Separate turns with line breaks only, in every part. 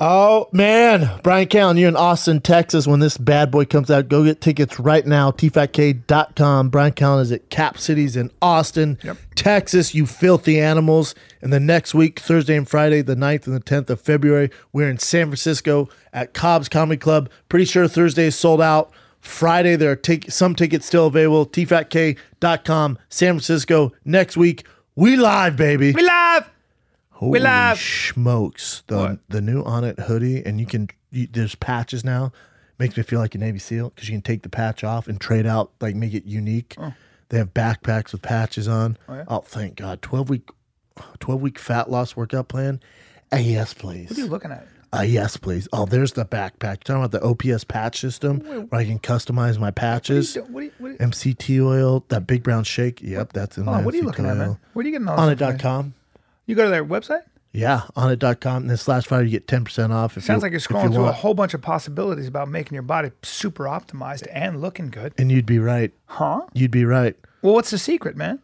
Oh man, Brian Callen, you're in Austin, Texas. When this bad boy comes out, go get tickets right now. tfatk.com. Brian Callen is at Cap Cities in Austin, Texas. You filthy animals! And the next week, Thursday and Friday, the 9th and the tenth of February, we're in San Francisco at Cobb's Comedy Club. Pretty sure Thursday is sold out. Friday, there are tic- some tickets still available. tfatk.com. San Francisco next week. We live, baby.
We live.
Holy
live.
smokes! The the new on it hoodie, and you can you, there's patches now. Makes me feel like a Navy SEAL because you can take the patch off and trade out, like make it unique.
Oh.
They have backpacks with patches on. Oh, thank God! Twelve week, twelve week fat loss workout plan. Ah, yes, please.
What are you looking at?
Uh, yes, please. Oh, there's the backpack. You're talking about the OPS patch system where I can customize my patches.
do- what are you- what are you-
MCT oil, that big brown shake. Yep, that's in my
Hold on, Oh, what are you
MCT
looking at,
oil.
man? Where are you getting all this
On
information?
it.com.
You go to their website?
Yeah, on it.com and then slash fire, you get 10% off. If
Sounds
you,
like you're
if you
scrolling through a
want.
whole bunch of possibilities about making your body super optimized and looking good.
And you'd be right.
Huh?
You'd be right.
Well, what's the secret, man?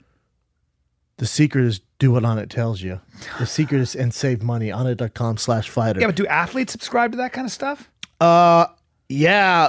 The secret is do what on it tells you. The secret is and save money on it.com slash fighter.
Yeah, but do athletes subscribe to that kind of stuff?
uh, yeah.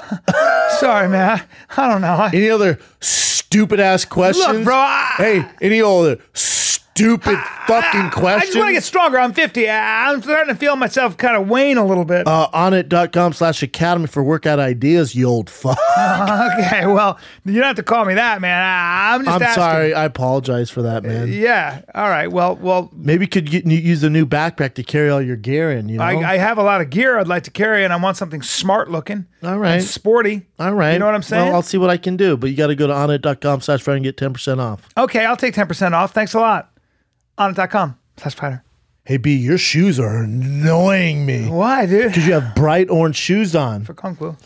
Sorry, man. I don't know. I,
Any other stupid ass questions?
look, bro. I,
Hey, any other stupid fucking
I
questions?
just want to get stronger. I'm 50. I- I'm starting to feel myself kind of wane a little bit.
uh, on it.com slash academy for workout ideas, you old fuck.
okay, well, you don't have to call me that, man. I, I'm just
I'm
asking. Uh,
sorry. I apologize for that, man.
Yeah. All right. Well, well,
Maybe you could get, use a new backpack to carry all your gear in, you know?
I, I have a lot of gear I'd like to carry, and I want something smart looking,
all right.
and sporty.
All right.
You know what I'm saying?
Well, I'll see what I can do, but you got to go to onit.com slash friend and get 10% off.
Okay, I'll take 10% off. Thanks a lot. On it.com slash fighter.
Hey, B, your shoes are annoying me.
Why, dude?
Because you have bright orange shoes on.
For Kung Fu.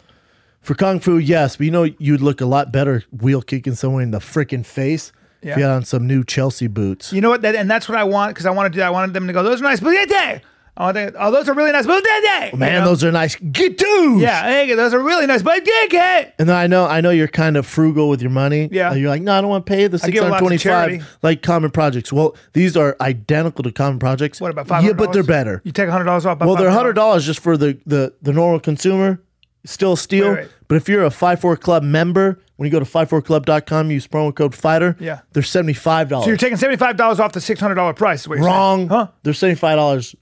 For Kung Fu, yes, but you know you'd look a lot better wheel kicking someone in the freaking face if
Yeah.
you had on some new Chelsea boots.
You know what? That, and that's what I want because I want to do that. I wanted them to go, those are nice. But yeah, day. I want them, oh, those are really nice. But yeah, day.
Oh, Man,
You know?
those are nice. Get dudes.
Yeah, hey, those are really nice. But yeah, day.
And then I know I know you're kind of frugal with your money.
Yeah.
Uh, You're like, no, I don't want to pay the
I give a lot to charity.
625 like common projects. Well, these are identical to common projects.
What about $500?
Yeah, but they're better.
You take $100 off. by
Well, they're hundred
$500.
dollars just for the, the the normal consumer, still a steal.
Wait, wait.
But if you're a five four club member, when you go to 54club.com, use promo code fighter.
Yeah.
they're seventy five dollars.
So you're taking $75 off the $600 price. is what you're saying.
wrong.
Huh?
They're seventy five dollars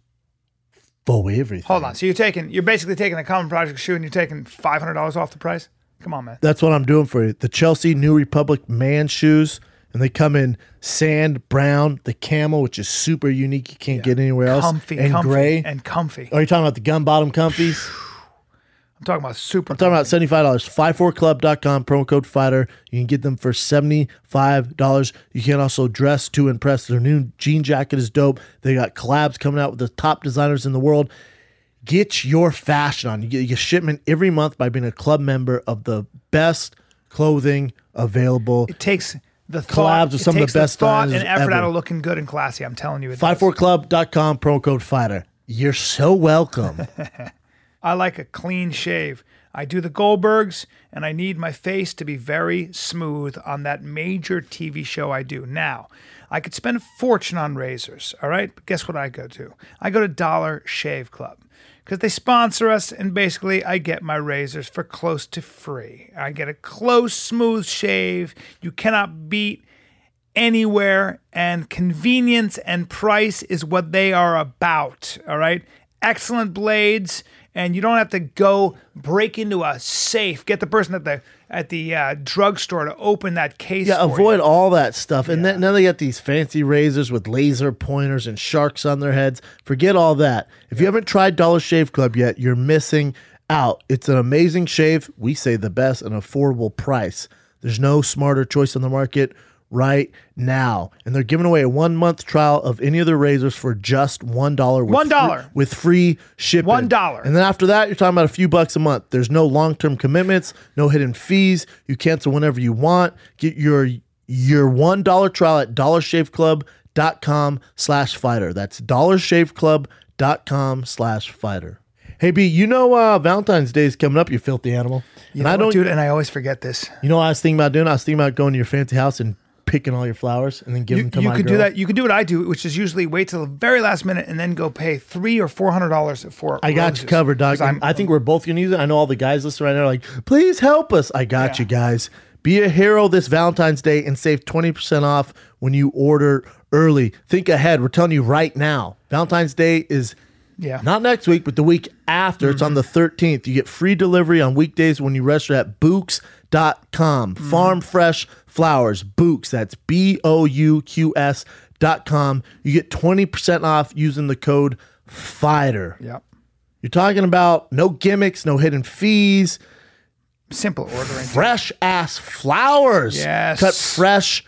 for everything.
Hold on. So you're taking, you're basically taking a common project shoe and you're taking $500 off the price? Come on, man.
That's what I'm doing for you. The Chelsea New Republic man shoes, and they come in sand brown, the camel, which is super unique. You can't get anywhere else.
Comfy,
and
comfy,
gray.
and comfy.
Are you talking about the gum bottom comfies?
I'm talking about super.
talking about $75 54club.com promo code fighter you can get them for $75 you can also dress to impress their new jean jacket is dope they got collabs coming out with the top designers in the world get your fashion on you get your shipment every month by being a club member of the best clothing available
It takes the
Collabs
thought,
with
it
some of the
takes
best
thought and
designers
effort
ever.
out of looking good and classy. I'm telling you, it does.
54club.com promo code fighter you're so welcome
I like a clean shave. I do the Goldbergs, and I need my face to be very smooth on that major TV show I do. Now, I could spend a fortune on razors, all right? But guess what I go to? I go to Dollar Shave Club because they sponsor us, and basically, I get my razors for close to free. I get a close, smooth shave. You cannot beat anywhere, and convenience and price is what they are about. All right. Excellent blades, and you don't have to go break into a safe. Get the person at the at the uh, drugstore to open that case.
Yeah,
for you.
avoid all that stuff. And then, now they got these fancy razors with laser pointers and sharks on their heads. Forget all that. If you haven't tried Dollar Shave Club yet, you're missing out. It's an amazing shave. We say the best, an affordable price. There's no smarter choice on the market. right now. And they're giving away a one month trial of any of their razors for just $1. with
One dollar.
free- With free shipping.
One dollar.
And then after that, you're talking about a few bucks a month. There's no long term commitments, no hidden fees. You cancel whenever you want. Get your your one dollar trial at dollarshaveclub.com slash fighter. That's dollarshaveclub.com slash fighter. Hey B, you know uh, Valentine's Day is coming up, you filthy animal.
You
and
know
I
what,
don't
dude, and I always forget this.
you know what I was thinking about doing? I was thinking about going to your fancy house and picking all your flowers and then giving
You,
them to
you
my
could do
girl.
that. You could do what I do, which is usually wait till the very last minute and then go pay three or four hundred dollars for.
I got
roses.
you covered, dog.
'Cause I'm-
I think we're both gonna use it. I know all the guys listening right now are like, please help us. I got you guys. Be a hero this Valentine's Day and save 20% off when you order early. Think ahead. We're telling you right now. Valentine's Day is
Yeah.
not next week, but the week after. It's on the 13th. You get free delivery on weekdays when you register at Books.com.
Mm-hmm.
Farm fresh flowers. Books. That's B O U Q S dot com. You get 20% off using the code FIGHTER.
Yep.
You're talking about no gimmicks, no hidden fees,
Simple ordering.
fresh ass flowers.
Yes.
Cut fresh.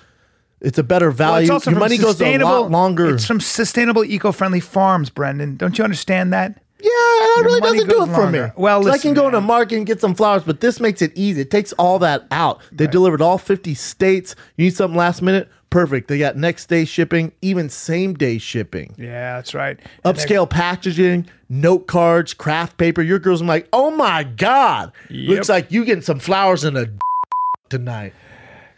It's a better value.
Well, it's also
Your
from
money goes a
sustainable-
lot longer.
It's from sustainable, eco-friendly farms, Brendan. Don't you understand that?
yeah, that really
money
doesn't do it
goes
for me.
longer. Well,
So I can
listen,
go in a
man.
market and get some flowers, but this makes it easy. It takes all that out. They delivered all 50 states. You need something last minute? Perfect. They got next day shipping, even same day shipping.
Yeah, that's right. And they're-
upscale packaging, note cards, craft paper. Your girls, I'm like, oh my god, looks like you getting some flowers in a tonight.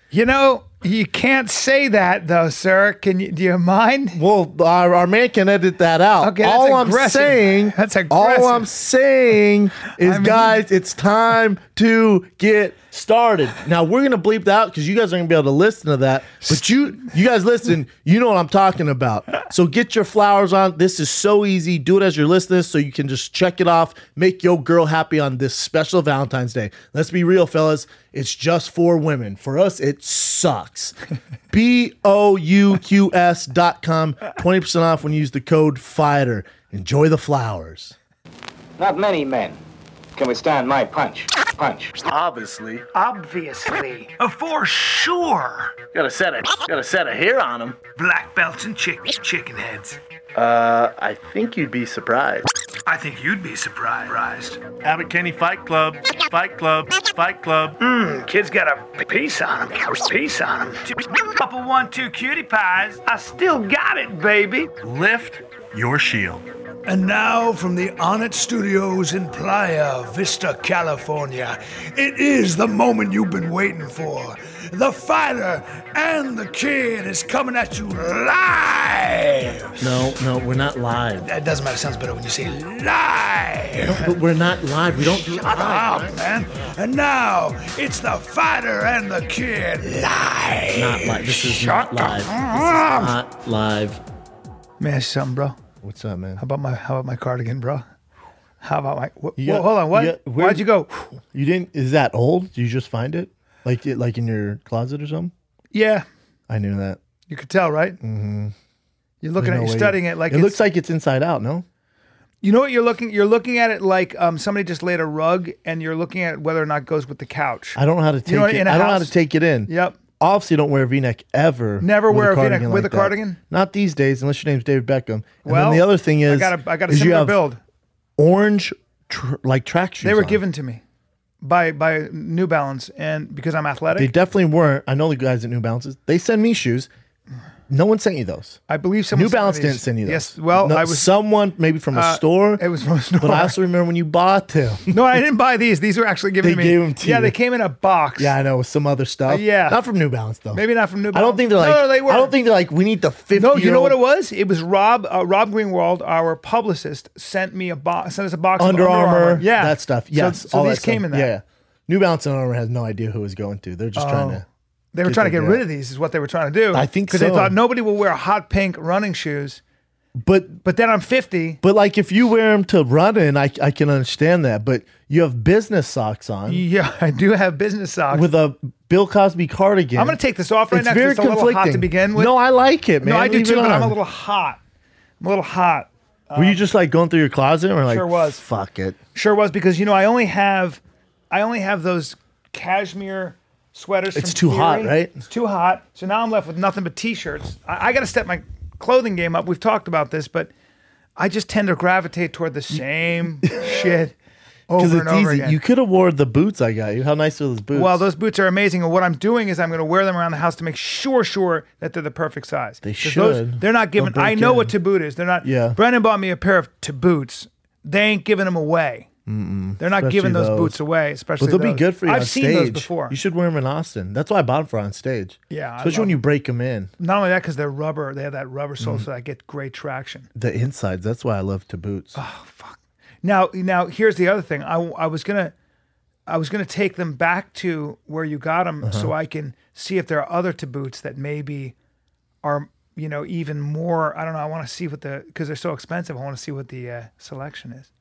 You know, you can't say that though, sir. Can you? Do you mind?
Well, our, our man can edit that out.
Okay, that's
all I'm
aggressive.
saying,
That's
All
aggressive.
I'm saying is,
I mean-
guys, it's time to get started. Now we're gonna bleep that out because you guys aren't gonna be able to listen to that. But you, you guys, listen. You know what I'm talking about. So get your flowers on. This is so easy. Do it as you're listening, so you can just check it off. Make your girl happy on this special Valentine's Day. Let's be real, fellas. It's just for women. For us, it sucks. B O U Q S dot com. 20% off when you use the code FIGHTER. Enjoy the flowers.
Not many men can withstand my punch. Punch.
Obviously.
Obviously,
Oh,
For sure. Got a set of got a set of hair on him.
black belts and chick- chicken heads.
Uh, I think you'd be surprised.
I think you'd be surprised.
Abbott Kenny Fight Club. Fight Club. Fight Club.
Kid's got a piece on him. Piece on him. Couple one two cutie pies. I still got it, baby.
Lift your shield.
And now from the Onnit Studios in Playa Vista, California, it is the moment you've been waiting for. The fighter and the kid is coming at you live.
No, no, we're not live.
That doesn't matter. Sounds better when you say live.
But we're not live. We don't do it live.
Up, man. And now it's the fighter and the kid live.
Not live. This is
Shut
not live. This is
up.
not live.
man, something, bro. How
Um, What's up, man?
about my how about my cardigan, bro? How about my? Wh-
You got-
whoa, hold on. What?
you got- where-
Why'd you go?
You didn't? Is that old? Did you just find it? Like it? Like in your closet or something?
Yeah,
I knew that.
you could tell, right? Mm-hmm. You're looking
No
at
way.
you're studying it like
it
it's-
looks like it's inside out. No.
You know what you're looking? You're looking at it like um, somebody just laid a rug, and you're looking at whether or not it goes with the couch.
I don't know how to take
know,
it. I
in a
don't know how
house-
to take it in.
Yep.
Obviously, don't wear a V-neck ever.
Never
with
wear a V-neck
cardigan
with a
that.
cardigan?
Not these days, unless your name's David Beckham. And
Well,
then the other thing is,
I got a I got a
is you
similar
have
build.
orange, tr- like track shoes.
They were
on.
given to me by by New Balance, and because I'm
They
athletic,
definitely weren't. I know the guys at New Balances. They send me shoes. No one sent you those.
I believe someone
New
sent me
Balance
these.
didn't send you those.
Yes, well,
No,
I was
someone maybe from a
uh,
store.
It was from a store.
But I also remember when you bought them.
no, I didn't buy these. These were actually given
They
to me.
gave 'em to
yeah,
you.
they came in a box.
Yeah, I know with some other stuff.
yeah.
not from New Balance though.
maybe not from New.
I
Balance.
don't think they're like.
No, no, they were.
I don't think they're like. We need the fifty.
No, you know what it was? It was Rob uh, Rob Greenwald, our publicist, sent me a box. Sent us a box.
Under,
of
Armour,
yeah,
that stuff.
So-
Yes,
so,
all
these
that
came
stuff.
in that.
Yeah, yeah. New Balance and Armour has no idea who is going to. They're just
Oh.
trying to.
They were
Get
trying to
them,
get
yeah.
rid of these, is what they were trying to do.
I think
they
so.
thought nobody will wear hot pink running shoes.
But
But then I'm 50.
but like if you wear them to running, I I can understand that. But you have business socks on
Yeah, I do have business socks.
with a Bill Cosby cardigan.
I'm going to take this off right
it's
now
very
because it's a little hot to
conflicting.
begin with.
No, I like it, man.
no I do
Leave
too,
it
but
on.
I'm a little hot. I'm a little hot.
Were you just like going through your closet or like?
Sure was.
Fuck it.
Sure was because you know I only have, I only have those cashmere sweaters.
It's
from
too hot,
Theory.
right?
It's too hot. So now I'm left with nothing but t-shirts. I, I got to step my clothing game up. We've talked about this, but I just tend to gravitate toward the same shit
Because
over and
it's
over
easy.
again.
You could have wore the boots I got you. How nice are those boots?
well, those boots are amazing, and what I'm doing is I'm going to wear them around the house to make sure, sure that they're the perfect size. They
should.
they're not given.
They'll
I
break
know
in.
what to boot is. They're not.
Yeah.
Brennan bought me a pair of to boots. They ain't giving them away. They're not
Especially
giving those, boots
those.
away, especially.
but they'll be
those.
good for you.
I've
on
seen
stage.
those before.
You should wear them in Austin. That's why I bought them for on stage.
Yeah, I
especially
love
when you break them in
Not only that, because they're rubber, they have that rubber sole,
Mm-hmm.
so I get great traction.
the insides. That's why I love to boots.
Now, now here's the other thing. I, I was gonna, I was gonna take them back to where you got them, so I can see if there are other taboots that maybe are you know even more. I don't know. I want to see what the because they're so expensive. I want to see what the uh, selection is.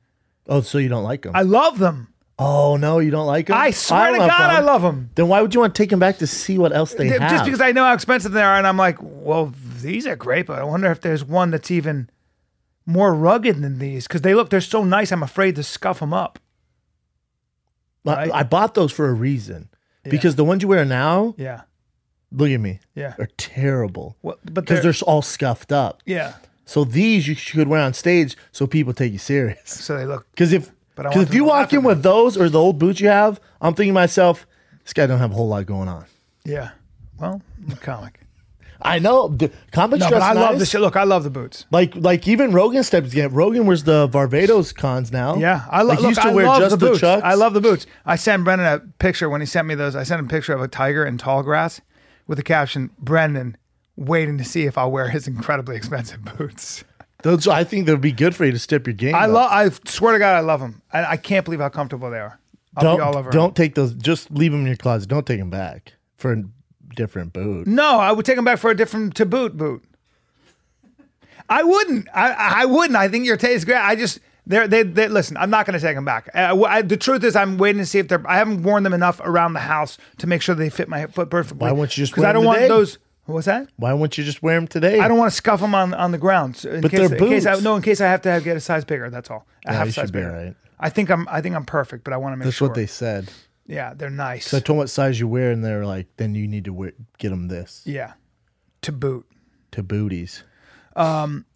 oh, so you don't like them?
I love them.
oh no, you don't like them?
I swear to God, I love them.
Then why would you want to take them back to see what else they have?
Just because I know how expensive they are, and I'm like, well, these are great, but I wonder if there's one that's even more rugged than these because they look they're so nice. I'm afraid to scuff them up.
But
right?
I bought those for a reason. Because the ones you wear now,
Yeah,
look at me,
yeah.
are terrible.
Well, but
Because
they're,
they're all scuffed up.
yeah.
So these you should wear on stage so people take you serious.
So they look
Because if
But I
because
want
if
them
you
to
walk
laugh
in
at
with those or the old boots you have, I'm thinking to myself, this guy don't have a whole lot going on.
Yeah. Well, I'm a comic.
I know the comic
no,
stress.
but I
nice.
love the shit. Look, I love the boots.
Like like even Rogan steps again. Rogan wears the Barbados cons now.
Yeah, I love.
Like, he used to
I
wear
love
just
the
the,
boots.
chucks.
I love the boots. I sent Brendan a picture when he sent me those. I sent him a picture of a tiger in tall grass with the caption, "Brendan, waiting to see if I'll wear his incredibly expensive boots."
those. I think they'd be good for you to step your game.
I
up.
love. I swear to God, I love them. I, I can't believe how comfortable they are. I'll
Don't
be all over. 'em.
don't take those. Just leave them in your closet. Don't take them back for a different boot.
No, I would take them back for a different to boot boot. I wouldn't. I- I, I wouldn't. I think your taste great. I just they're, they they listen. I'm not going to take them back. Uh, wh- I- the truth is, I'm waiting to see if they're. I haven't worn them enough around the house to make sure they fit my foot perfectly.
Why won't you just
Because
wear
I
them
don't want
today?
those. What's that?
Why wouldn't you just wear them today?
I don't want to scuff them on, on the ground. So in
But
case,
they're
In case I,
boots.
no, in case I have to have, get a size bigger. That's all. A
Yeah,
half
you
size
should be
bigger.
all right.
I think I'm. I think I'm perfect. But I want to make
That's
sure.
what they said.
Yeah, they're nice.
I told them what size you wear, and they're like, then you need to wear, get them this
yeah, to boot.
to booties.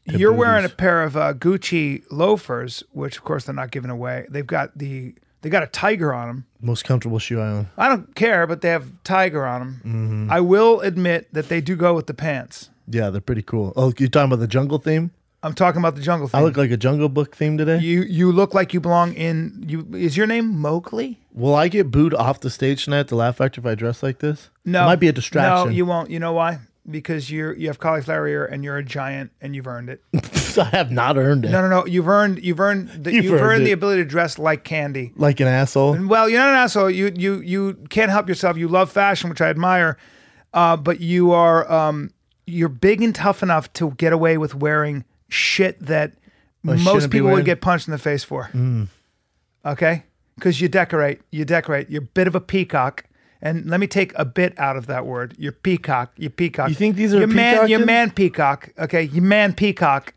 You're wearing a
booties.
pair of uh, Gucci loafers, which of course they're not giving away. They've got the they got a tiger on them.
Most comfortable shoe I own.
I don't care, but they have tiger on them.
Mm-hmm.
I will admit that they do go with the pants.
Yeah, they're pretty cool. Oh, you're talking about the jungle theme?
I'm talking about the jungle thing.
I look like a jungle book theme today.
you you look like you belong in you. Is your name Mowgli?
Will I get booed off the stage tonight at the Laugh Factory if I dress like this?
No,
it might be a distraction.
No, you won't. You know why? Because you you have cauliflower ear and you're a giant and you've earned it.
I have not earned it.
No, no, no. You've earned you've earned the,
You've
you've,
earned
earned
it.
the ability to dress like candy.
Like an asshole.
Well, you're not an asshole. You you you can't help yourself. You love fashion, which I admire, uh, but you are um, you're big and tough enough to get away with wearing shit that most
shouldn't be
people
wearing? Mm.
would get punched in the face for. Okay, because you decorate, you decorate. You're a bit of a peacock. And let me take a bit out of that word. You're peacock. You peacock.
You think these are
you man? You
peacocking?
man peacock. Okay, you man peacock.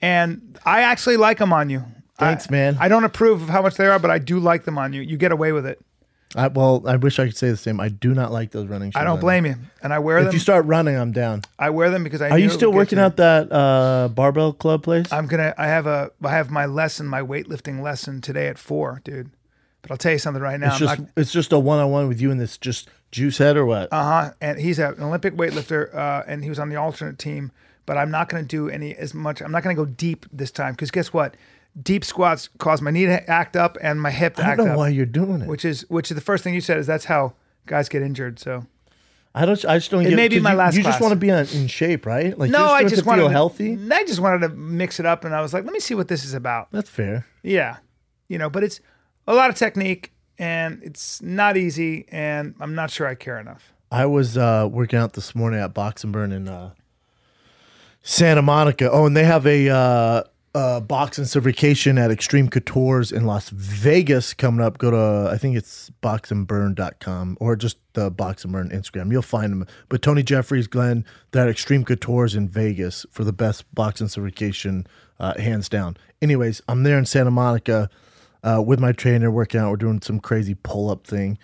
And I actually like them on you.
Thanks,
I-
man.
I don't approve of how much they are, but I do like them on you. You get away with it.
I, well, I wish I could say the same. I do not like those running shoes.
I don't
on.
blame you, and I wear
If
them.
you start running, I'm down.
I wear them because I.
Are
knew
you
it
still
would
working
get to me.
out that uh, barbell club place?
I'm gonna. I have a. I have my lesson, my weightlifting lesson today at four, dude. But I'll tell you something right now.
it's
I'm
just
not-
it's just a one on one with you and this just juice head or what?
Uh-huh. And he's a- an Olympic weightlifter, uh, and he was on the alternate team. But I'm not going to do any as much. I'm not going to go deep this time because guess what? Deep squats cause my knee to act up and my hip to
I
act
don't know
up,
why you're doing it.
which is which is the first thing you said is that's how guys get injured. So
I don't. I just don't.
It
get
may be
'cause
my
you,
last
You just
class.
want to be on, in shape, right? Like
no, I
doing it
just
to feel
wanted
healthy.
I just wanted to mix it up, and I was like, let me see what this is about.
That's fair.
Yeah. You know, but it's a lot of technique and it's not easy and I'm not sure I care enough.
I was uh, working out this morning at Box and Burn in uh, Santa Monica. Oh, and they have a uh, uh, box and certification at Extreme Couture's in Las Vegas coming up. Go to I think it's boxandburn.com or just the Box and Burn Instagram. You'll find them. But Tony Jeffries, Glenn, they're at Extreme Couture's in Vegas for the best box and certification, uh, hands down. Anyways, I'm there in Santa Monica uh, with my trainer working out. We're doing some crazy pull up thing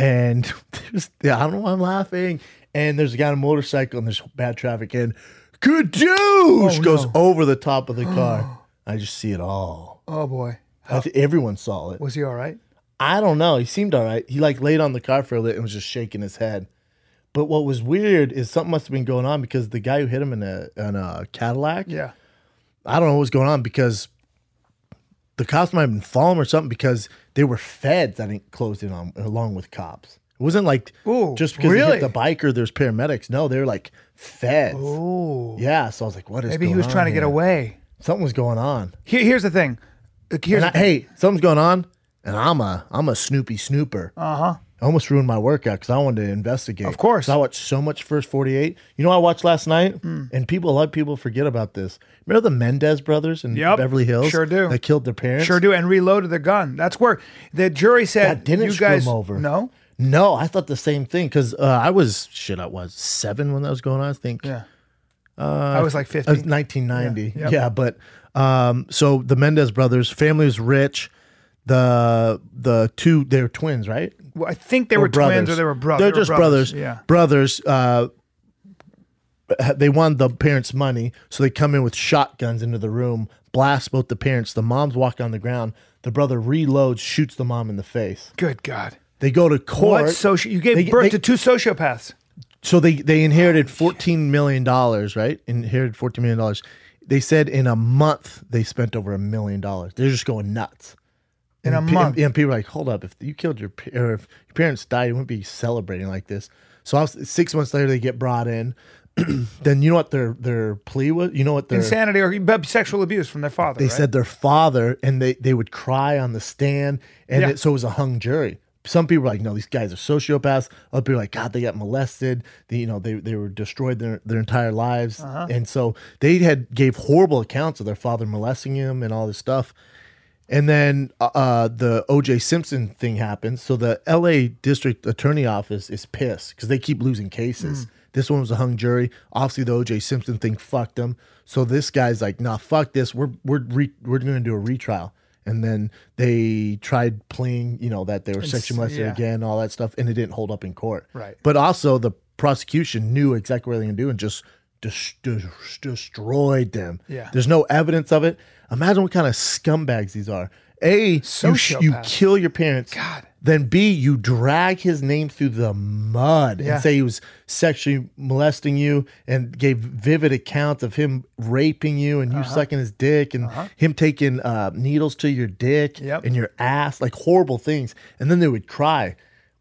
and there's, yeah, I don't know why I'm laughing. And there's a guy on a motorcycle, and there's bad traffic, and kadoosh goes over the top of the car. I just see it all.
Oh boy.
I think everyone saw it.
Was he all right?
I don't know. He seemed all right. He like laid on the car for a bit and was just shaking his head. But what was weird is something must have been going on because the guy who hit him in a in a Cadillac,
Yeah.
I don't know what was going on because the cops might have been following him or something because they were feds. I think closed in on along with cops. It wasn't like
Ooh,
just because he
really?
hit the biker. There's paramedics. No, they were like feds. yeah. So I was like, what is?
Maybe he
going
was
on
trying to get
here?
away.
Something was going on.
Here, here's the thing. Look, Here's
And I,
the thing.
hey, something's going on, and I'm a I'm a Snoopy Snooper. Uh huh. I almost ruined my workout because I wanted to investigate.
Uh-huh. Of course. Hmm.
'Cause I watched so much First 48. You know, what I watched last night, and people a lot of people forget about this. Remember the Mendez brothers in
Yep,
Beverly Hills?
sure do.
That killed their parents.
sure do and reloaded the gun. That's where the jury said
That didn't
you
screw
guys
'em over.
No.
No, I thought the same thing because uh, I was shit. I was seven when that was going on. I think.
Yeah. I was like
It Uh, was
50.
1990.
Yeah,
Yeah,
yep.
but um, so the Mendez brothers, family was rich. The the two they were twins, right?
Well, I think they were, twins or they were brothers.
They're just brothers.
Yeah.
brothers. Uh, they wanted the parents' money, so they come in with shotguns into the room, blast both the parents. The mom's walking on the ground. The brother reloads, shoots the mom in the face.
Good God.
They go to court.
what soci- You gave
They-
birth
they-
to two sociopaths.
So they they inherited fourteen million dollars, right? Inherited fourteen million dollars. They said in a month they spent over a million dollars. They're just going nuts.
In
and
a
pe-
month.
and, and people are like, "Hold up! If you killed your pa- or if your parents died, you wouldn't be celebrating like this." So I was, six months later, they get brought in. then you know what their their plea was? You know what their
Insanity or but sexual abuse from their father.
they
right?
said their father, and they they would cry on the stand, and
Yeah.
it, so it was a hung jury. Some people were like, no, these guys are sociopaths. Other people were like, God, they got molested. They, you know, they they were destroyed their their entire lives,
Uh-huh.
and so they had gave horrible accounts of their father molesting him and all this stuff. And then uh, uh, the O.J. Simpson thing happens, so the L.A. District Attorney Office is pissed because they keep losing cases. This one was a hung jury. Obviously, the O.J. Simpson thing fucked them. So this guy's like, "Nah, fuck this. We're we're re- we're going to do a retrial." And then they tried playing, you know, that they were sexually molested
yeah.
again, all that stuff, and it didn't hold up in court.
Right.
But also, the prosecution knew exactly what they were going to do and just des- des- destroyed them.
Yeah.
There's no evidence of it. Imagine what kind of scumbags these are. A, you, sh- you
Sociopaths.
kill your parents.
God.
Then B, you drag his name through the mud
Yeah.
and say he was sexually molesting you and gave vivid accounts of him raping you and you
Uh-huh.
sucking his dick and him taking uh, needles to your dick
Yep.
and your ass, like horrible things. And then they would cry.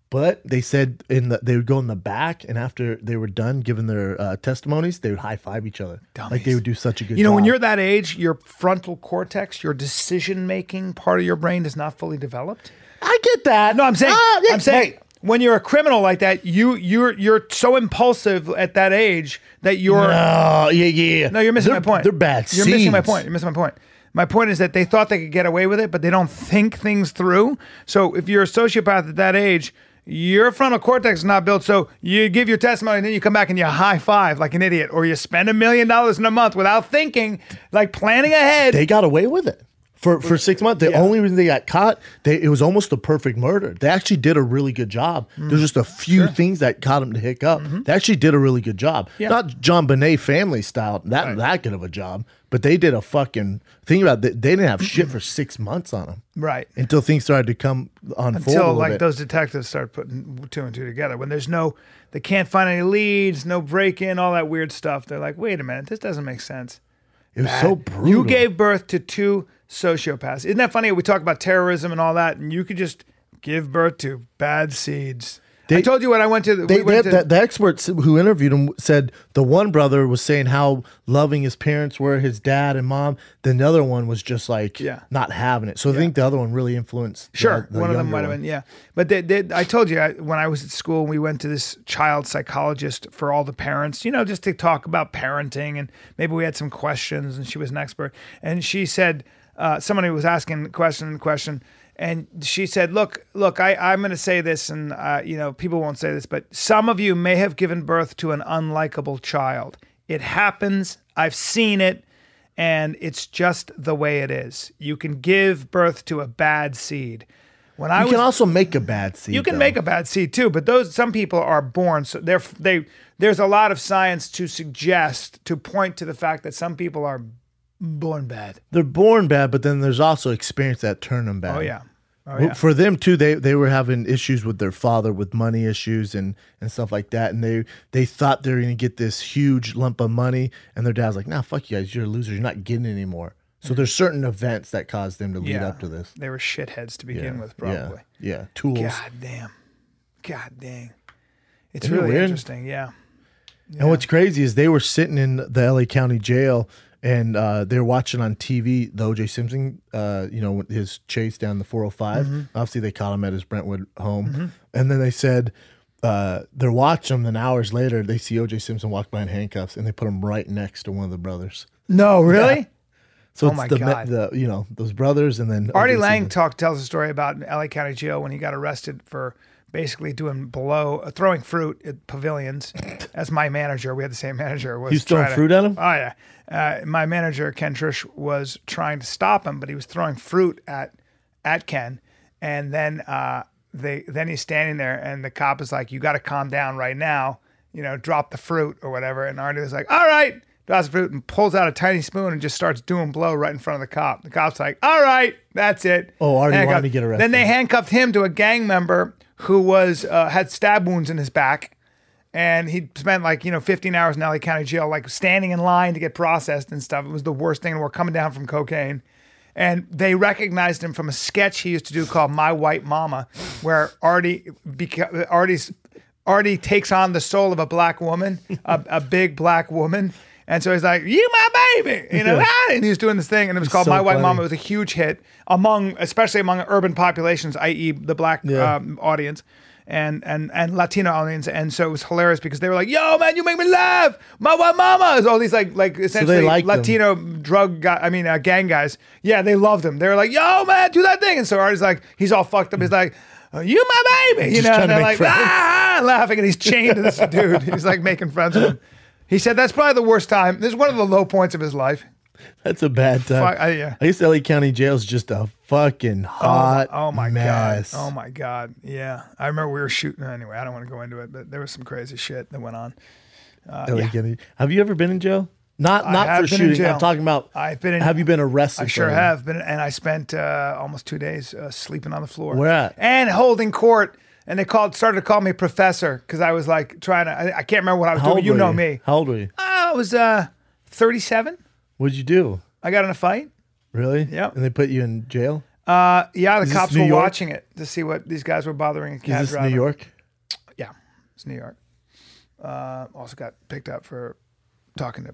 But they said in the, they would go in the back, and after they were done giving their uh, testimonies, they would high five each other. Like they would do such a good.
You know, when
job.
you're that age, your frontal cortex, your decision making part of your brain is not fully developed.
I get that.
No, I'm saying,
Ah, yeah,
I'm saying,
hey,
when you're a criminal like that, you you're you're so impulsive at that age that you're no,
Oh yeah, yeah.
you're missing
They're-
my point.
They're bad.
You're missing my
seeds.
point. You're missing my point. My point is that they thought they could get away with it, but they don't think things through. So if you're a sociopath at that age. Your frontal cortex is not built, so you give your testimony, and then you come back and you high five like an idiot, or you spend a million dollars in a month without thinking, like planning ahead.
They got away with it for for six months. The only reason they got caught, they it was almost a perfect murder. They actually did a really good job.
Mm-hmm.
There's just a few things that caught them to hick up. They actually did a really good job. Not John Bonet family style. That that good of a job, but they did a fucking think about. It, they didn't have shit for six months on them.
Right.
Until things started to come on
until like those detectives start putting two and two together when there's no they can't find any leads no break in all that weird stuff they're like wait a minute this doesn't make sense
It was so brutal.
you gave birth to two sociopaths isn't that funny we talk about terrorism and all that and you could just give birth to bad seeds I
They-
told you when I went to the,
They,
we
that-
went to-
that- the experts who interviewed him said the one brother was saying how loving his parents were, his dad and mom. Then the other one was just like
Yeah.
not having it. So I think the other one really influenced. the-
Sure,
the
one of them
younger
might have been. Yeah, but they, they, I told you I, when I was at school, we went to this child psychologist for all the parents, you know, just to talk about parenting, and maybe we had some questions, and she was an expert, and she said uh, somebody was asking question and question, and she said, "Look, look, I, I'm going to say this, and uh, you know, people won't say this, but some of you may have given birth to an unlikable child. It happens. I've seen it." and it's just the way it is. You can give birth to a bad seed. When I
You
was,
can also make a bad seed.
you can
though.
make a bad seed too, but those some people are born so they're they there's a lot of science to suggest to point to the fact that some people are born bad.
They're born bad, but then there's also experience that turn them bad.
Oh yeah. Oh
Well,
yeah.
For them too, they they were having issues with their father with money issues and and stuff like that, and they they thought they were gonna get this huge lump of money, and their dad's like, "Nah, fuck you guys, you're losers, you're not getting it anymore." So there's certain events that caused them to lead
Mm-hmm. Yeah.
up to this.
They were shitheads to begin
Yeah,
with probably.
Yeah, yeah. tools.
God damn. God dang. It's
Isn't it
really
weird?
interesting. Yeah.
And what's crazy is they were sitting in the LA County Jail, and uh, they're watching on TV the O.J. Simpson, uh, you know, his chase down the 405.
Mm-hmm.
Obviously, they caught him at his Brentwood home, and then they said uh, they're watching him. Then hours later, they see O.J. Simpson walk by in handcuffs, and they put him right next to one of the brothers.
No, really?
So
Oh
it's
my
the, me-
God.
the you know those brothers, and then
Artie
O.J.
Lang
Simpson.
talk tells a story about LA County Jail when he got arrested for basically doing below uh, throwing fruit at pavilions. As my manager, we had the same manager. Was
He was throwing
trying to-
fruit at him?
Oh yeah. Uh, my manager Ken Trish was trying to stop him, but he was throwing fruit at at Ken, and then uh, they then he's standing there, and the cop is like, "You got to calm down right now. You know, drop the fruit or whatever." And Artie was like, "All right." Drops the fruit and pulls out a tiny spoon and just starts doing blow right in front of the cop. The cop's like, "All right, that's it."
Oh, Artie wanted
Handcuffed.
to get arrested.
Then they handcuffed him to a gang member who was uh, had stab wounds in his back and he spent like you know 15 hours in LA County jail, like standing in line to get processed and stuff. It was the worst thing. We're coming down from cocaine, and they recognized him from a sketch he used to do called "My White Mama," where Artie beca- Artie's Artie takes on the soul of a black woman, a, a big black woman. And so he's like, "You my baby," you know, ah, and he was doing this thing, and it was called
so
"My White
funny.
Mama." It was a huge hit among, especially among urban populations, i.e., the black
Yeah.
um, audience and and and Latino audience, and so it was hilarious because they were like, "Yo, man, you make me laugh, my white mama." It's all these like like essentially
liked them.
Latino drug guy, I mean uh, gang guys. Yeah, they loved him. They were like, "Yo, man, do that thing," and so Artie's like, he's all fucked up. He's like. "Oh, You my baby, you
Just
know.
trying
And
to
they're like
make friends.
ah, laughing, and he's chained to this dude. He's like making friends with him. He said that's probably the worst time. This is one of the low points of his life.
That's a bad time.
Fuck, uh, yeah.
I guess LA County Jail's just a fucking hot.
Oh my
mess.
god! Oh my god! Yeah, I remember we were shooting. Anyway, I don't want to go into it, but there was some crazy shit that went on.
Ellie Kennedy. Have you ever been in jail? Not not
have
for
been in
shooting.
jail.
I'm talking about.
I've been in-
have you been arrested?
I
for
sure
it?
have been, and I spent uh, almost two days uh, sleeping on the floor.
Where at?
And holding court, and they called started to call me professor because I was like trying to. I, I can't remember what I was
How
doing.
old
You
were
know me.
How old were you?
I was uh, thirty-seven.
What'd you do?
I got in a fight.
Really?
Yep.
And they put you in jail.
Uh, yeah, the
this
cops
New
were
York?
watching it to see what these guys were bothering a
Is
cab
this
driver.
New York?
Yeah, it's New York. Uh, also got picked up for talking to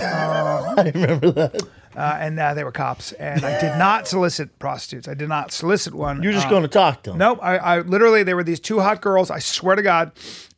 I remember that.
uh, and uh, they were cops. And I did not solicit prostitutes. I did not solicit one.
You're just
Uh,
going to talk to them.
Nope. I, I literally there were these two hot girls. I swear to God,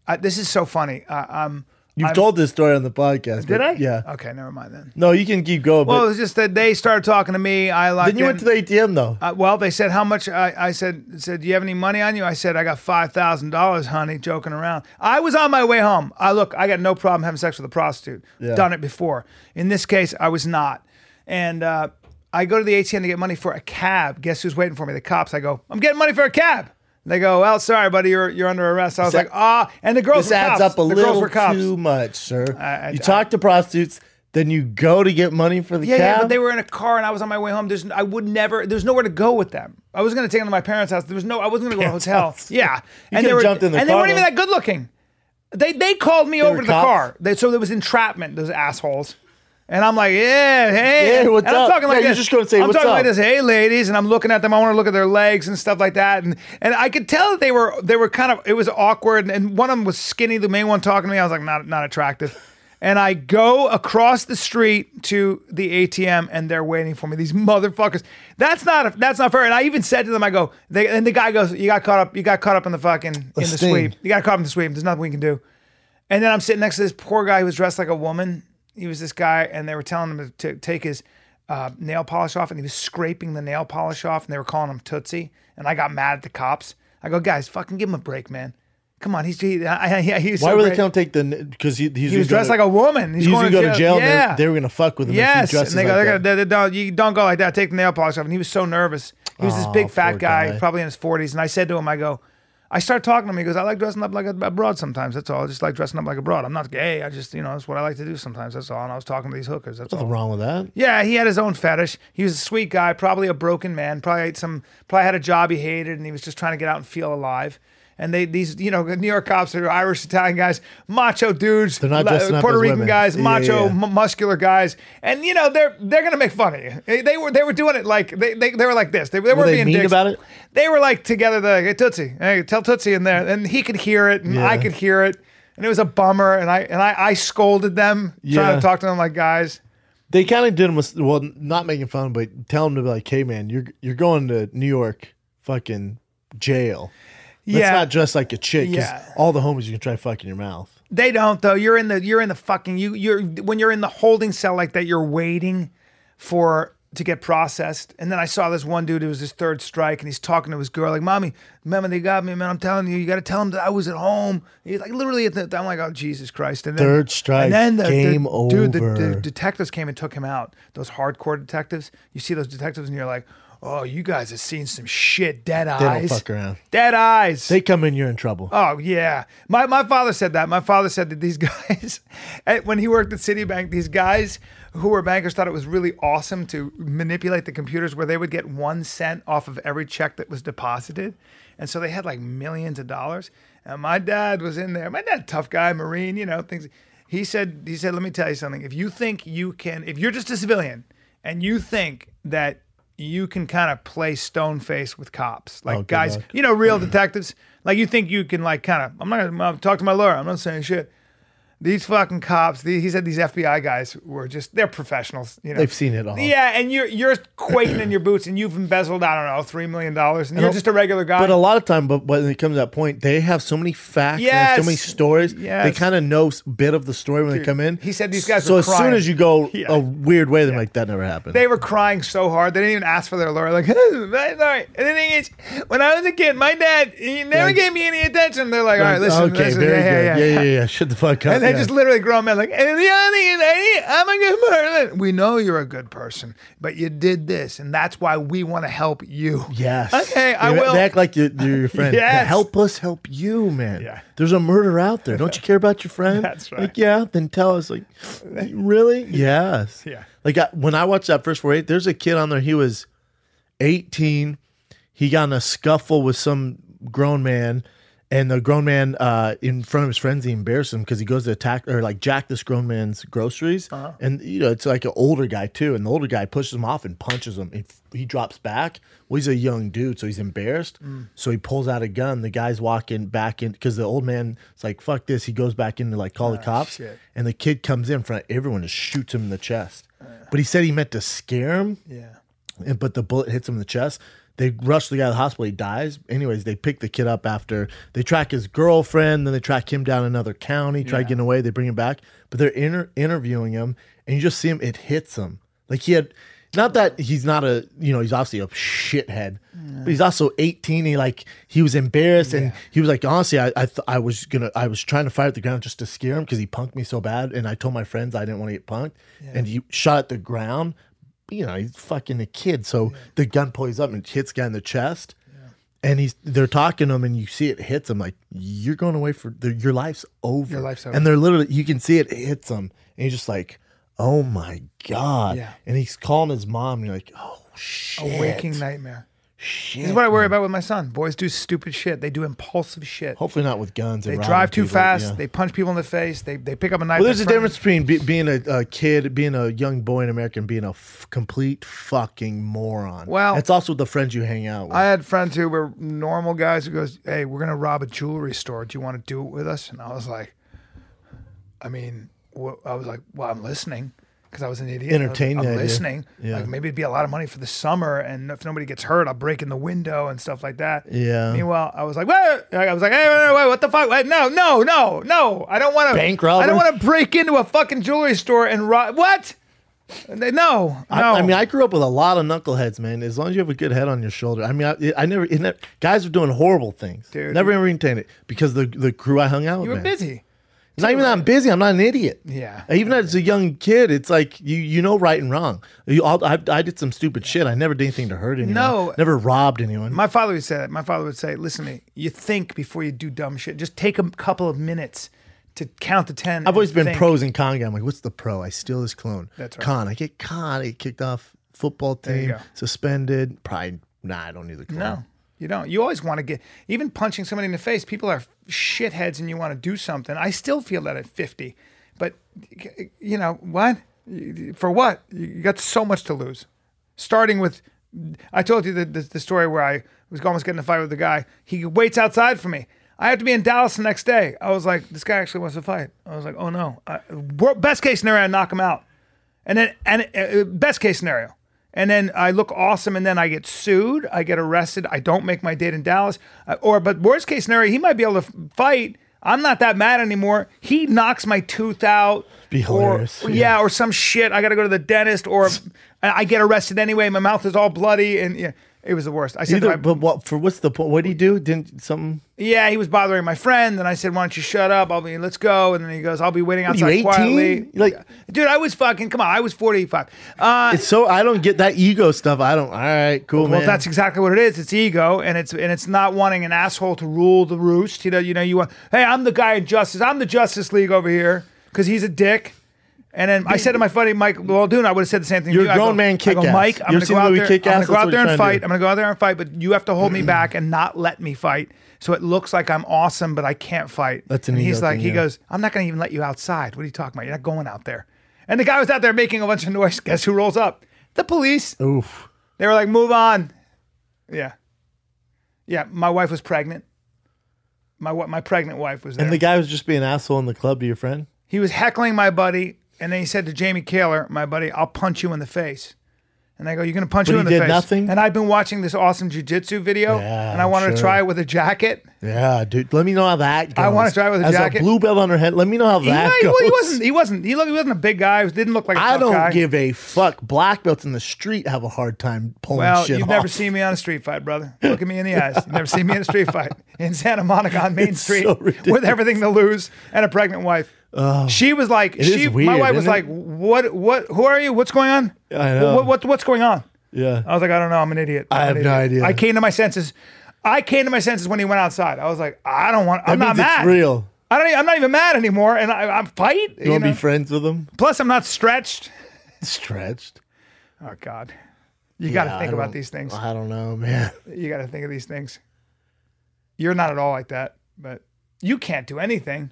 I, this is so funny. Uh, um,
You've told this story on the podcast.
did
but-
I?
Yeah.
Okay, never mind then.
No, you can keep going.
Well, it
But
was just that they started talking to me. I like.
then you went to the ATM though.
Uh, well, they said how much. I, I said said, do you have any money on you? I said I got five thousand dollars, honey. Joking around. I was on my way home. I look, I got no problem having sex with a prostitute.
Yeah.
Done it before. In this case, I was not. And uh, I go to the ATM to get money for a cab. Guess who's waiting for me? The cops. I go, I'm getting money for a cab. They go, well, sorry, buddy, you're you're under arrest. I was
This-
like, ah, and the girls
this
were
adds
cops.
up a
the girls
little
were cops.
too much, sir.
I-
you
I-
talk to prostitutes, then you go to get money for the
Yeah,
cab.
yeah, but they were in a car, and I was on my way home. There's, I would never. There's nowhere to go with them. I was gonna take them to my parents' house. There was no. I wasn't gonna go to a
Parents'
hotel.
house.
Yeah,
You could've jumped in the
and
car,
they weren't even
though.
that good looking. They they called me over
were
to the
cops?
car. They, so there was entrapment. Those assholes. And I'm like, yeah, hey,
Yeah, what's
and I'm
up?
talking like
Yeah, you're
this.
just gonna say,
I'm
"What's
talking
up?"
like this, hey, ladies, and I'm looking at them. I want to look at their legs and stuff like that, and and I could tell that they were they were kind of it was awkward, and, and one of them was skinny. The main one talking to me, I was like, not not attractive. And I go across the street to the ATM, and they're waiting for me. These motherfuckers. That's not that's not fair. And I even said to them, I go, they, and the guy goes, you got caught up, you got caught up in the fucking in the
sting.
sweep. You got caught up in the sweep. There's nothing we can do. And then I'm sitting next to this poor guy who was dressed like a woman. He was this guy, and they were telling him to, to take his uh, nail polish off, and he was scraping the nail polish off, and they were calling him Tootsie. And I got mad at the cops. I go, guys, fucking give him a break, man. Come on, he's he, I, I, he's
Why
so
were they
great.
telling him to take the? Because he, he's
He was dressed like a woman. He's,
He's
going
gonna go to jail.
Yeah,
and they, they were gonna fuck with him. if
Yes,
he dresses
and they go,
like
they're
that.
gonna, they don't, you don't go like that. Take the nail polish off. And he was so nervous. He was this big fat
Oh, poor
guy,
guy.
probably in his forties. And I said to him, I go, I start talking to him. He goes, I like dressing up like a, a broad sometimes. That's all. I just like dressing up like a broad. I'm not gay. I just, you know, that's what I like to do sometimes. That's all. And I was talking to these hookers. That's all.
Nothing wrong with that.
Yeah, he had his own fetish. He was a sweet guy, probably a broken man, probably ate some, probably had a job he hated, and he was just trying to get out and feel alive. And they, these, you know, New York cops are Irish, Italian guys, macho dudes,
They're not
la-
dressing up
Puerto
as
Rican
women.
guys,
Yeah,
macho,
yeah.
mu- muscular guys, and you know they're they're gonna make fun of you. They, they were they were doing it like they they, they were like this. They, they were
they
being
mean
dicks.
about it?
They were like together. They're like, hey, Tootsie, hey, tell Tootsie in there, and he could hear it, and
Yeah.
I could hear it, and it was a bummer. And I and I, I scolded them, trying
Yeah.
to talk to them like guys.
They kind of did him a s- well, not making fun, but tell him to be like, "Hey, man, you're you're going to New York, fucking jail. Let's
yeah,
not dress like a chick because
Yeah.
all the homies you can try to fuck in your mouth."
They don't though. You're in the you're in the fucking you you're when you're in the holding cell like that. You're waiting for to get processed. And then I saw this one dude. It was his third strike, and he's talking to his girl like, "Mommy, remember they got me, man. I'm telling you, you got to tell him that I was at home." He's like literally at the. I'm like, "Oh Jesus Christ!" And then,
Third strike, game
dude, the- The,
over.
detectives came and took him out. Those hardcore detectives. You see those detectives, and you're like. Oh, you guys have seen some shit. Dead
don't
eyes.
fuck around.
Dead eyes.
They come in, you're in trouble.
Oh yeah, my my father said that. My father said that these guys, at- when he worked at Citibank, these guys who were bankers thought it was really awesome to manipulate the computers where they would get one cent off of every check that was deposited, and so they had like millions of dollars. And my dad was in there. My dad, tough guy, Marine, you know things. He said, he said, let me tell you something. If you think you can, if you're just a civilian and you think that you can kind of play stone face with cops, like
Oh, good
guys,
luck.
you know, real detectives. Like you think you can like kind of. I'm not gonna I'm- talk to my lawyer. I'm not saying shit. These fucking cops. The, he said these FBI guys were just they're professionals. You know
They've seen it all.
Yeah, and you're you're quaking in your boots, and you've embezzled I don't know three million dollars, and you're
a-
just a regular guy.
But a lot of time, but when it comes to that point, they have so many facts, and they have so many
Yes.
stories. They
Yes.
kind of know s- bit of the story when they come in.
he said these guys
So
were
as soon
crying.
as you go
Yeah.
a weird way, they're like, "That never happened."
They were crying so hard they didn't even ask for their lawyer. Like, that's all right. And the thing is, when I was a kid, my dad he never
Like-
gave me any attention. They're like, all right, listen,
okay,
listen,
very
yeah, yeah,
good.
yeah,
Yeah, yeah, yeah, Shut the fuck up.
And they
yeah.
just literally grown men like, and the other thing is, I, I'm a good person. We know you're a good person, but you did this, and that's why we want to help you.
Yes.
Okay, I
They-
will.
They act like you're, you're your friend.
Yes.
Yeah, help us help you, man.
Yeah.
There's a murder out there. Don't you care about your friend?
That's right.
Like, yeah, then tell us. Like, really? Yes.
Yeah.
Like, I, when I watched that first 48, there's a kid on there. He was 18. He got in a scuffle with some grown man. And the grown man uh, in front of his friends, he embarrassed him because he goes to attack or like jack this grown man's groceries. And, you know, it's like an older guy too. And the older guy pushes him off and punches him. He, he drops back. Well, he's a young dude, so he's embarrassed. So he pulls out a gun. The guy's walking back in because the old man is like, fuck this. He goes back in to like call the cops.
shit.
And the kid comes in front of everyone and shoots him in the chest. But he said he meant to scare him
yeah.
and but the bullet hits him in the chest. They rush the guy to the hospital. He dies. Anyways, they pick the kid up after they track his girlfriend. Then they track him down another county, try getting away. They bring him back, but they're inter- interviewing him, and you just see him. It hits him like he had. Not that he's not a, you know, he's obviously a shithead, but he's also 18. He like he was embarrassed, and he was like, honestly, I I, th- I was gonna, I was trying to fire at the ground just to scare him because he punked me so bad, and I told my friends I didn't want to get punked, and he shot at the ground, you know, he's fucking a kid. So the gun points up and hits guy in the chest. And he's they're talking to him, and you see it hits him like you're going away for the, your life's over. Your
life's over.
And they're literally you can see it hits him, and he's just like, "Oh my god!"
Yeah.
And he's calling his mom, and you're like, "Oh shit!"
A waking nightmare.
shit.
This is what I worry about with my son. Boys do stupid shit. They do impulsive shit.
Hopefully not with guns.
they
and robbing
drive too
people,
fast.
yeah.
They punch people in the face. They they pick up a knife.
well, there's a
in front of-
difference between be, being a, a kid, being a young boy in America, and being a f- complete fucking moron.
Well-
it's also the friends you hang out with.
I had friends who were normal guys who goes, "Hey, we're gonna rob a jewelry store. Do you want to do it with us?" And I was like, "I mean, wha- I was like, well, I'm listening because I was an idiot. I was like,
Entertain
I'm
the idea.
listening.
Yeah.
Like maybe it'd be a lot of money for the summer, and if nobody gets hurt, I'll break in the window and stuff like that.
Yeah.
Meanwhile, I was like, "Wait!" I was like, "Hey, wait, wait, wait what the fuck? Wait, no, no, no, no! I don't want to
Bank
I
robber?
don't want to break into a fucking jewelry store and rob. What? And they- No, no.
I, I mean, I grew up with a lot of knuckleheads, man. As long as you have a good head on your shoulder. I mean, I, I never, it never. Guys were doing horrible things.
Dude.
never entertained it because the the crew I hung out with.
you were
man.
busy.
It's not even that I'm busy. I'm not an idiot.
Yeah.
Even as a young kid, it's like you you know right and wrong. You all, I, I did some stupid shit. I never did anything to hurt anyone.
No.
Never robbed anyone.
My father would say that. My father would say, "Listen to me. You think before you do dumb shit. Just take a couple of minutes to count to ten.
I've always been
think.
pros and con guy. I'm like, what's the pro? I steal this clone.
That's right.
Con. I get con. I get kicked off football
you
team.
go.
Suspended. Probably. Nah, I don't need the clone.
No, you don't. You always want to get even punching somebody in the face. People are shitheads, and you want to do something. I still feel that at fifty, but you know what? For what? You got so much to lose. Starting with, I told you the, the, the story where I was almost getting in a fight with a guy. He waits outside for me. I have to be in Dallas the next day. I was like, this guy actually wants to fight. I was like, oh no. I, wor- best case scenario, I knock him out. And then, and uh, best case scenario. And then I look awesome, and then I get sued, I get arrested, I don't make my date in Dallas. Uh, or, but worst case scenario, he might be able to f- fight. I'm not that mad anymore. He knocks my tooth out.
Be hilarious,
Or,
yeah.
yeah. or some shit. I got to go to the dentist, or I I get arrested anyway. My mouth is all bloody, and yeah, it was the worst. I said, to
Either,
my-
but what for? What's the point? What did he do? Didn't something?
yeah, he was bothering my friend, and I said, "Why don't you shut up? I'll be, let's go." And then he goes, "I'll be waiting
are
outside
you, 18?
quietly."
Like-
dude, I was fucking. Come on, I was 45. Uh,
It's so I don't get that ego stuff. I don't. All right, cool,
Well,
man.
that's exactly what it is. It's ego, and it's and it's not wanting an asshole to rule the roost. You know, you know, you want, hey, I'm the guy in justice. I'm the Justice League over here because he's a dick. And then I said to my funny Mike Waldoon, I would have said the same thing. to
You're a
you. I
grown
go-
man,
I go,
kick-ass.
Mike, I'm
You ever
going to
seen
go
the
out
movie
there.
Kick-Ass?
I'm going to go
That's
out
what
there
he's trying
and
to
fight.
do. Mm-hmm.
I'm going to go out there and fight, but you have to hold me back and not let me fight. So it looks like I'm awesome, but I can't fight.
That's an
and he's
ego
like,
thing,
he
yeah.
goes, I'm not going to even let you outside. What are you talking about? You're not going out there. And the guy was out there making a bunch of noise. Guess who rolls up? The police.
Oof.
They were like, move on. Yeah. Yeah. My wife was pregnant. My wa- my pregnant wife was there.
And the guy was just being an asshole in the club to your friend.
he was heckling my buddy, and then he said to Jamie Kaler, my buddy, I'll punch you in the face. And I go, You're gonna punch
But
you
he
in the
did
face.
nothing?
And I've been watching this awesome jujitsu video
Yeah,
and I
I'm
wanted to
sure.
try it with a jacket.
Yeah, dude. Let me know how that goes.
I wanna try with a
As
jacket.
a blue belt on her head. Let me know how
He,
that
might-
goes.
well, he wasn't he wasn't he, looked, he wasn't a big guy, he didn't look like a
I
tough
don't
guy.
give a fuck. Black belts in the street have a hard time pulling
well,
shit
you've
off.
never seen me on a street fight, brother. Look at me in the eyes. You've never seen me in a street fight in Santa Monica on Main
It's
Street
so
with
ridiculous. Oh,
everything to lose and a pregnant wife. she was like,
is
she, my
weird,
wife was
isn't
like,
it?
what, what, who are you? What's going on?
I know.
What, what, what's going on?
Yeah.
I was like, I don't know. I'm an idiot. I'm
I
an
have no
idiot."
idea.
I came to my senses. I came to my senses when he went outside. I was like, I don't want. I'm
That
not
means it's
mad.
real.
I don't. e- I'm not even mad anymore. And I, I'm fight. You,
You want to
know?
be friends with him?
Plus, I'm not stretched.
Stretched.
Oh God. You got to
Yeah,
think
I
about
don't-
these things.
I don't know, man.
you got to think of these things. You're not at all like that, but you can't do anything.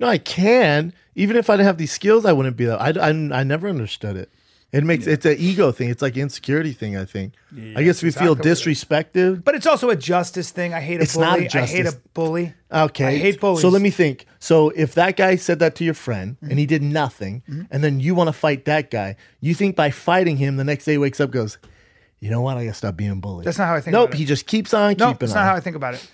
No, I can. Even if I didn't have these skills, I wouldn't be that. I, I, I never understood it. It makes it's an ego thing. It's like insecurity thing. I think. I guess we feel
exactly
disrespected.
But it's also a justice thing. I hate a
It's
bully.
not a
I hate a
justice-
bully.
Okay.
I hate bullies. Mm-hmm.
So let me think. So if that guy said that to your friend and he did nothing, and then you want to fight that guy, you think by fighting him, the next day he wakes up goes, you know what? I gotta stop being bullied.
That's not how I think
Nope.
about it.
he just keeps on
No,
keeping
that's
on.
not how I think about it. Um,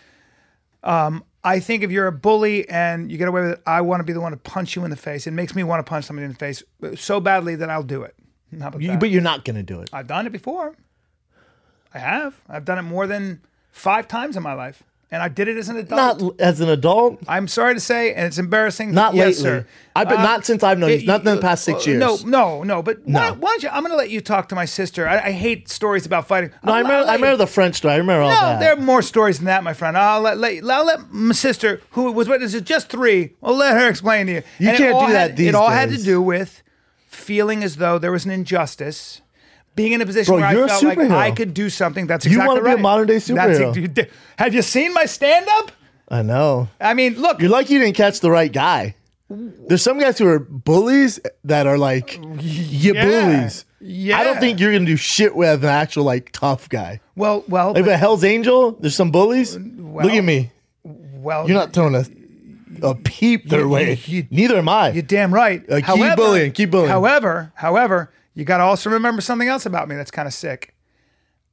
I think if you're a bully and you get away with it, I want to be the one to punch you in the face. It makes me want to punch somebody in the face so badly that I'll do it. How about
You-
that?
but you're not gonna do it.
I've done it before. I have. I've done it more than five times in my life, and I did it as an adult.
Not l- as an adult.
I'm sorry to say, and it's embarrassing.
Not
yes,
lately.
sir. Uh,
I've been- not since I've known you.
it-
Not in the past six
uh, No,
years.
no, no. But
No.
Why, why don't you? I'm going to let you talk to my sister. I, I hate stories about fighting.
No, I remember, I remember the French story. I remember all
No,
that.
there are more stories than that, my friend. I'll let, let I'll let my sister, who was witness to just three, I'll let her explain to you.
You
it
can't
all
do that
had-
these
It all had to
days.
do with feeling as though there was an injustice, being in a position
Bro,
where
you're
I
a
felt like
superhero.
I could do something. That's
You
exactly
wanna be a
right.
modern-day
That's
superhero.
it. You did- Have you seen my stand-up?
I know.
I mean, look,
You're lucky you didn't catch the right guy. There's some guys who are bullies that are like you bullies. I
Yeah.
don't think you're gonna do shit with an actual like tough guy.
Well, well,
Like
but-
a Hell's Angel, there's some bullies. Look at me.
Oh, well.
You're not throwing a, a peep their
you-
way.
you-
Neither am I.
You're damn right.
Uh, keep bullying, keep bullying.
However, however, you got to also remember something else about me that's kind of sick.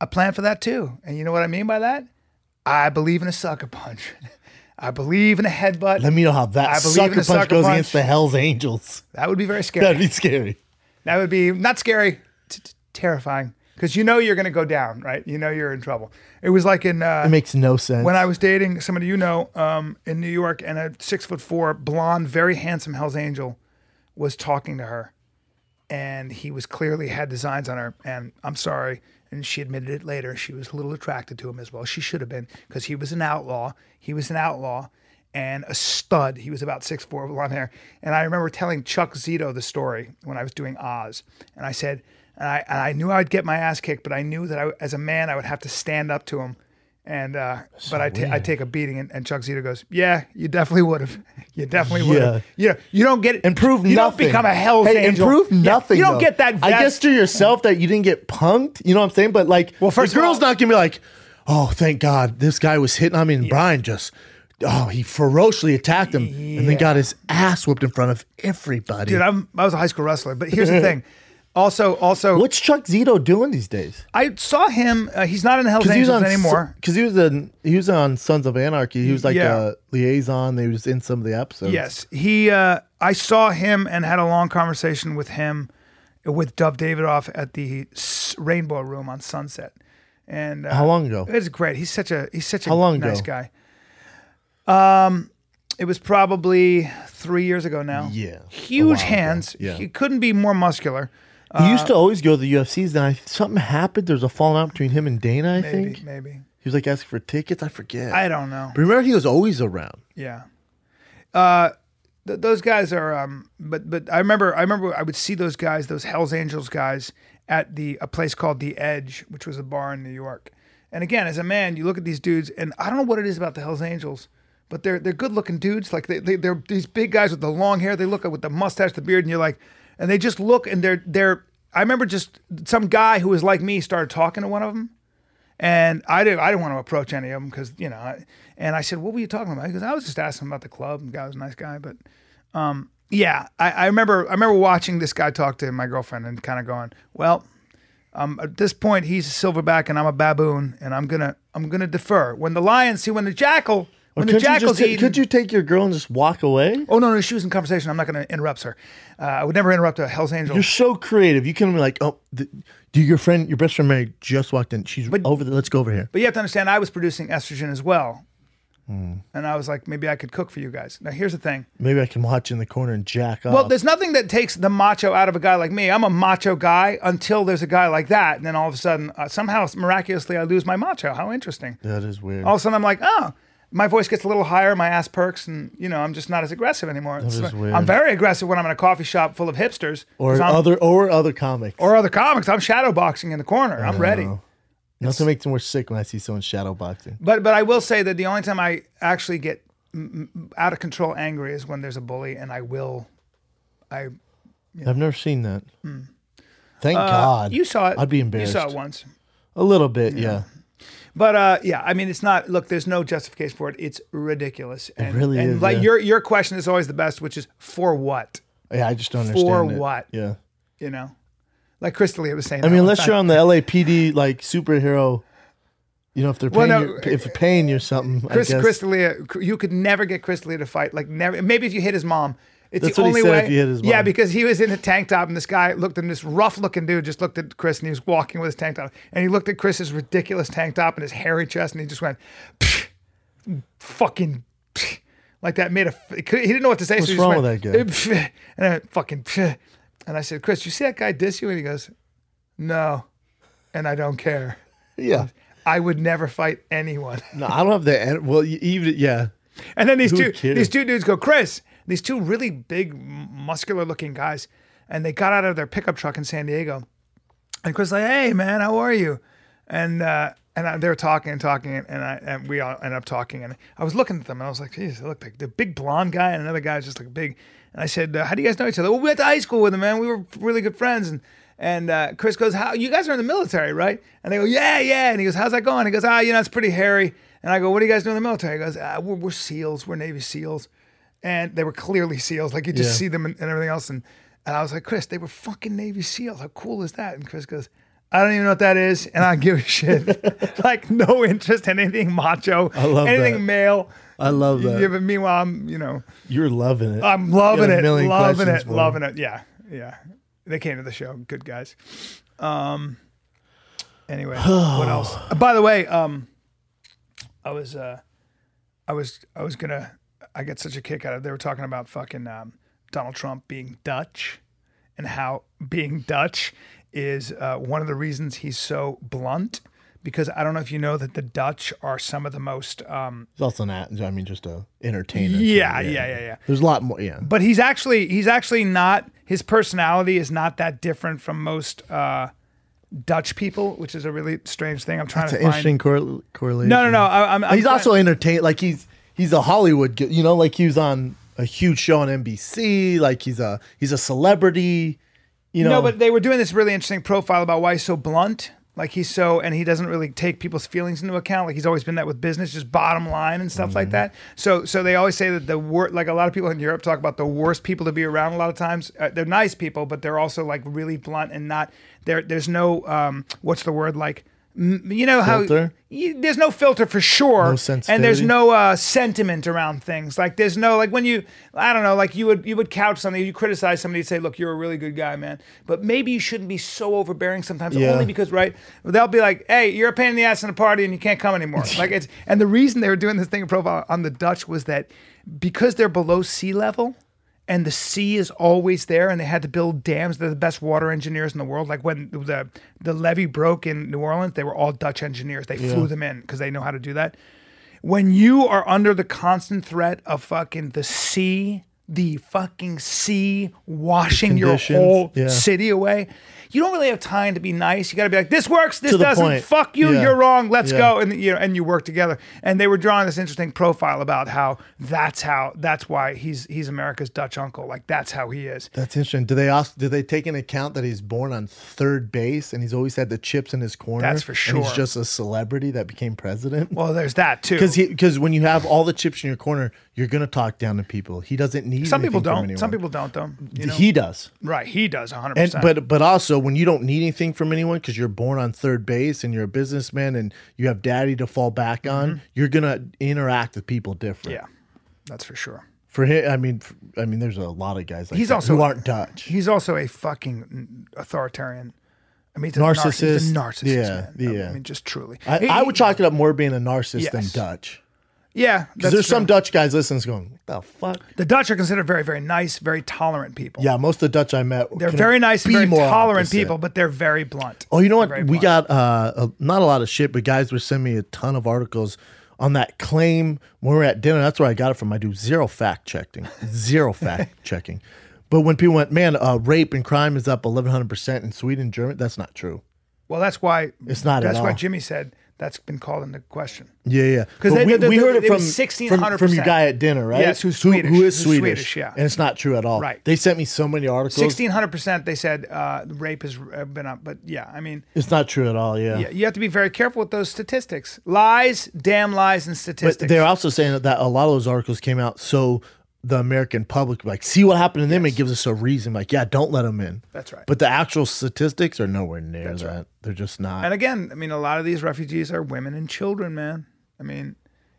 I plan for that too, and you know what I mean by that? I believe in a sucker punch. I believe in a headbutt.
Let me know how
I
that
believe
sucker
in a
punch
sucker
goes
punch.
against the Hell's Angels.
that would be very scary.
That'd be scary.
That would be not scary, t- t- terrifying, because you know you're going to go down, right? You know you're in trouble. It was like in uh,
It makes no sense.
when I was dating somebody you know um, in New York, and a six foot four blonde, very handsome Hell's Angel was talking to her, and he was clearly had designs on her. And I'm sorry, and she admitted it later. She was a little attracted to him as well. She should have been because he was an outlaw. He was an outlaw and a stud. He was about six four, blonde hair. And I remember telling Chuck Zito the story when I was doing Oz, and I said. And I, and I knew I'd get my ass kicked, but I knew that I, as a man, I would have to stand up to him and uh, but I ta- I take a beating, and, and Chuck Zito goes, "Yeah, you definitely would have. You definitely would have. Yeah, you don't get
Improve
You
nothing.
don't become a hell's
hey,
angel.
Improve
Yeah,
nothing.
you don't
though.
get that. Vest.
I guess to yourself that you didn't get punked. You know what I'm saying? But like,
Well, first
the
of
girl's
all-
not gonna be like, oh, thank God, this guy was hitting on me, and Brian just, oh, he ferociously attacked him, and then got his ass whooped in front of everybody.
dude. I'm I was a high school wrestler, but here's the thing. Also, also,
What's Chuck Zito doing these days?
I saw him. Uh, he's not in Hell's
he was
Angels
on
anymore.
Because he was a, he was on Sons of Anarchy. He was like a
Yeah.
liaison. They was in some of the episodes.
Yes, he. Uh, I saw him and had a long conversation with him, with Dove Davidoff at the S- Rainbow Room on Sunset. And uh,
How long ago?
It's great. He's such a he's such a
How long
nice
ago?
guy. Um, it was probably three years ago now.
Yeah, a while
huge
ago.
hands.
Yeah.
he couldn't be more muscular.
he
Uh,
used to always go to the UFCs. Then I, something happened. There was a falling out between him and Dana. I
Maybe,
think
maybe.
he was like asking for tickets. I forget.
I don't know.
But remember, he was always around.
Yeah. Uh, th- those guys are. Um, but but I remember I remember I would see those guys, those Hell's Angels guys, at the a place called the Edge, which was a bar in New York. And again, as a man, you look at these dudes, and I don't know what it is about the Hell's Angels. But they're they're good looking dudes. Like they, they they're these big guys with the long hair. They look with the mustache, the beard, and you're like, and they just look and they're they're. I remember just some guy who was like me started talking to one of them, and I didn't, I didn't want to approach any of them because, you know, I, and I said, what were you talking about? He goes, I was just asking about the club. And the guy was a nice guy. But um, yeah, I, I remember, I remember watching this guy talk to my girlfriend and kind of going, well, um, at this point he's a silverback and I'm a baboon and I'm going to, I'm going to defer when the lion, see when the jackal, when the
Could you,
jackal's
just,
eating.
could you take your girl and just walk away?
Oh no, no, she was in conversation. I'm not going to interrupt her. Uh, I would never interrupt a Hell's Angel.
You're so creative. You can be like, oh, the, do your friend, your best friend Mary just walked in. She's over there. Let's go over here.
But you have to understand, I was producing estrogen as well.
Hmm.
And I was like, maybe I could cook for you guys. Now here's the thing.
Maybe I can watch in the corner and jack off.
Well, there's nothing that takes the macho out of a guy like me. I'm a macho guy until there's a guy like that, and then all of a sudden, uh, somehow miraculously, I lose my macho. How interesting!
that is weird.
All of a sudden, I'm like, oh, my voice gets a little higher, my ass perks, and you know, I'm just not as aggressive anymore. It's-
is weird.
I'm very aggressive when I'm in a coffee shop full of hipsters 'cause
or
I'm-
other or other comics.
or other comics. I'm shadow boxing in the corner. I'm ready.
Nothing makes me more sick when I see someone shadow boxing.
But but I will say that the only time I actually get m- m- out of control angry is when there's a bully, and I will, I
I've never seen that. Thank God.
Hmm. Uh, you saw it.
I'd be embarrassed.
You saw it once.
A little bit, yeah.
But uh, yeah, I mean, it's not. Look, there's no justification for it. It's ridiculous. And,
really
and
is,
Like
yeah.
your your question is always the best, which is for what?
yeah. I just don't understand. it.
what?
Yeah.
You know, like Crystalia was saying.
I mean, unless you're on the LAPD like superhero, you know, if they're
Well,
paying,
no,
you, if you're paying you something,
Chris
I guess.
Crystalia, you could never get Crystalia to fight. Like never. Maybe if you hit his mom. It's
That's
the
what he
only
said,
way.
if you hit his
Yeah,
mom.
because he was in a tank top, and this guy looked at him, this rough-looking dude just looked at Chris, and he was walking with his tank top, and he looked at Chris's ridiculous tank top and his hairy chest, and he just went, "Pfft, "Fucking," pfft," like that made a. He didn't know what to say.
What's
so he
wrong
just went,
with
"Pfft," And I went, fucking, "Pfft." and I said, "Chris, you see that guy diss you?" And he goes, "No," and I don't care.
Yeah.
I would never fight anyone.
No, I don't have the en- well. y- Even yeah,
And then these
Who
two
kidding?
these two dudes go, Chris, these two really big, muscular looking guys, and they got out of their pickup truck in San Diego. And Chris like, hey man, how are you? And uh, and I, they were talking and talking, and I and we all ended up talking. And I was looking at them, and I was like, geez, they look like the big blonde guy, and another guy was just like big. And I said, uh, how do you guys know each other? Well, we went to high school with them, man. We were really good friends. And and uh, Chris goes, how you guys are in the military, right? And they go, yeah, yeah. And he goes, how's that going? He goes, ah, you know, it's pretty hairy. And I go, what do you guys do in the military? He goes, ah, we're, we're SEALs, we're Navy SEALs and they were clearly seals. Like you just
Yeah.
see them and, and everything else. And, and I was like, Chris, they were fucking Navy SEALs. How cool is that? And Chris goes, I don't even know what that is, and I don't give a shit. like no interest in anything macho, I
love
anything
that.
male.
I love that.
Yeah, but meanwhile, I'm you know
You're loving it.
I'm loving
Got a
it,
million
loving
questions
it,
for him.
loving it. Yeah, yeah. They came to the show. Good guys. Um. Anyway, what else? By the way, um, I was uh, I was I was gonna. I get such a kick out of. They were talking about fucking um, Donald Trump being Dutch, and how being Dutch is uh, one of the reasons he's so blunt. Because I don't know if you know that the Dutch are some of the most um,
It's also not. I mean, just a entertainer. too,
Yeah, yeah, yeah, yeah.
There's a lot more. Yeah.
but he's actually he's actually not his personality is not that different from most uh, Dutch people, which is a really strange thing. I'm trying
It's
to
an
find.
interesting correl- correlation.
no, no, no. I, I'm, I'm
he's
trying-
also entertain. Like he's he's a Hollywood. g- You know, like he was on a huge show on NBC. Like he's a he's a celebrity. You know,
no, but they were doing this really interesting profile about why he's so blunt. Like he's so, and he doesn't really take people's feelings into account. Like he's always been that with business, just bottom line and stuff
Mm-hmm.
like that. So, so they always say that the worst, like a lot of people in Europe talk about the worst people to be around. A lot of times, uh, they're nice people, but they're also like really blunt and not there. There's no, um, what's the word like? m- You know how
Filter?
you, there's no filter for sure,
No
and there's
sensitivity?
no uh, sentiment around things. Like there's no like when you I don't know like you would you would couch something, you criticize somebody, you say, look, you're a really good guy, man, but maybe you shouldn't be so overbearing sometimes,
Yeah.
only because right they'll be like, hey, you're a pain in the ass in a party and you can't come anymore. like it's and the reason they were doing this thing in profile on the Dutch was that because they're below sea level and the sea is always there and they had to build dams they're the best water engineers in the world like when the the levee broke in new orleans they were all dutch engineers they flew them in because they know how to do that when you are under the constant threat of fucking the sea the fucking sea washing your
conditions,
whole
yeah.
city away you don't really have time to be nice you gotta be like this works this
To the
doesn't
point.
fuck you
Yeah.
you're wrong let's
Yeah.
go and you know and you work together and they were drawing this interesting profile about how that's how that's why he's he's america's dutch uncle like that's how he is
that's interesting. Do they also do they take into account that he's born on third base and he's always had the chips in his corner?
That's for
And
sure.
he's just a celebrity that became president.
well there's that too
because because when you have all the chips in your corner, you're gonna talk down to people. He doesn't need
some people
anything from
don't some
anyone.
people don't though you know?
he does.
right he does 100%
And but but also when you don't need anything from anyone because you're born on third base and you're a businessman and you have daddy to fall back on, you're gonna interact with people different.
Mm-hmm. yeah that's for sure
For him, I mean, f- I mean, there's a lot of guys like
He's
that
also-
who aren't Dutch.
he's also a fucking authoritarian I mean, he's a
Narcissist.
Nar- he's a narcissist.
Yeah,
man. I mean-
yeah.
I mean, just truly.
I,
He-
I
he-
would chalk it up more being a narcissist than
Yes.
Dutch.
Yeah,
Because
that's
there's some
true.
Dutch guys listening is going, what the fuck?
the Dutch are considered very, very nice, very tolerant people.
Yeah, most of the Dutch I met.
they're
couldn't
very nice, and
be
very
more
tolerant
opposite.
people, but they're very blunt.
Oh, you know what?
Very
We
blunt.
got uh, a, not a lot of shit, but guys were sending me a ton of articles on that claim when we were at dinner. That's where I got it from. I do zero fact checking, zero fact checking. But when people went, man, uh, rape and crime is up 1,100% in Sweden, Germany, that's not true.
Well, that's why
It's not at
That's why
all.
Jimmy said that's been called into question.
Yeah, yeah.
'Cause
But
they-
we,
they-
we
they-
heard it
they
from,
was
from
1600%.
from your guy at dinner, right?
Yes, who's
Who-
Swedish.
Who is
Who's
Swedish.
Swedish, yeah.
And it's not true at all.
Right.
They sent me so many articles.
Sixteen hundred percent, they said uh, rape has uh, been up, but yeah, I mean,
It's not true at all.
yeah, you have to be very careful with those statistics. Lies, damn lies, and statistics.
But they're also saying that a lot of those articles came out so the American public like see what happened to them. It gives us a reason. Like, yeah, don't let them in.
That's right.
But the actual statistics are nowhere near that. They're just not.
and again, I mean, a lot of these refugees are women and children, man. I mean,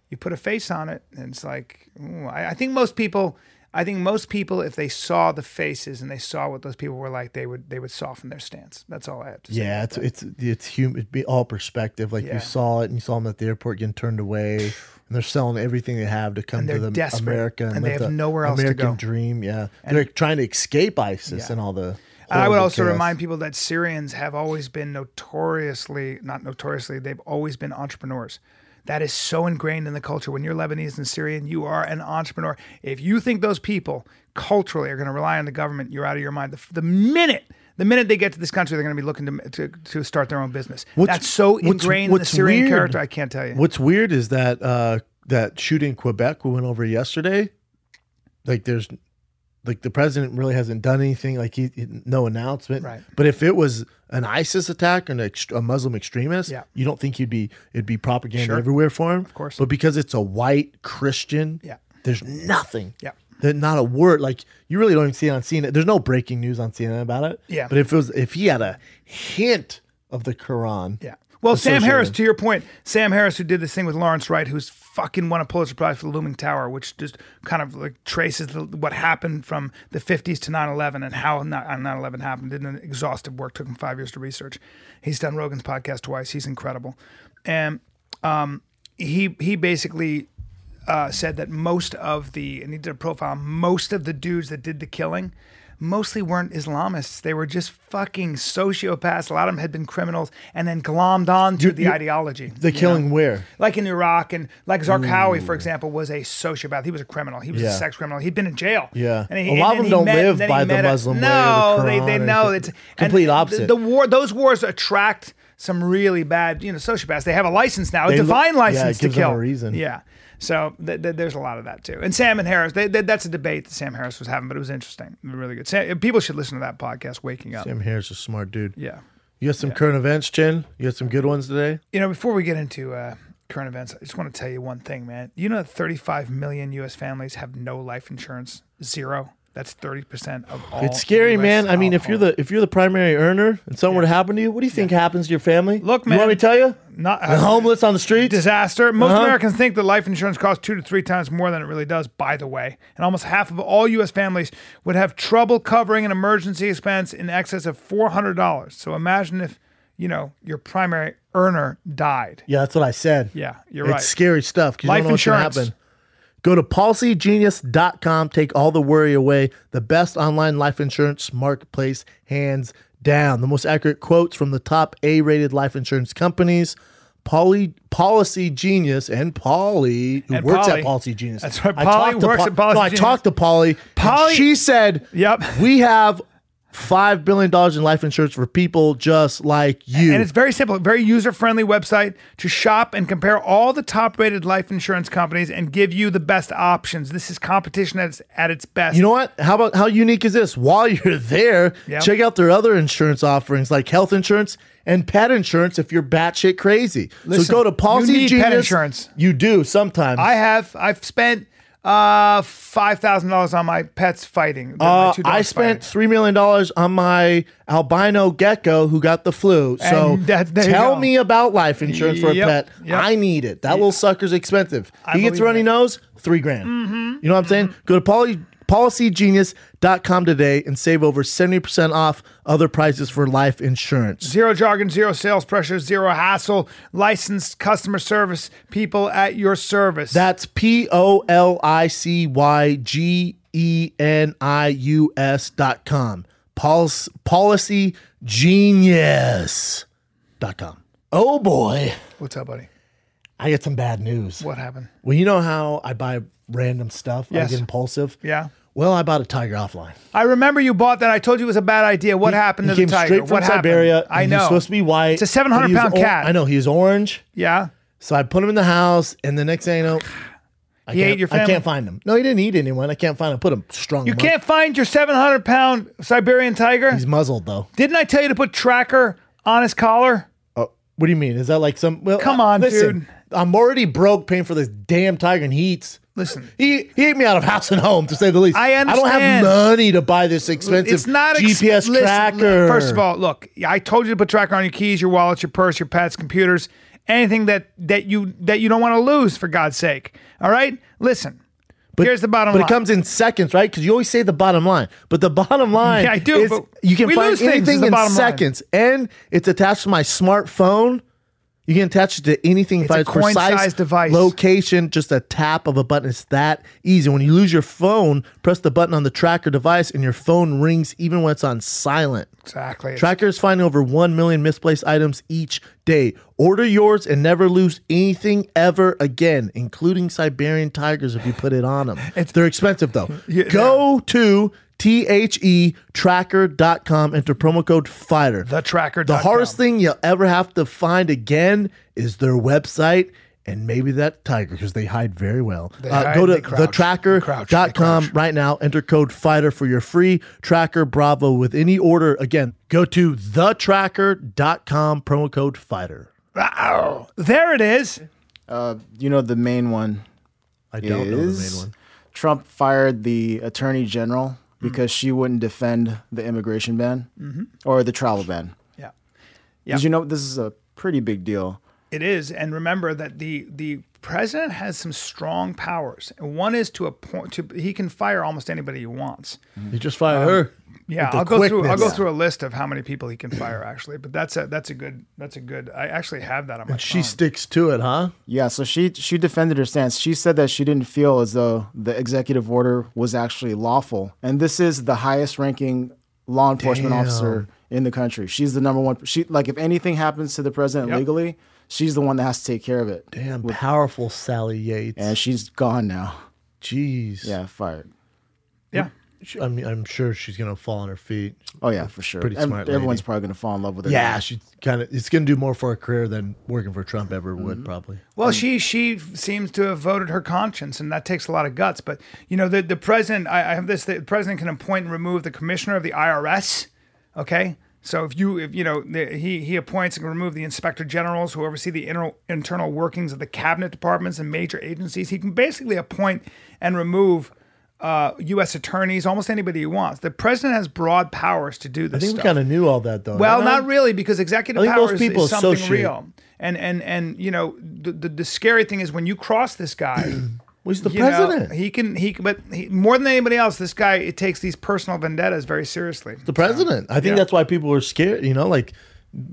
you put a face on it, and it's like, ooh, I, I think most people, I think most people, if they saw the faces and they saw what those people were like, they would they would soften their stance. That's all I have to say.
yeah, it's it's it's human. It'd be all perspective. Like
Yeah.
you saw it, and you saw them at the airport getting turned away, and they're selling everything they have to come
And
to
they're
the
desperate,
America,
and they
live
have
the
nowhere else to
American
go.
dream. Yeah, they're trying to escape ISIS
Yeah.
and all the.
And I would
horrible
also
chaos.
remind people that Syrians have always been notoriously, not notoriously, they've always been entrepreneurs. That is so ingrained in the culture. When you're Lebanese and Syrian, you are an entrepreneur. If you think those people culturally are going to rely on the government, you're out of your mind. The, the minute, the minute they get to this country, they're going to be looking to, to, to start their own business. That's so
what's-
ingrained
what's
in the Syrian
weird-
character. I can't tell you.
What's weird is that uh, that shooting in Quebec we went over yesterday. Like there's, like the president really hasn't done anything. Like he, he- no announcement.
Right.
But if it was an ISIS attack and ext- a Muslim extremist,
Yeah.
you don't think you'd be it'd be propaganda
Sure.
everywhere for him. Of
course.
But because it's a white Christian,
Yeah.
there's nothing.
Yeah.
That not a word like you really don't even see it on CNN. There's no breaking news on CNN about it.
Yeah.
But if it was if he had a hint of the Quran,
Yeah. Well, Sam
associated.
Harris, to your point, Sam Harris, who did this thing with Lawrence Wright, who's fucking won a Pulitzer Prize for The Looming Tower, which just kind of like traces the, what happened from the 50s to 9 11 and how 9 11 happened. Did an exhaustive work, took him five years to research. He's done Rogan's podcast twice. He's incredible. And um, he, he basically uh, said that most of the, and he did a profile, on most of the dudes that did the killing mostly weren't Islamists. They were just fucking sociopaths. A lot of them had been criminals and then glommed on to the
you-
ideology.
The
you
killing
know?
where?
Like in Iraq and like Zarqawi, for example, was a sociopath. He was a criminal. He was
Mm. Yeah.
a sex criminal. He'd been in jail.
Yeah.
And he,
A
and
lot of
then
them
he
don't
met-
live
then he
by the
met a-
Muslim way or
No,
the
they,
Quran
they
or
know
anything.
it's and
Complete
the-
opposite.
The, war, those wars attract some really bad, you know, sociopaths. They have a license now, a
They look-
divine
yeah, it
license
gives
to
them a
kill.
reason.
Yeah. So th- th- there's a lot of that too. And Sam and Harris, they, they, that's a debate that Sam Harris was having, but it was interesting, really good. Sam, people should listen to that podcast, Waking Up.
Sam Harris is a smart dude.
Yeah.
You got some current events, Chin? You got some good ones today?
You know, before we get into uh, current events, I just want to tell you one thing, man. You know that 35 million U.S. families have no life insurance, zero. That's 30% of all.
It's scary,
US
man. I mean, if you're
households.
the if you're the primary earner and something were to happen to you, what do you think happens to your family?
Look,
You want
man.
me to tell you?
not
The
uh,
homeless on the street.
disaster. Most
Uh-huh.
Americans think that life insurance costs two to three times more than it really does, by the way. And almost half of all U.S. families would have trouble covering an emergency expense in excess of $400. So imagine if, you know, your primary earner died.
Yeah, that's what I said.
Yeah, you're
it's
right.
scary stuff. 'cause You
Life
don't know what's gonna
insurance.
happen. Go to policygenius.com. Take all the worry away. The best online life insurance marketplace, hands down. The most accurate quotes from the top A rated life insurance companies. Poly, Policy Genius and Polly, who
And
works
Polly.
at Policy Genius.
That's right,
I
Polly
talked to
works at Policy
no, I
Genius.
talked to Polly. and
Polly-
She said,
Yep.
We have $5 billion in life insurance for people just like you.
And it's very simple, very user friendly website to shop and compare all the top rated life insurance companies and give you the best options. This is competition at its, at its best.
You know what? How about how unique is this? While you're there,
Yeah.
check out their other insurance offerings like health insurance and pet insurance if you're batshit crazy. so
Listen,
go to Policy
you need pet
Genius.
insurance.
You do sometimes.
I have, I've spent uh, $5,000 on my pets fighting. the- the
Uh,
two dogs
I spent
fighting.
three million dollars on my albino gecko who got the flu. So
And that- there you
tell
go.
me about life insurance for a
Yep,
pet.
yep.
I need it. That little sucker's expensive. he gets
believe Mm-hmm.
runny
it.
nose, three grand. You know what I'm saying? Go to poly, policygenius.com today and save over seventy percent off other prices for life insurance.
Zero jargon, zero sales pressure, zero hassle. Licensed customer service people at your service.
That's p o l i c y g e n i u s dot com. Policy, policy genius. dot com. Oh boy,
What's up, buddy?
I get some bad news.
What happened?
Well, you know how I buy random stuff.
Yes.
I get impulsive.
Yeah.
Well, I bought a tiger offline.
I remember you bought that. I told you it was a bad idea. What happened to
he
the
came
tiger?
straight from
what happened?
Siberia. and
I
he's
know.
supposed to be white.
It's a
but
700
he was
pound
or-
cat.
I know he's orange.
Yeah.
So I put him in the house, and the next thing I know, I
He ate
can't-
your
I
family?
can't find him. No, he didn't eat anyone. I can't find him. Put him strong.
You can't find your 700 pound Siberian tiger?
He's muzzled though.
Didn't I tell you to put tracker on his collar?
What do you mean? Is that like some? Well,
Come
uh,
on,
listen,
dude.
I'm already broke paying for this damn tiger, and he eats.
Listen.
he he ate me out of house and home, to say the least.
I
I don't have
understand.
money to buy this expensive
It's not ex-
GPS
listen,
tracker.
First of all, look, I told you to put tracker on your keys, your wallets, your purse, your pets, computers, anything that that you that you don't want to lose for God's sake. All right? Listen. here's the bottom
but
line.
it comes in seconds, right? Because you always say the bottom line, but the bottom line,
Yeah, I do,
is
but
you can
we
find
lose things, is
anything
the
in
bottom line.
seconds, and it's attached to my smartphone. You can attach it to anything
a
by its precise
coin-sized device.
location, just a tap of a button. It's that easy. When you lose your phone, press the button on the tracker device, and your phone rings even when it's on silent.
exactly. It's-
Tracker is finding over 1 million misplaced items each day. Order yours and never lose anything ever again, including Siberian tigers if you put it on them. They're expensive though. Go to E thetracker.com enter promo code FIGHTER.
the tracker.
The hardest thing you'll ever have to find again is their website and maybe that tiger because they hide very well. Uh,
hide,
go to
they crouch, they crouch, they
thetracker.com right now. Enter code FIGHTER for your free tracker Bravo with any order. Again, go to thetracker.com, promo code FIGHTER.
Ow. There it is.
You know the main one.
I don't know the main
is
one. Mm-hmm.
Trump fired the attorney general because she wouldn't defend the immigration ban or the travel ban.
Yeah.
Did you know this is a pretty big deal.
It is, and remember that the the president has some strong powers. And one is to appoint to he can fire almost anybody he wants.
You just fire her.
Yeah,
With the
I'll go through I'll
quickness.
go through a list of how many people he can fire actually, but that's a that's a good that's a good. I actually have that on my
Um, She
phone.
sticks to it, huh?
Yeah, so she she defended her stance. She said that she didn't feel as though the executive order was actually lawful, and this is the highest ranking law enforcement officer in the country. She's the number one. She like if anything happens to the president
Yep.
legally, she's the one that has to take care of it.
Damn, powerful Sally Yates.
And she's gone now.
Jeez.
Yeah, fired.
yeah.
She- I mean, I'm sure she's gonna fall on her feet.
Oh yeah, for sure.
Pretty
Ev-
smart lady.
Everyone's probably gonna fall in love with her.
Yeah, she kind of. It's gonna do more for her career than working for Trump ever would,
Mm-hmm.
probably.
Well, she she seems to have voted her conscience, and that takes a lot of guts. But you know, the the president, I, I have this: the president can appoint and remove the commissioner of the IRS. Okay, so if you if you know the, he he appoints and can remove the inspector generals who oversee the inter, internal workings of the cabinet departments and major agencies, he can basically appoint and remove. Uh, U.S. attorneys, almost anybody he wants. The president has broad powers to do this.
I think we
stuff.
kind of knew all that though.
Well,
you know?
not really, because executive
I think
powers
most people
is something
associate-
real. And and and you know, the, the the scary thing is when you cross this guy,
Well, he's the
you know,
president.
he can he but he, more than anybody else, this guy it takes these personal vendettas very seriously.
the president. I think that's why people are scared. You know, like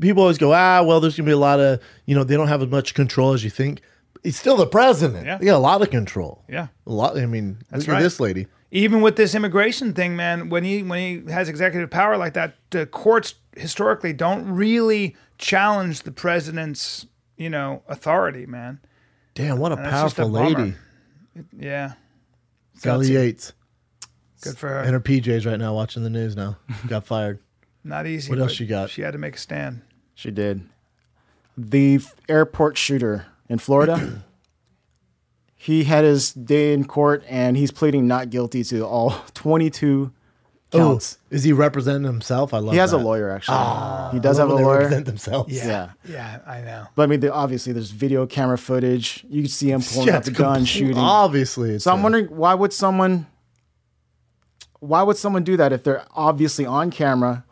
people always go, ah, well, there's gonna be a lot of, you know, they don't have as much control as you think. He's still the president.
Yeah.
They got a lot of control.
Yeah.
a lot. I mean,
That's
look
right.
at this lady.
Even with this immigration thing, man, when he when he has executive power like that, the courts historically don't really challenge the president's you know authority, man.
Damn, what a
that's just a
powerful
bummer.
lady,
Yeah,
Sally
Gutsy.
Yates,
good for her.
and her PJs right now watching the news. Now got fired.
Not easy.
What else
but
you got?
She had to make a stand.
She did. The f- airport shooter in Florida. he had his day in court and he's pleading not guilty to all 22
Oh,
counts.
is he representing himself? I love.
he has
that. Ah,
a lawyer actually. he does
Love
have a
when they
lawyer.
represent themselves.
Yeah.
Yeah, I know.
But I mean, there, obviously, there's video camera footage. You can see him pulling
Yeah,
out
it's
the gun,
complete-
shooting.
Obviously, it's
So I'm
a-
wondering why would someone, why would someone do that if they're obviously on camera,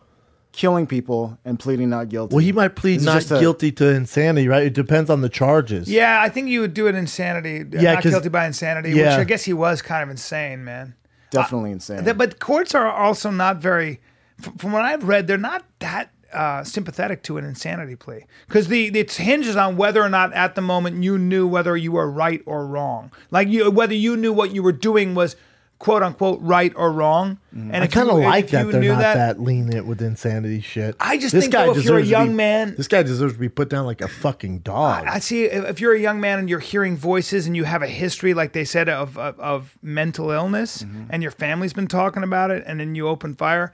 killing people and pleading not guilty?
Well, he might plead
It's
not
just a-
guilty to insanity, right? It depends on the charges.
Yeah, I think you would do it insanity.
Yeah,
Yeah, not
'cause-
guilty by insanity,
yeah.
which I guess he was kind of insane, man.
definitely insane.
Th- But courts are also not very, f- from what I've read, they're not that uh, sympathetic to an insanity plea because the it hinges on whether or not at the moment you knew whether you were right or wrong, like you whether you knew what you were doing was quote unquote right or wrong.
Mm-hmm.
And
I
if you-
kind of
if
like that
you
they're
knew
not that, lenient with insanity shit.
I just think, though, if you're a
deserves to
young
be-
man-
this guy deserves to be put down like a fucking dog.
I see. If if you're a young man and you're hearing voices and you have a history, like they said, of of, of mental illness,
Mm-hmm.
and your family's been talking about it, and then you open fire,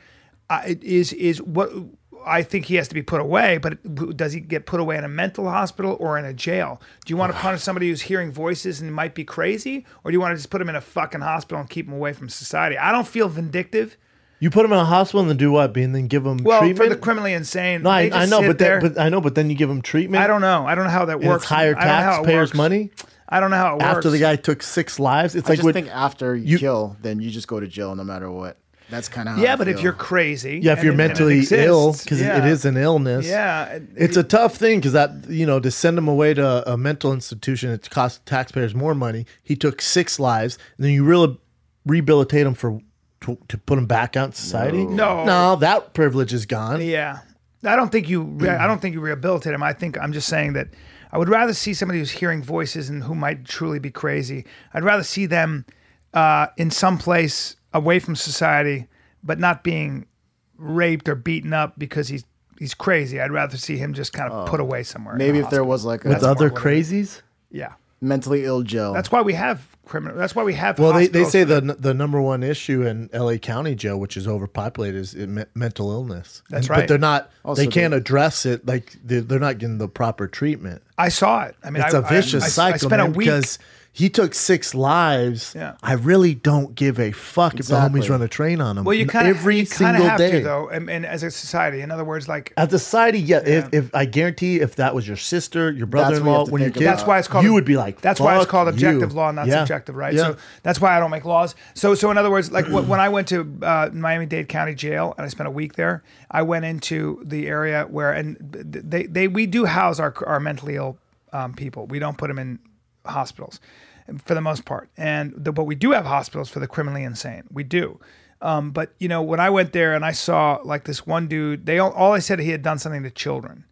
uh, it is is what I think he has to be put away. But w- does he get put away in a mental hospital or in a jail? Do you want to punish somebody who's hearing voices and might be crazy, or do you want to just put him in a fucking hospital and keep him away from society? I don't feel vindictive.
you put him in a hospital and then do what? Being then give him
Well,
treatment.
for the criminally insane,
no, I,
they just
I know,
sit
but
there.
then, but I know, but then you give him treatment.
I don't know. I don't know how that
And
works.
it's higher
I don't know how it
taxpayers'
works.
money
I don't know how it works.
after the guy took six lives. It's
I
like
just
what,
think after you,
you-
kill, then you just go to jail no matter what. That's kind of how I
Yeah, but if
feel.
you're crazy,
yeah, if
and
you're
it- and it
mentally ill
exists,
because
yeah.
it is an illness.
Yeah, it-
It's a tough thing because that you know to send him away to a mental institution, it costs taxpayers more money. He took six lives, and then you really rehabilitate him for to, to put him back out in society.
No.
no, that privilege is gone.
yeah. I don't think you. Re- I don't think you rehabilitate him. I think I'm just saying that I would rather see somebody who's hearing voices and who might truly be crazy. I'd rather see them uh, in some place away from society, but not being raped or beaten up because he's he's crazy. I'd rather see him just kind of put away somewhere. in
Oh. Maybe
a
if there
hospital.
was like a
With
That's
other
more what it
crazies.
yeah,
mentally ill jail.
that's why we have criminal. That's why we have.
Well, they, they
hospitals
say
for
the the number one issue in L.A. County jail, which is overpopulated, is in me- mental illness.
That's
And-
right.
But they're not.
Also
they can't
the-
address it. Like they're, they're not getting the proper treatment.
I saw it. I mean,
It's
a
a vicious
I,
cycle,
I spent
man,
a week
because he took six lives.
Yeah.
I really don't give a fuck
Exactly.
if the homies run a train on him.
Well, you kind of
every
you kind of
single
have
day
to though, and, and as a society, in other words, like
At the society, yeah. If, if I guarantee, if that was your sister, your brother-in-law,
to
when your
think
kid,
about.
that's why it's called
You would be like,
that's why it's
"Fuck
called
you."
objective law and not
Yeah.
subjective, right?
Yeah.
So that's why I don't make laws. So so in other words, like wh- when I went to uh, Miami Dade County Jail and I spent a week there, I went into the area where and th- they they we do house our our mentally ill um, people. We don't put them in hospitals for the most part, and the, but we do have hospitals for the criminally insane. We do. Um, but you know when I went there and I saw like this one dude, they all, all I said he had done something to children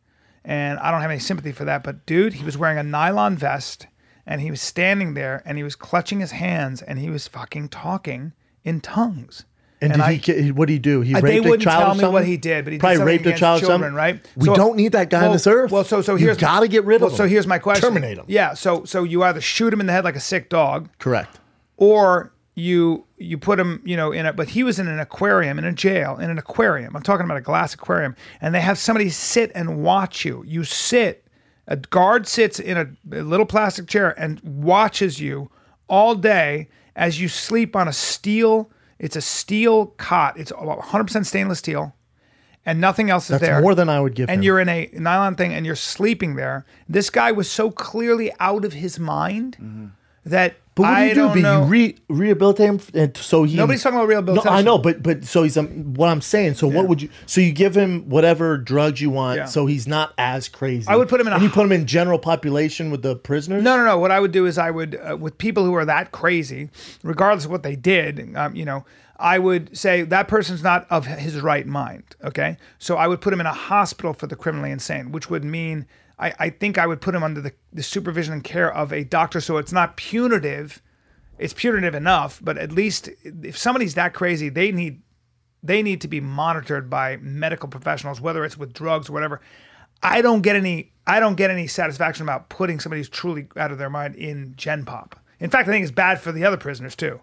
and I don't have any sympathy for that. But dude, he was wearing a nylon vest and he was standing there and he was clutching his hands and he was fucking talking in tongues.
and, did he ki- he? What did he do? He
I-
raped
they
a
wouldn't
child. or
tell me what
something?
he did, but he
probably
did something
raped a
against
child. or
children,
something?
right?
We
So-
don't need that guy
well,
on this earth.
Well, so so
You
here's
gotta get rid
well,
of him.
So here's my question:
Terminate him.
Yeah. So so you either shoot him in the head like a sick dog,
Correct.
or you you put him you know in a but he was in an aquarium in a jail in an aquarium i'm talking about a glass aquarium and they have somebody sit and watch you you sit a guard sits in a, a little plastic chair and watches you all day as you sleep on a steel it's a steel cot it's 100% stainless steel and nothing else is
That's
there
more than I would give
and
him.
you're in a nylon thing and you're sleeping there this guy was so clearly out of his mind that
Mm-hmm. But what
I
do you do?
not
But
know.
you re- rehabilitate him, f- and so he
Nobody's talking about rehabilitation.
No, I know, but but so he's um, what I'm saying. So what would you? So you give him whatever drugs you want,
Yeah.
so he's not as crazy.
I would put him in a
And you
h-
put him in general population with the prisoners.
No, no, no. What I would do is I would, uh, with people who are that crazy, regardless of what they did, um, you know, I would say that person's not of his right mind. Okay. So I would put him in a hospital for the criminally insane, which would mean I, I think I would put him under the, the supervision and care of a doctor. So it's not punitive. It's punitive enough, but at least if somebody's that crazy, they need they need to be monitored by medical professionals, whether it's with drugs or whatever. I don't get any I don't get any satisfaction about putting somebody who's truly out of their mind in Gen Pop. In fact, I think it's bad for the other prisoners too.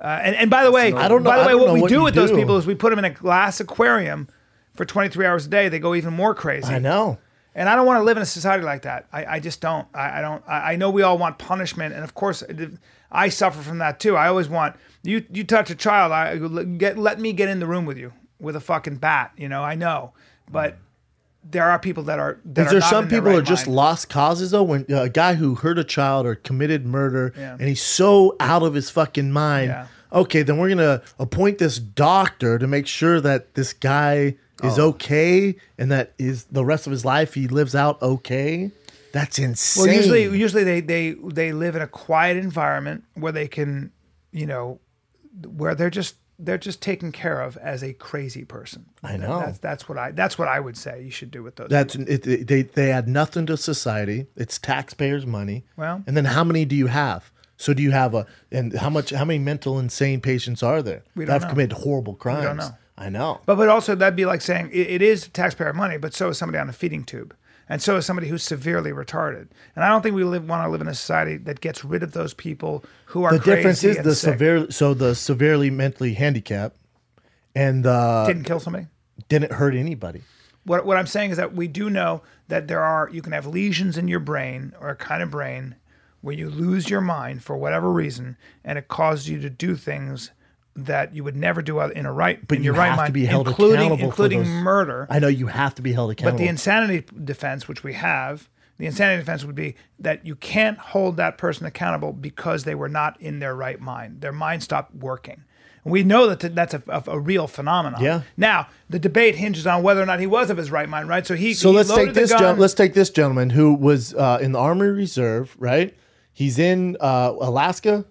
Uh, and, and by the way, I
don't know-
By the
I
way,
don't
what
know
we
what
do
you
with those
do.
people is we put them in a glass aquarium for 23 hours a day. They go even more crazy.
I know.
And I don't want to live in a society like that. I, I just don't. I, I don't. I, I know we all want punishment, and of course, it- I suffer from that too. I always want you. You touch a child, I get let me get in the room with you with a fucking bat. You know, I know, but there are people that are. That
Is
are
there
not
some
in their
people who
right
are just
mind.
lost causes though? When uh, a guy who hurt a child or committed murder, and he's so out of his fucking mind.
Yeah.
Okay, then we're gonna appoint this doctor to make sure that this guy is
Oh.
okay and that is the rest of his life he lives out okay. That's insane.
Well, usually, usually they they they live in a quiet environment where they can, you know, where they're just they're just taken care of as a crazy person.
I know.
That's that's what I that's what I would say you should do with those.
That's it, it- they they add nothing to society. It's taxpayers' money.
Well-
and then how many do you have? So do you have a and how much how many mental insane patients are there
We
that
don't
have
know.
committed horrible crimes?
know.
I know.
But but also that'd be like saying it, it is taxpayer money, but so is somebody on a feeding tube, and so is somebody who's severely retarded. And I don't think we live want to live in a society that gets rid of those people who are
the
crazy
difference is
and
the
sick.
severe so the severely mentally handicapped and uh, didn't.
didn't kill somebody.
hurt anybody.
What what I'm saying is that we do know that there are you can have lesions in your brain or a kind of brain where you lose your mind for whatever reason, and it causes you to do things that you would never do in a right
But
in
you
your right
have to
mind,
be held
including
accountable for
including
those-
murder.
I know you have to be held accountable.
But the insanity defense, which we have, the insanity defense would be that you can't hold that person accountable because they were not in their right mind. Their mind stopped working. And we know that th- that's a, a, a real phenomenon.
Yeah.
Now the debate hinges on whether or not he was of his right mind, right? So he
So
he
let's
loaded
take
the
this.
gun.
Gen- let's take this gentleman who was uh, in the Army Reserve, right? He's in uh, Alaska,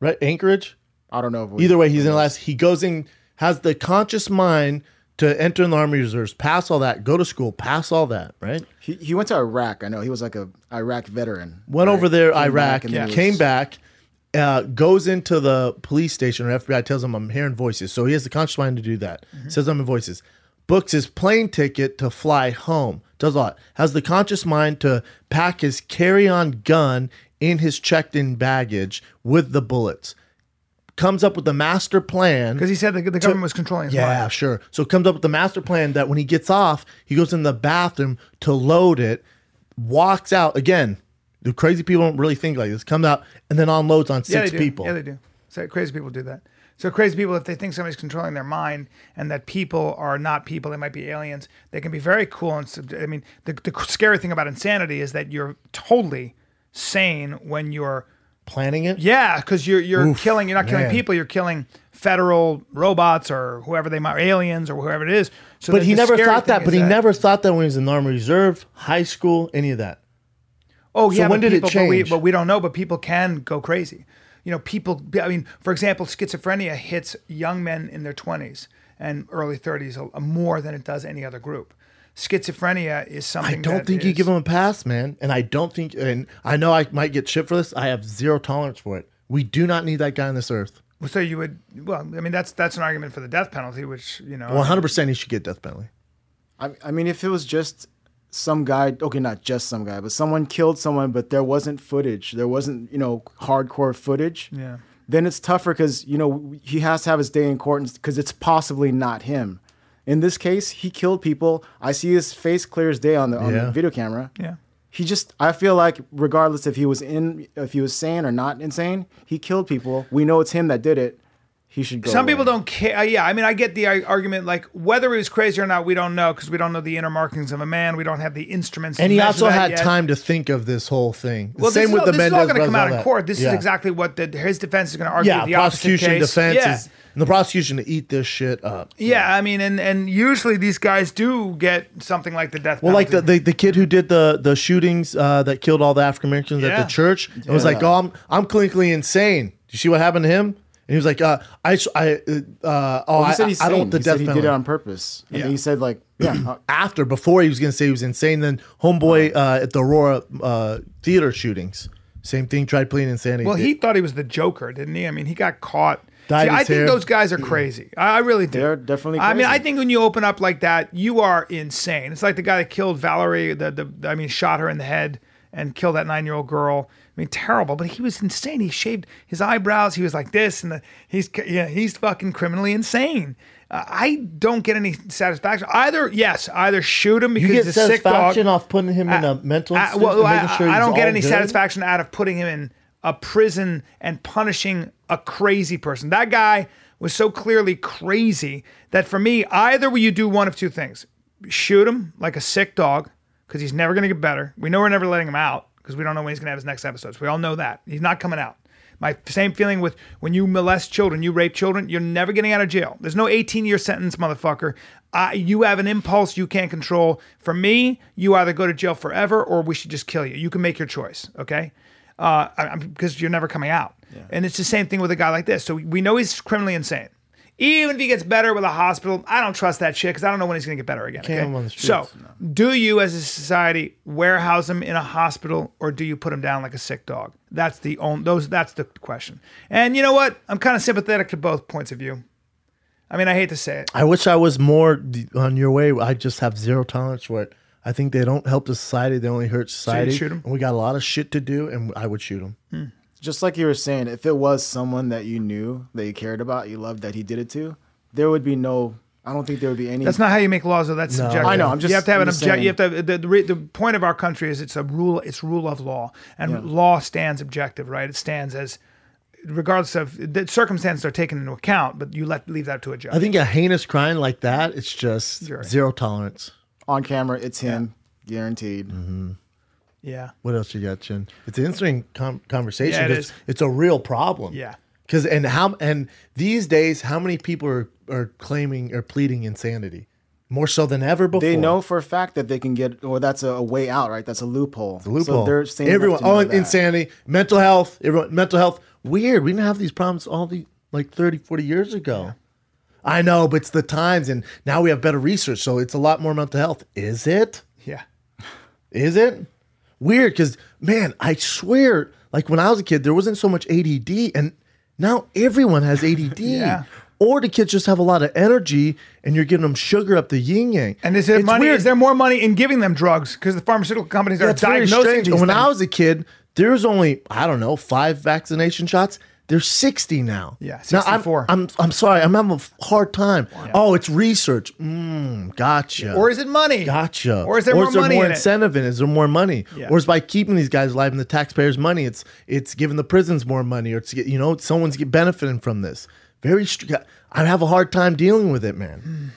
right? Anchorage.
I don't know. If we,
Either way, he's in Alaska. He goes in, has the conscious mind to enter in the Army Reserves, pass all that, go to school, pass all that, right?
he, he went to Iraq. I know he was like a Iraq veteran.
Went
right?
over there,
Came
Iraq,
back and then he
came
was-
back, uh, goes into the police station or FBI, tells him I'm hearing voices. So he has the conscious mind to do that.
Mm-hmm.
Says I'm in voices. Books his plane ticket to fly home. Does a lot. Has the conscious mind to pack his carry-on gun in his checked-in baggage with the bullets. Comes up with the master plan.
because he said the, the government was controlling his
Yeah,
mind.
sure. So comes up with the master plan that when he gets off, he goes in the bathroom to load it, walks out again The crazy people don't really think like this. Comes out and then unloads on
Yeah,
six
they do.
people.
Yeah, they do. So crazy people do that. So crazy people, if they think somebody's controlling their mind and that people are not people, they might be aliens. They can be very cool. And sub- I mean, the, the scary thing about insanity is that you're totally sane when you're
Planning it.
yeah, because you're you're
Oof,
killing. You're not killing
man.
people. You're killing federal robots or whoever they might, aliens or whoever it is. So
But
the-
he
the
never
scary
thought that.
thing
But
is
he never thought that when he was in the Army Reserve, high school, any of that.
Oh yeah.
when
but
did it
people, But we,
change?
but we don't know. But people can go crazy. You know, people. I mean, for example, schizophrenia hits young men in their twenties and early thirties more than it does any other group. Schizophrenia is
I
something.
don't
that
think you
is-
give him a pass, man. And I don't think, and I know I might get shit for this. I have zero tolerance for it. We do not need that guy on this earth.
So you would. Well, I mean, that's that's an argument for the death penalty, which you know.
One hundred percent, he should get death penalty.
I, I mean, if it was just some guy, okay, not just some guy, but someone killed someone, but there wasn't footage, there wasn't, you know, hardcore footage.
Yeah.
Then it's tougher because you know he has to have his day in court because it's possibly not him. In this case, he killed people. I see his face clear as day on the, on
Yeah.
the video camera.
Yeah.
He just, I feel like, regardless if he was in, if he was sane or not insane, he killed people. We know it's him that did it. He should go.
Some people
away.
don't care. uh, Yeah, I mean, I get the ar- argument. Like whether he was crazy or not, we don't know because we don't know the inner markings of a man. We don't have the instruments. to
And he
measure
also
that
had
yet.
time to think of this whole thing.
Well,
Same
this
with
is,
the
all- this is
Mendez
all going to
brothers.
come out
all
in
that.
court. This
Yeah.
is exactly what the, his defense is going to argue.
yeah.
the opposite
prosecution
case.
defense
Yeah.
is and the prosecution to eat this shit up.
yeah, I mean, and and usually these guys do get something like the death.
Well, like the,
penalty.
the, the kid who did the the shootings uh, that killed all the African Americans at
Yeah.
the church. It was like, oh, I'm I'm clinically insane. Do you see what happened to him? And he was like, uh, I sh- I uh, uh, oh,
He
I,
said he's
I don't
sane.
want the
he
death
said he
penalty.
did it on purpose. And
Yeah.
he said like, yeah, uh,
after before he was going to say he was insane. Then homeboy uh, at the Aurora uh, theater shootings, same thing. Tried pleading insanity.
well, he thought he was the Joker, didn't he? I mean, he got caught.
Dyed
See, I
his
think
hair.
those guys are crazy. I, I really do.
They're definitely
I mean,
crazy.
I think when you open up like that, you are insane. It's like the guy that killed Valerie. The, the I mean, shot her in the head and killed that nine year old girl. I mean, terrible. But he was insane. He shaved his eyebrows. He was like this, and the, he's yeah, he's fucking criminally insane. Uh, I don't get any satisfaction either. Yes, either shoot him
you
because
get
he's a sick dog.
satisfaction off putting him in a mental.
I,
institution
well,
and
I,
making sure
I
he's
don't get
all
any
good?
satisfaction out of putting him in a prison and punishing a crazy person. That guy was so clearly crazy that for me, either you do one of two things shoot him like a sick dog because he's never going to get better. We know we're never letting him out because we don't know when he's going to have his next episodes. We all know that. He's not coming out. My same feeling with when you molest children, you rape children, you're never getting out of jail. There's no 18 year sentence, motherfucker. I, you have an impulse you can't control. For me, you either go to jail forever or we should just kill you. You can make your choice, okay? Because uh, I- I'm- 'cause you're never coming out. And it's the same thing with a guy like this. So we know he's criminally insane. Even if he gets better with a hospital, I don't trust that shit because I don't know when he's going to get better again.
Can't
okay?
have him on the
so,
streets.
do you as a society warehouse him in a hospital or do you put him down like a sick dog? That's the only those that's the question. And you know what? I'm kind of sympathetic to both points of view. I mean, I hate to say it.
I wish I was more d- on your way. I just have zero tolerance for it. I think they don't help the society. They only hurt society.
shoot 'em?
And we got a lot of shit to do, and I would shoot him.
just like you were saying, if it was someone that you knew, that you cared about, you loved, that he did it to, there would be no. I don't think there would be any.
That's not how you make laws, though. That's subjective.
I know, I'm just-
you have to have
I'm
an
just
object. You have
saying.
to. The, the, re- the point of our country is it's a rule. It's rule of law, and law stands objective, right? It stands as, regardless of the circumstances are taken into account, but you let leave that to a judge.
I think a heinous crime like that, it's just
You're right.
zero tolerance.
on camera. It's him, guaranteed.
yeah.
What else you got, Chen? It's an interesting com- conversation.
Yeah, it
'cause
is.
It's a real problem.
Yeah.
Because and how and these days, how many people are are claiming or pleading insanity more so than ever before?
They know for a fact that they can get, or that's a, a way out, right? That's a loophole.
the loophole.
So they're saying
everyone. Oh,
that.
insanity, mental health. Everyone, mental health. Weird. We didn't have these problems all the like 30, 40 years ago. I know, but it's the times, and now we have better research, so it's a lot more mental health. Is it?
Yeah.
Is it weird? Because man, I swear, like when I was a kid, there wasn't so much ADD, and now everyone has ADD.
Yeah.
Or the kids just have a lot of energy, and you're giving them sugar up the yin yang.
And is there
It's
money?
weird.
Is there more money in giving them drugs because the pharmaceutical companies are
That's very
diagnosing
strange.
these
When
things?
I was a kid, there was only I don't know five vaccination shots. They're 60 now.
Yeah,
Now, I'm-
64.
I'm, I'm, sorry. I'm having a f- hard time. Oh, it's research. Mm, gotcha.
Or is it money?
Gotcha.
Or is there more money in it?
incentive in it? Is there more money?
Yeah.
Or is by keeping these guys alive and the taxpayers' money, it's it's giving the prisons more money, or it's get- you know someone's get benefiting from this. Very, str- I have a hard time dealing with it,
Hmm.
man.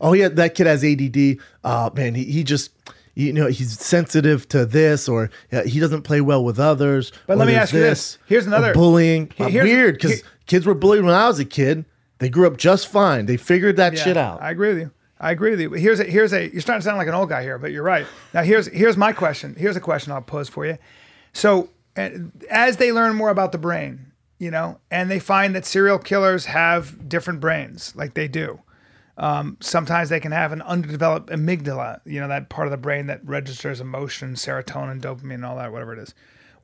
Oh yeah, that kid has ADD. Uh, man, he, he just you know he's sensitive to this, or uh, he doesn't play well with others.
But
or
let me
there's
ask you this. Here's
or
another-
bullying.
He-
Uh,
here's-
weird because
here-
kids were bullied when I was a kid. They grew up just fine. They figured that
Yeah,
shit out.
I agree with you. I agree with you. But here's a here's a you're starting to sound like an old guy here, but you're right. Now here's here's my question. Here's a question I'll pose for you. So uh, as they learn more about the brain, you know, and they find that serial killers have different brains, like they do. Um, sometimes they can have an underdeveloped amygdala, you know, that part of the brain that registers emotion, serotonin, dopamine, and all that, whatever it is.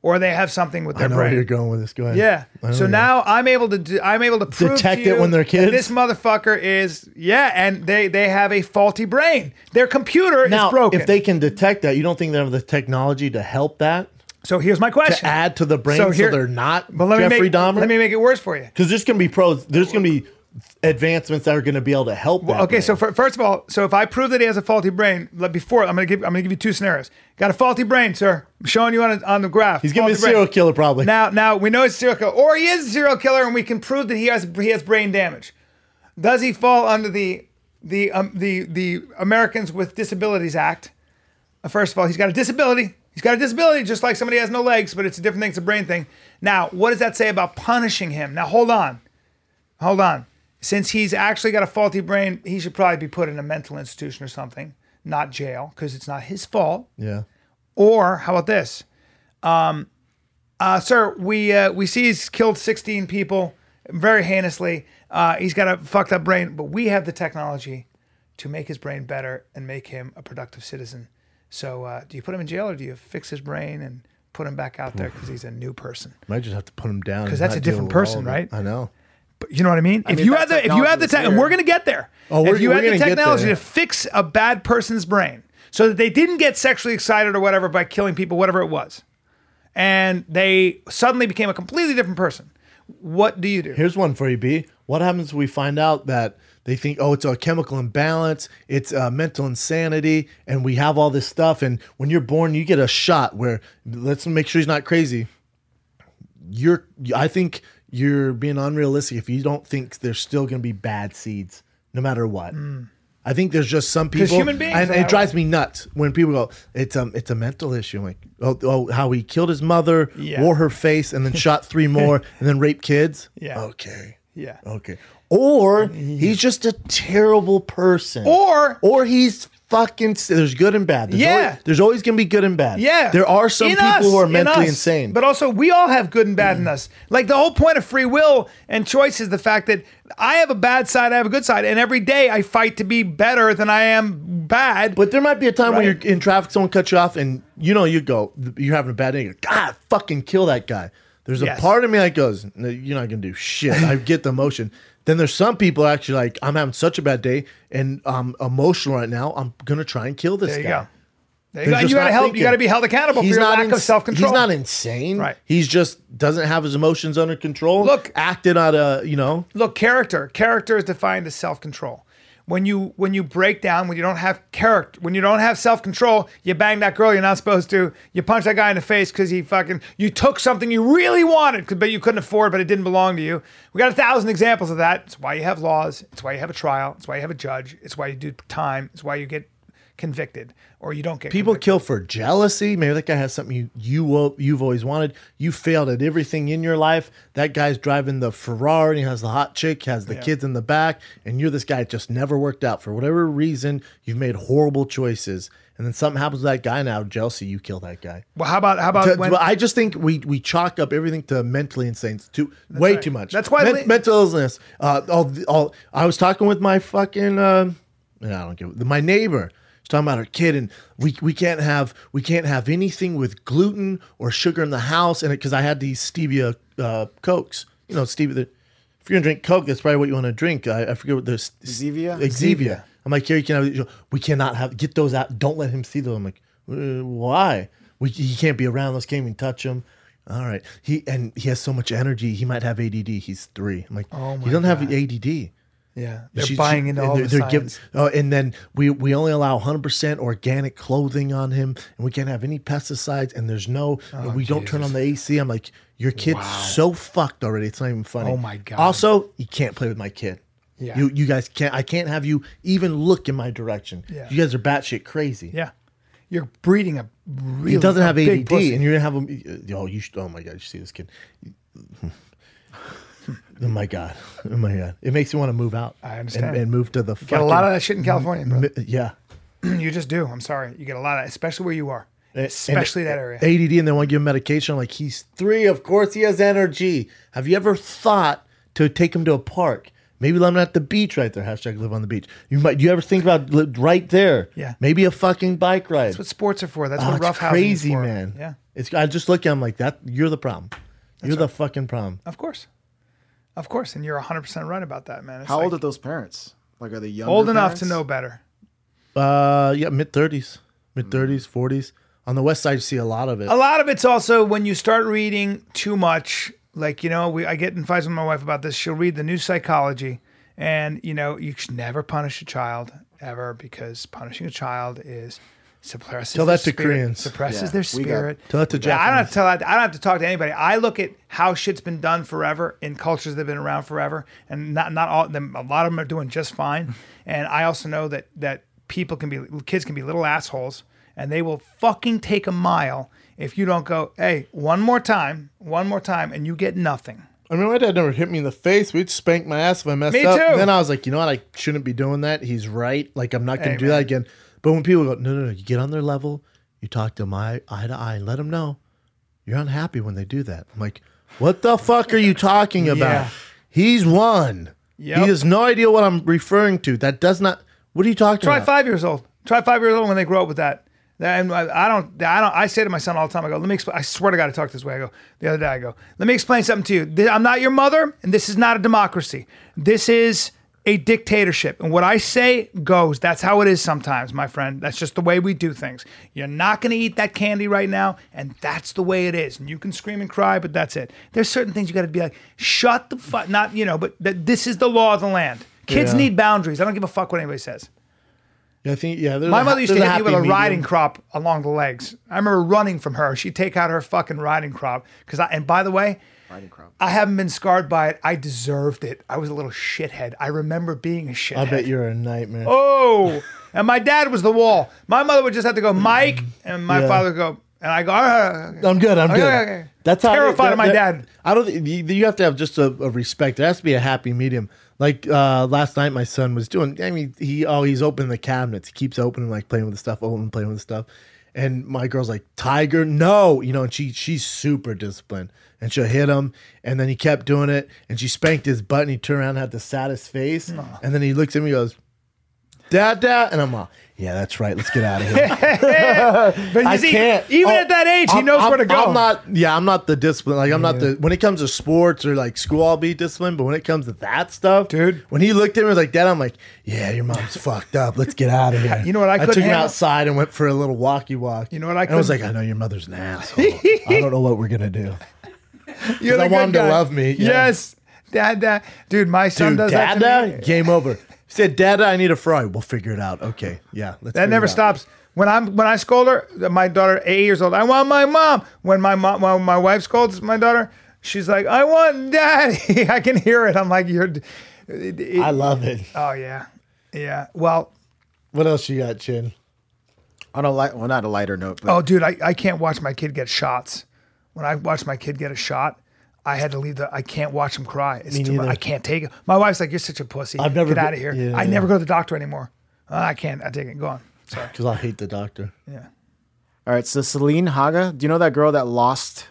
Or they have something with
I
their
know
brain.
where you're going with this. Go ahead.
Yeah.
I know where
So
you're
now I'm able to do, I'm able to prove
Detect
to
it
you
when they're
that
kids?
This motherfucker is yeah, and they they have a faulty brain. Their computer
now,
is broken.
if they can detect that, you don't think they have the technology to help that
so here's my
to
question.
add to the brain so, they're not
But let
Jeffrey
me make,
Dahmer?
Let me make it worse for you.
because there's going to be pros. There's going to be advancements that are going to be able to help. That
Okay,
brain.
so for, first of all, so if I prove that he has a faulty brain, like before I'm gonna give I'm gonna give you two scenarios. Got a faulty brain, sir. I'm showing you on, a, on the graph.
he's going to be a
Faulty brain.
serial killer probably.
Now, now we know it's serial killer, or he is a serial killer, and we can prove that he has he has brain damage. Does he fall under the the um, the the Americans with Disabilities Act? Uh, First of all, he's got a disability. He's got a disability, just like somebody has no legs, but it's a different thing. It's a brain thing. Now, what does that say about punishing him? Now, hold on, hold on. Since he's actually got a faulty brain, he should probably be put in a mental institution or something, not jail, because it's not his fault.
yeah,
Or how about this, um, uh, sir? We uh, we see he's killed 16 people very heinously. Uh, he's got a fucked up brain, but we have the technology to make his brain better and make him a productive citizen. So, uh, do you put him in jail or do you fix his brain and put him back out there because he's a new person?
might just have to put him down
'Cause
and
that's
not
a different
deal with all
person,
of it.
right?
I know.
But you know what I mean? if
mean,
you
that
had the if you had the
technology is
tech, and
here.
we're gonna get there.
Oh, we're-
if you
we're
had the
gonna get
technology
there.
to fix a bad person's brain so that they didn't get sexually excited or whatever by killing people, whatever it was, and they suddenly became a completely different person. What do you do?
Here's one for you, B. What happens if we find out that they think, oh, it's a chemical imbalance, it's uh, mental insanity, and we have all this stuff. And when you're born, you get a shot where let's make sure he's not crazy. You're, I think you're being unrealistic if you don't think there's still going to be bad seeds, no matter what. I think there's just some people.
Hmm. human beings
and
are
it
that
drives me nuts when people go, "It's um, it's a mental issue." I'm like, oh, oh, how he killed his mother,
Yeah.
wore her face, and then shot three more, and then raped kids.
Yeah.
Okay.
Yeah.
Okay. Or he's just a terrible person.
Or-
or he's fucking. There's good and bad. There's
Yeah.
Always, there's always gonna be good and bad.
Yeah.
There are some
In
people
us,
who are
in
mentally
us.
insane.
But also, we all have good and bad in us. Like the whole point of free will and choice is the fact that I have a bad side, I have a good side, and every day I fight to be better than I am bad.
But there might be a time when
Right.
you're in traffic, someone cuts you off, and you know you go, you're having a bad day. You go, God, fucking kill that guy. There's a
Yes.
part of me that goes, no, you're not gonna do shit. I get the emotion. Then there's some people actually like, I'm having such a bad day and I'm emotional right now. I'm gonna try and kill this
there you
guy.
go. There you
They're
go. And
just
you gotta
not
help. You
thinking.
gotta be held accountable
He's
for your
not
lack
ins-
of self control.
He's not insane.
Right.
He's just doesn't have his emotions under control.
Look-
acted out of you know.
look character character is defined as self-control when you when you break down when you don't have character when you don't have self-control you bang that girl you're not supposed to you punch that guy in the face because he fucking you took something you really wanted 'cause- but you couldn't afford but it didn't belong to you we got a thousand examples of that it's why you have laws it's why you have a trial it's why you have a judge it's why you do time it's why you get convicted or you don't get
People
convicted.
kill for jealousy. Maybe that guy has something you you wo- you've always wanted. You failed at everything in your life. That guy's driving the Ferrari. He has the hot chick. Has the kids in the back. And you're this guy. It just never worked out for whatever reason. You've made horrible choices. And then something happens to that guy. Now jealousy. You kill that guy.
well how about how about
To-
when
well, I just think we we chalk up everything to mentally insane. It's too way
right.
too much.
That's why
Men-
li-
mental illness. Uh, all, all, I was talking with my fucking. Uh, I don't give my neighbor. She's talking about her kid, and we we can't have we can't have anything with gluten or sugar in the house, and because I had these stevia uh, cokes. You know, stevia. The, if you're gonna drink coke, that's probably what you want to drink. I, I forget what the
Zevia?
Exevia. I'm like, here you can have. We cannot have. Get those out. Don't let him see them. I'm like, uh, why? We, he can't be around. Let's can't even touch him. All right. He and he has so much energy. He might have ADD. He's three. I'm like, oh my you don't have ADD.
Yeah, they're
She-
buying
she-
into
and
all
they're-
the
they're
science.
giving- oh, and then we we only allow 100% organic clothing on him, and we can't have any pesticides. And there's no,
Oh,
and we don't turn on the AC. I'm like, your kid's so fucked already. It's not even funny.
Oh, my God.
Also, you can't play with my kid.
Yeah.
You you guys can't. I can't have you even look in my direction.
Yeah.
You guys are batshit crazy.
yeah, you're breeding a really
He doesn't
a
have
big
ADD,
pussy.
and you're gonna have him. Oh, you should. Oh my god, you see this kid. oh my god, oh my god. It makes me want to move out.
I
and-
understand.
And, move to the.
Get a lot of that shit in California, bro.
Yeah.
you just do. I'm sorry. You get a lot of, especially where you are,
And-
especially
and
that area.
ADD, and they want to give him medication. I'm like, he's three. Of course, he has energy. Have you ever thought to take him to a park? Maybe let him at the beach right there. Hashtag live on the beach. You might. You ever think about li- right there?
Yeah.
Maybe a fucking bike ride.
That's what sports are for. That's
Oh,
what
it's
rough housing is
crazy,
for.
man.
Yeah,
It's I just look at him like that. You're the problem. you're the fucking problem.
of course, of course. And you're 100 percent right about that, man. It's
How
like,
old are those parents? Like, are they young?
Old enough to know better.
Uh, yeah, mid thirties, mid thirties, forties. On the west side, you see a lot of it.
A lot of it's also when you start reading too much. Like you know, we I get in fights with my wife about this. She'll read the new psychology, and you know, you should never punish a child ever because punishing a child is suppresses.
Tell
their
that to
spirit-
Koreans.
Suppresses
Yeah,
their
we got-
spirit.
Tell that to
Yeah, I don't have
Japanese.
to tell that. I don't have to talk to anybody. I look at how shit's been done forever in cultures that've been around forever, and not not all. Them, a lot of them are doing just fine. and I also know that that people can be kids can be little assholes, and they will fucking take a mile if you don't go. Hey, one more time, one more time, and you get nothing.
I mean, my dad never hit me in the face. We'd spank my ass if I messed
Me
up.
too.
And then I was like, you know what? I shouldn't be doing that. He's right. Like, I'm not going to
Hey,
do that again. But when people go, no, no, no, you get on their level, you talk to them eye, eye to eye, and let them know you're unhappy when they do that. I'm like, what the fuck are you talking about?
Yeah.
He's one.
Yep.
He has no idea what I'm referring to. That does not. What are you talking
Try
about?
five years old. Try five years old when they grow up with that. That- And I I don't, I don't. I say to my son all the time. I go, let me. Explain. I swear to God, I talk this way. I go the other day. I go, let me explain something to you. Th- I'm not your mother, and this is not a democracy. This is a dictatorship, and what I say goes. That's how it is sometimes, my friend. That's just the way we do things. You're not going to eat that candy right now, and that's the way it is. And you can scream and cry, but that's it. There's certain things you got to be like, shut the fuck. Not you know, but th- this is the law of the land. Kids
Yeah.
need boundaries. I don't give a fuck what anybody says.
Yeah, I think yeah. there's
My
a-
mother used to
there's
hit me with a
happy
riding
medium.
crop along the legs. I remember running from her. She'd take out her fucking riding crop because I. And by the way, riding crop. I haven't been scarred by it. I deserved it. I was a little shithead. I remember being a shithead.
I bet you're a nightmare.
Oh, and my dad was the wall. My mother would just have to go, Mike, and my
Yeah.
father would go, and I go. "Ah."
I'm good. I'm
Okay,
good.
okay, okay.
That's how
Terrified of my dad.
I don't. think- You, you have to have just a, a respect. There has to be a happy medium. Like uh, last night, my son was doing. I mean, he oh, he's opening the cabinets. He keeps opening, like playing with the stuff, opening, playing with the stuff. And my girl's like, Tiger, no, you know, and she she's super disciplined, and she'll hit him. And then he kept doing it, and she spanked his butt, and he turned around, and had the saddest face, and then he looks at me, and goes, Dad, Dad, and I'm all, yeah, that's right. Let's get out of here.
But
I
you see,
can't.
Even
Oh,
at that age, he
I'm-
knows
I'm-
where to go.
I'm not. Yeah, I'm not the discipline. Like I'm not the. When it comes to sports or like school, I'll be disciplined. But when it comes to that stuff,
Dude.
When he looked at me like that, I'm like, yeah, your mom's fucked up. Let's get out of here.
You know what I
I
couldn't
took him
handle?
outside and went for a little walkie walk.
You know what I
And I was like,
couldn't-
I know your mother's an asshole. I don't know what we're gonna do.
You're
I want
the good
him to
guy.
love me, yeah.
Yes, dad, dad, dude. My son
Dude,
does that. to me.
Dada, game over. He said, Dada, I need a fry. We'll figure it out. Okay, yeah. Let's
That never stops. When I'm when I scold her, my daughter eight years old. I want my mom. When my mom, when my wife scolds my daughter, she's like, "I want daddy." I can hear it. I'm like, "You're." d- it- it-
I love it.
oh yeah, yeah. Well,
What else you got, Chin?
On a light, well, not a lighter note, but
oh dude, I, I can't watch my kid get shots. When I watch my kid get a shot, I had to leave the. I can't watch him cry. It's too much.
neither.
I can't take it. My wife's like, "You're such a pussy.
I've never
get out of
been-
here."
yeah.
I never go to the doctor anymore. Uh, I can't. I take it. Go on. Sorry.
Because I hate the doctor.
Yeah.
All right, so Celine Haga, do you know that girl that lost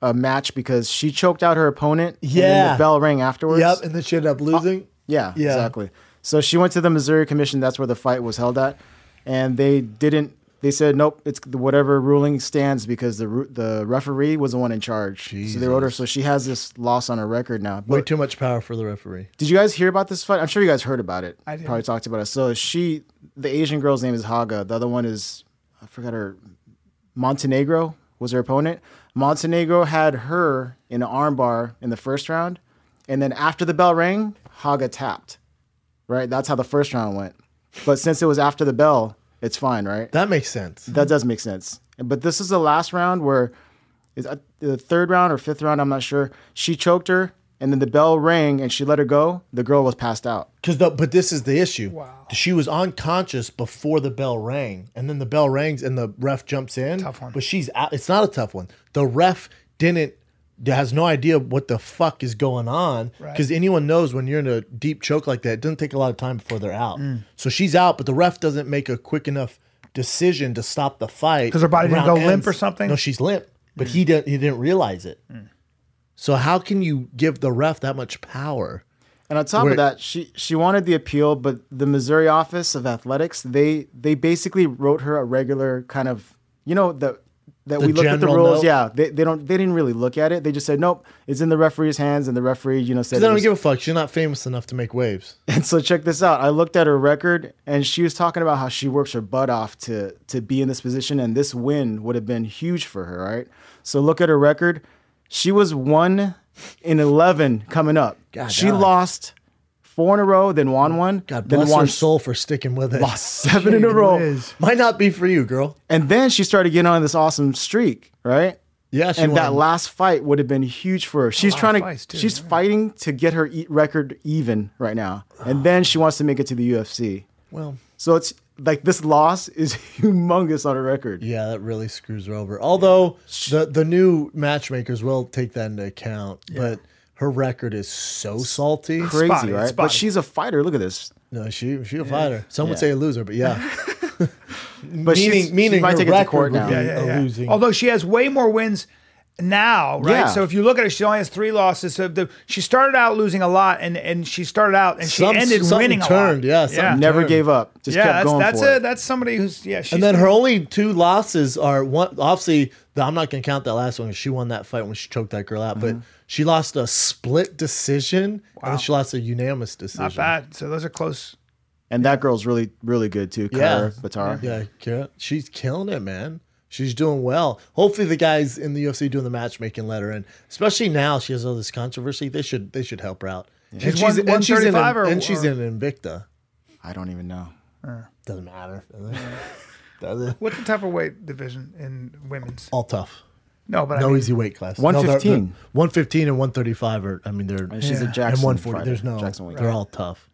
a match because she choked out her opponent? And then
Yeah.
the bell rang afterwards?
Yep, and then she ended up losing.
Yeah,
Yeah.
exactly. So she went to the Missouri Commission. That's where the fight was held at. And they didn't, they said, nope, it's the- whatever ruling stands because the ru- the referee was the one in charge. So they wrote her. So she has this loss on her record now.
Way
But
too much power for the referee.
did you guys hear about this fight? I'm sure you guys heard about it. I
didn't.
Probably talked about it. So she, the Asian girl's name is Haga. The other one is, I forgot her, Montenegro was her opponent. Montenegro had her in an armbar in the first round, and then after the bell rang, Haga tapped. Right, that's how the first round went. But since it was after the bell, it's fine, right?
That makes sense.
That does make sense. But this is the last round where is uh, the third round or fifth round, I'm not sure. She choked her and then the bell rang and she let her go. The girl was passed out.
Because but this is the issue. Wow. She was unconscious before the bell rang, and then the bell rings and the ref jumps in.
Tough one.
But she's out. It's not a tough one. The ref didn't has no idea what the fuck is going on because anyone knows when you're in a deep choke like that, it doesn't take a lot of time before they're out.
Mm.
So she's out, but the ref doesn't make a quick enough decision to stop the fight
'Cause her body didn't
Round
go limp or something? Mm.
No, she's limp, but he didn't. He didn't realize it. So how can you give the ref that much power?
And on top
Wait.
of that, she she wanted the appeal, but the Missouri Office of Athletics they they basically wrote her a regular kind of you know the that
The
we looked at the
general
rules.
note?
Yeah, they, they don't they didn't really look at it. They just said nope, it's in the referee's hands, and the referee you know said.
Because I
it
don't
was-
give a fuck. She's not famous enough to make waves.
And so check this out. I looked at her record, and she was talking about how she works her butt off to to be in this position, and this win would have been huge for her, right? So look at her record. She was one in eleven coming up. she
dog.
lost four in a row, then won one,
God
then
bless
won
her soul for sticking with it.
lost seven in a row,
Whiz.
Might not be for you, girl.
and then she started getting on this awesome streak, right?
Yeah, she
and that
won.
last fight would have been huge for her. She's
lot
trying to,
of fights, too,
she's
yeah.
fighting to get her e- record even right now, and then she wants to make it to the UFC.
Well,
So it's like this loss is humongous on a record.
yeah, that really screws her over. Although the the new matchmakers will take that into account, but her record is so salty.
Crazy,
spotty, it's
right? But
spotty.
she's a fighter. Look at this.
No, she she a fighter. Some would say a loser, but yeah, meaning
But she's,
meaning
she might
her
take it to
record
court
would
now.
be
Yeah,
a
yeah.
losing.
Although she has way more wins now, right?
Yeah.
So if you look at her, she only has three losses. So the, she started out losing a lot, and and she started out and she
Some-
ended
something
winning
turned,
a
yeah,
lot.
something
yeah.
Never
Turn.
gave up. Just
yeah,
kept
that's
going
that's
for
a
it.
that's somebody who's yeah. She's
and then her only two losses are one. Obviously, the, I'm not gonna count that last one. 'cause She won that fight when she choked that girl out, but she lost a split decision and then she lost a unanimous decision.
not bad. So those are close.
and that girl's really, really good too.
Yeah.
Kyra Batar.
Yeah, Kara, she's killing it, man. She's doing well. Hopefully, the guys in the UFC doing the matchmaking let her in, especially now she has all this controversy. They should they should help her out. And,
She's one-
in
135 or-
and she's
or-
in Invicta.
I don't even know.
Doesn't matter. does it? Does it?
What's the tougher weight division in women's?
All tough.
No, but I
No
mean,
easy weight class.
115.
One fifteen and one thirty five are. I mean, they're
And
Yeah.
she's a
And
Jackson.
and one forty.
fighter,
There's no.
Jackson Wink.
They're all tough.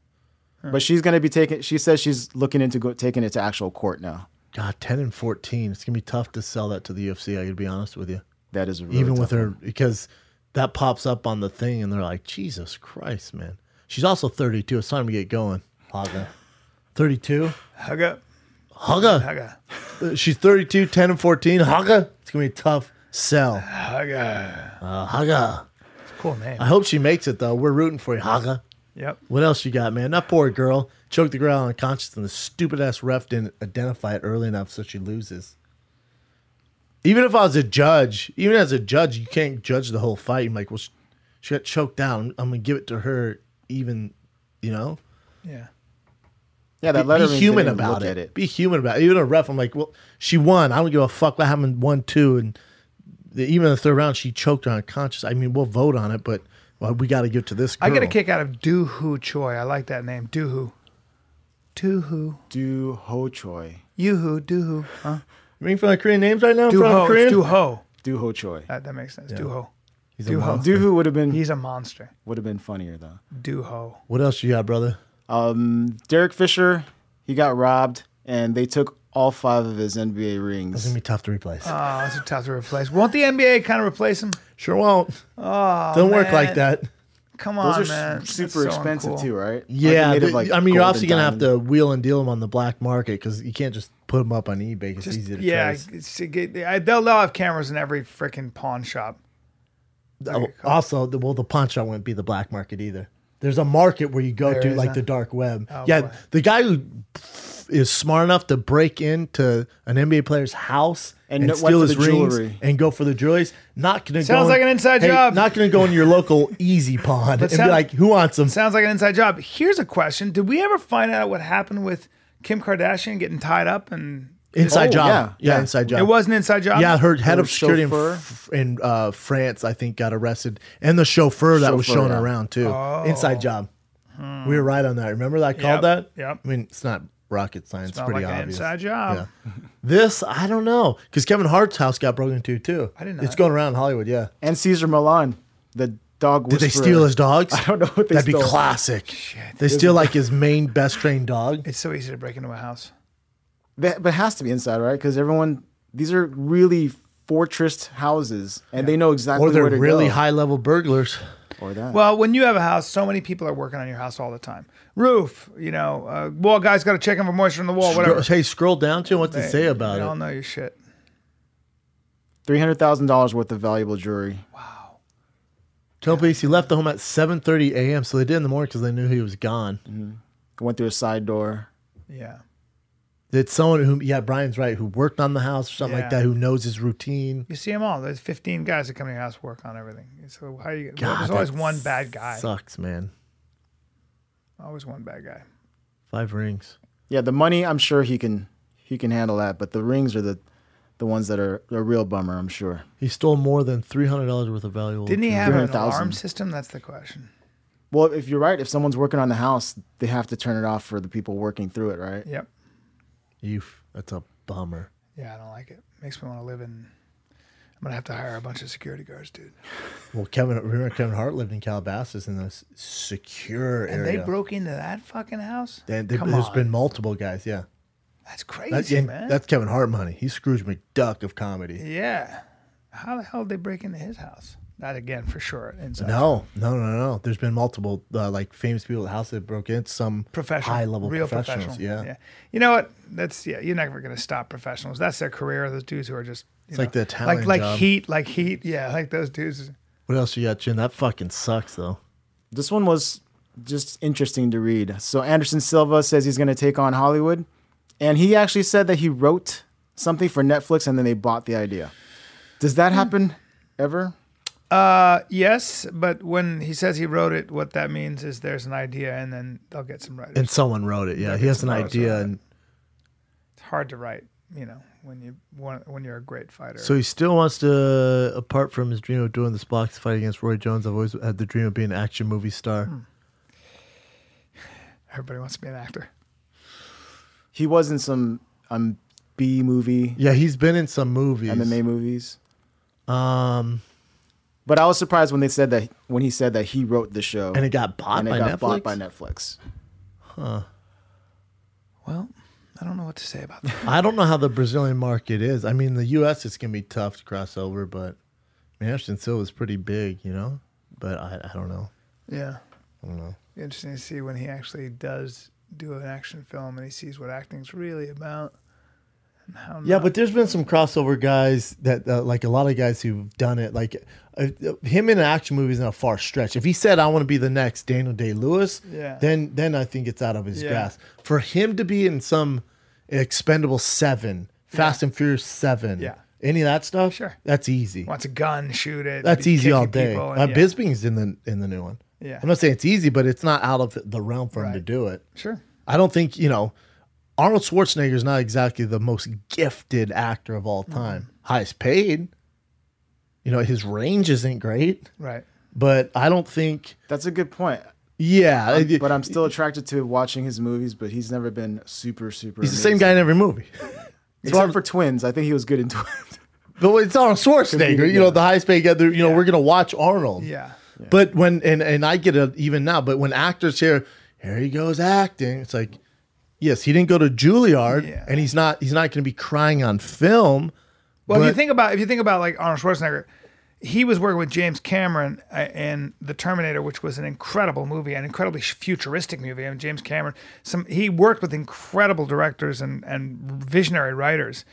But she's gonna be taking. She says she's looking into go, taking it to actual court now.
God, ten and fourteen. It's gonna be tough to sell that to the UFC. I gotta be honest with you.
That is a really
even with
tough
her because that pops up on the thing and they're like jesus christ man she's also 32 it's time to get going haga 32
hug up,
haga
hug up,
Uh, she's 32 10 and 14 haga it's gonna be a tough sell
hug up.
uh, haga
Cool name.
i hope she makes it though we're rooting for you haga
Yep.
what else you got man that poor girl choked the girl out unconscious and the stupid ass ref didn't identify it early enough so she loses even if I was a judge, even as a judge, you can't judge the whole fight. I'm like, well, she, she got choked out. I'm, I'm gonna give it to her, even, you know,
Yeah.
Yeah, that
be
letter.
human about it. Be human about it. Even a ref, I'm like, well, she won. I don't give a fuck what happened one, two, and the, even the third round, she choked her unconscious. I mean, we'll vote on it, but well, we got to give to this. Girl.
I get a kick out of Doohoo Choi. I like that name. Doohoo. Doohoo.
Do Ho Choi.
Yoo-hoo. Doohoo. Huh?
You making fun of Korean names right now? in front of
Dooho.
Korean?
It's Dooho.
Do Ho Choi.
That, that makes sense. Dooho.
He's a
Dooho.
monster.
Do who would have been
He's a monster.
would have been funnier though.
Dooho.
What else you got, brother?
Derek Fisher, he got robbed, and they took all five of his NBA
It's gonna
rings.
be tough to replace.
Oh, it's a tough to replace. Won't the NBA kind of replace him?
sure won't. don't work like
Ah, man.
that.
Come
Those
on,
are s-
man. That's
super
so
expensive
uncool.
too, right? Like, they
Yeah,
made of,
the-
like,
I mean, you're
gold
obviously
and
gonna have
diamond.
to wheel and deal them on the black market because you can't just put them up on eBay. It's easy to
yeah,
trace.
it's- it- I- they'll, they'll have cameras in every freaking pawn shop.
Oh, also, the, well, the pawn shop wouldn't be the black market either. There's a market where you go to,
is
like
a-
the dark web.
Oh,
yeah,
boy.
the guy who is smart enough to break into an NBA player's house
And
and,
no-
steal
went for
his
the
rings
jewelry.
and go for the jewelries, not gonna go
Sounds
in-
like an inside job.
Not gonna go in your local Easy Pawn and
sound-
be like, "Who wants them?"
Sounds like an inside job. Here's a question: Did we ever find out what happened with Kim Kardashian getting tied up and
Inside
Oh,
job.
yeah,
Yeah,
yeah.
inside job.
It was an inside job.
Yeah, her head
Her
of security in,
chauffeur.
f- in uh, France, I think, got arrested, and the chauffeur that was
Chauffeur,
showing
yeah.
around too. Inside job. We were right on that. Remember that I called
Yep,
that?
yep.
I mean, it's not rocket science. It's
Not
pretty
like an
obvious.
inside job.
Yeah. This I don't know because Kevin Hart's house got broken into too. I
didn't know
It's
that.
going around in Hollywood. Yeah.
And Caesar Milan, the dog.
Did they steal his dogs? I
don't know what they
That'd
stole.
be classic. They steal like his main best trained dog.
It's so easy to break into a house.
But but it has to be inside, right? Because everyone, these are really fortressed houses, and they know exactly
Or they're
where to
really
go.
high level burglars.
Or that.
Well, when you have a house, so many people are working on your house all the time. Roof, you know, uh, wall guy's got to check in for moisture on the wall, whatever.
Scroll- hey, scroll down to what they say about
They all
it.
know your shit.
Three hundred thousand dollars worth of valuable jewelry.
Tell police he left the home at 7:30 a.m. So they did in the morning because they knew he was gone.
Went through a side door.
Yeah.
It's someone who, yeah, Brian's right, who worked on the house or something
Yeah.
like that, who knows his routine.
You see them all. There's 15 guys that come to your house work on everything. So how you? well,
God,
there's always
that
one bad guy.
Sucks, man.
Always one bad guy.
Five rings.
Yeah, the money. I'm sure he can he can handle that, but the rings are the the ones that are a real bummer. I'm sure.
He stole more than three hundred dollars worth of valuable.
Didn't he have an
300,000.
alarm system? That's the question.
Well, if you're right, if someone's working on the house, they have to turn it off for the people working through it, right?
Yep.
You. That's a bummer.
Yeah, I don't like it. Makes me want to live in. I'm gonna have to hire a bunch of security guards, dude.
Well, Kevin, remember Kevin Hart lived in Calabasas in this secure
And
area.
they broke into that fucking house.
And there-
Come
there's
on.
been multiple guys. Yeah,
that's crazy,
That- and
man.
that's Kevin Hart money. He's Scrooge McDuck of comedy.
yeah. How the hell did they break into his house? Not again, for sure. Inside.
No, no, no, no. There's been multiple uh, like famous people at the house that broke in. Some
professional,
high level
real
professionals.
professional.
Yeah.
You know what? That's yeah. You're never gonna stop professionals. That's their career. Those dudes who are just you
It's like
know,
the Italian
like like
job.
heat, like heat. Yeah, like those dudes.
What else you got, Jim? That fucking sucks though.
This one was just interesting to read. So Anderson Silva says he's going to take on Hollywood, and he actually said that he wrote something for Netflix and then they bought the idea. Does that happen ever?
Uh, yes, but when he says he wrote it, what that means is there's an idea, and then they'll get some writers.
And someone wrote it. Yeah, he has an
someone else wrote
idea,
it.
and
It's hard to write, you know, when you when when you're a great fighter.
so he still wants to. Apart from his dream of doing this box fight against Roy Jones, I've always had the dream of being an action movie star.
Hmm. everybody wants to be an actor.
He was in some um, B movie,
Yeah, he's been in some movies.
MMA movies.
Um,
But I was surprised when they said that when he said that he wrote the show
and it got bought
and it
by
got
Netflix.
bought by Netflix.
Well, I don't know what to say about that.
I don't know how the Brazilian market is. I mean, the U.S. it's gonna be tough to cross over, but I mean, Ashton Silva is pretty big, you know. But I, I don't know.
yeah,
I don't know.
Be interesting to see when he actually does do an action film and he sees what acting's really about. And how
Yeah, but there's been some crossover guys that uh, like a lot of guys who've done it. Like uh, uh, him in an action movie is not a far stretch. If he said, "I want to be the next Daniel Day Lewis,"
Yeah.
then then I think it's out of his
Yeah.
grasp. For him to be in some Expendable Seven, Fast and Furious Seven,
Yeah.
any of that stuff,
Sure.
that's easy.
wants a gun, shoot it.
That's
be
easy all
kicking
day.
people,
Uh,
and yeah.
Bisping's in the in the new one.
Yeah.
I'm not saying it's easy, but it's not out of the realm for him to
Right.
do it.
Sure.
I don't think you know. Arnold Schwarzenegger is not exactly the most gifted actor of all time. Highest paid. You know his range isn't great,
Right.
but I don't think.
That's a good point.
Yeah, it-
But I'm still attracted to watching his movies, but he's never been super, super.
he's the same guy in every movie.
Except for Twins. I think he was good in Twins.
But it's Arnold Schwarzenegger. You know
yeah.
the highest paid guy. You know we're gonna watch Arnold.
Yeah.
But when and and I get it even now. But when actors hear, here he goes acting, it's like, yes, he didn't go to Juilliard,
Yeah.
and he's not he's not going to be crying on film.
Well, if you
But-
think about if you think about like Arnold Schwarzenegger, he was working with James Cameron uh, in The Terminator, which was an incredible movie, an incredibly sh- futuristic movie. I mean, James Cameron, some he worked with incredible directors and and visionary writers,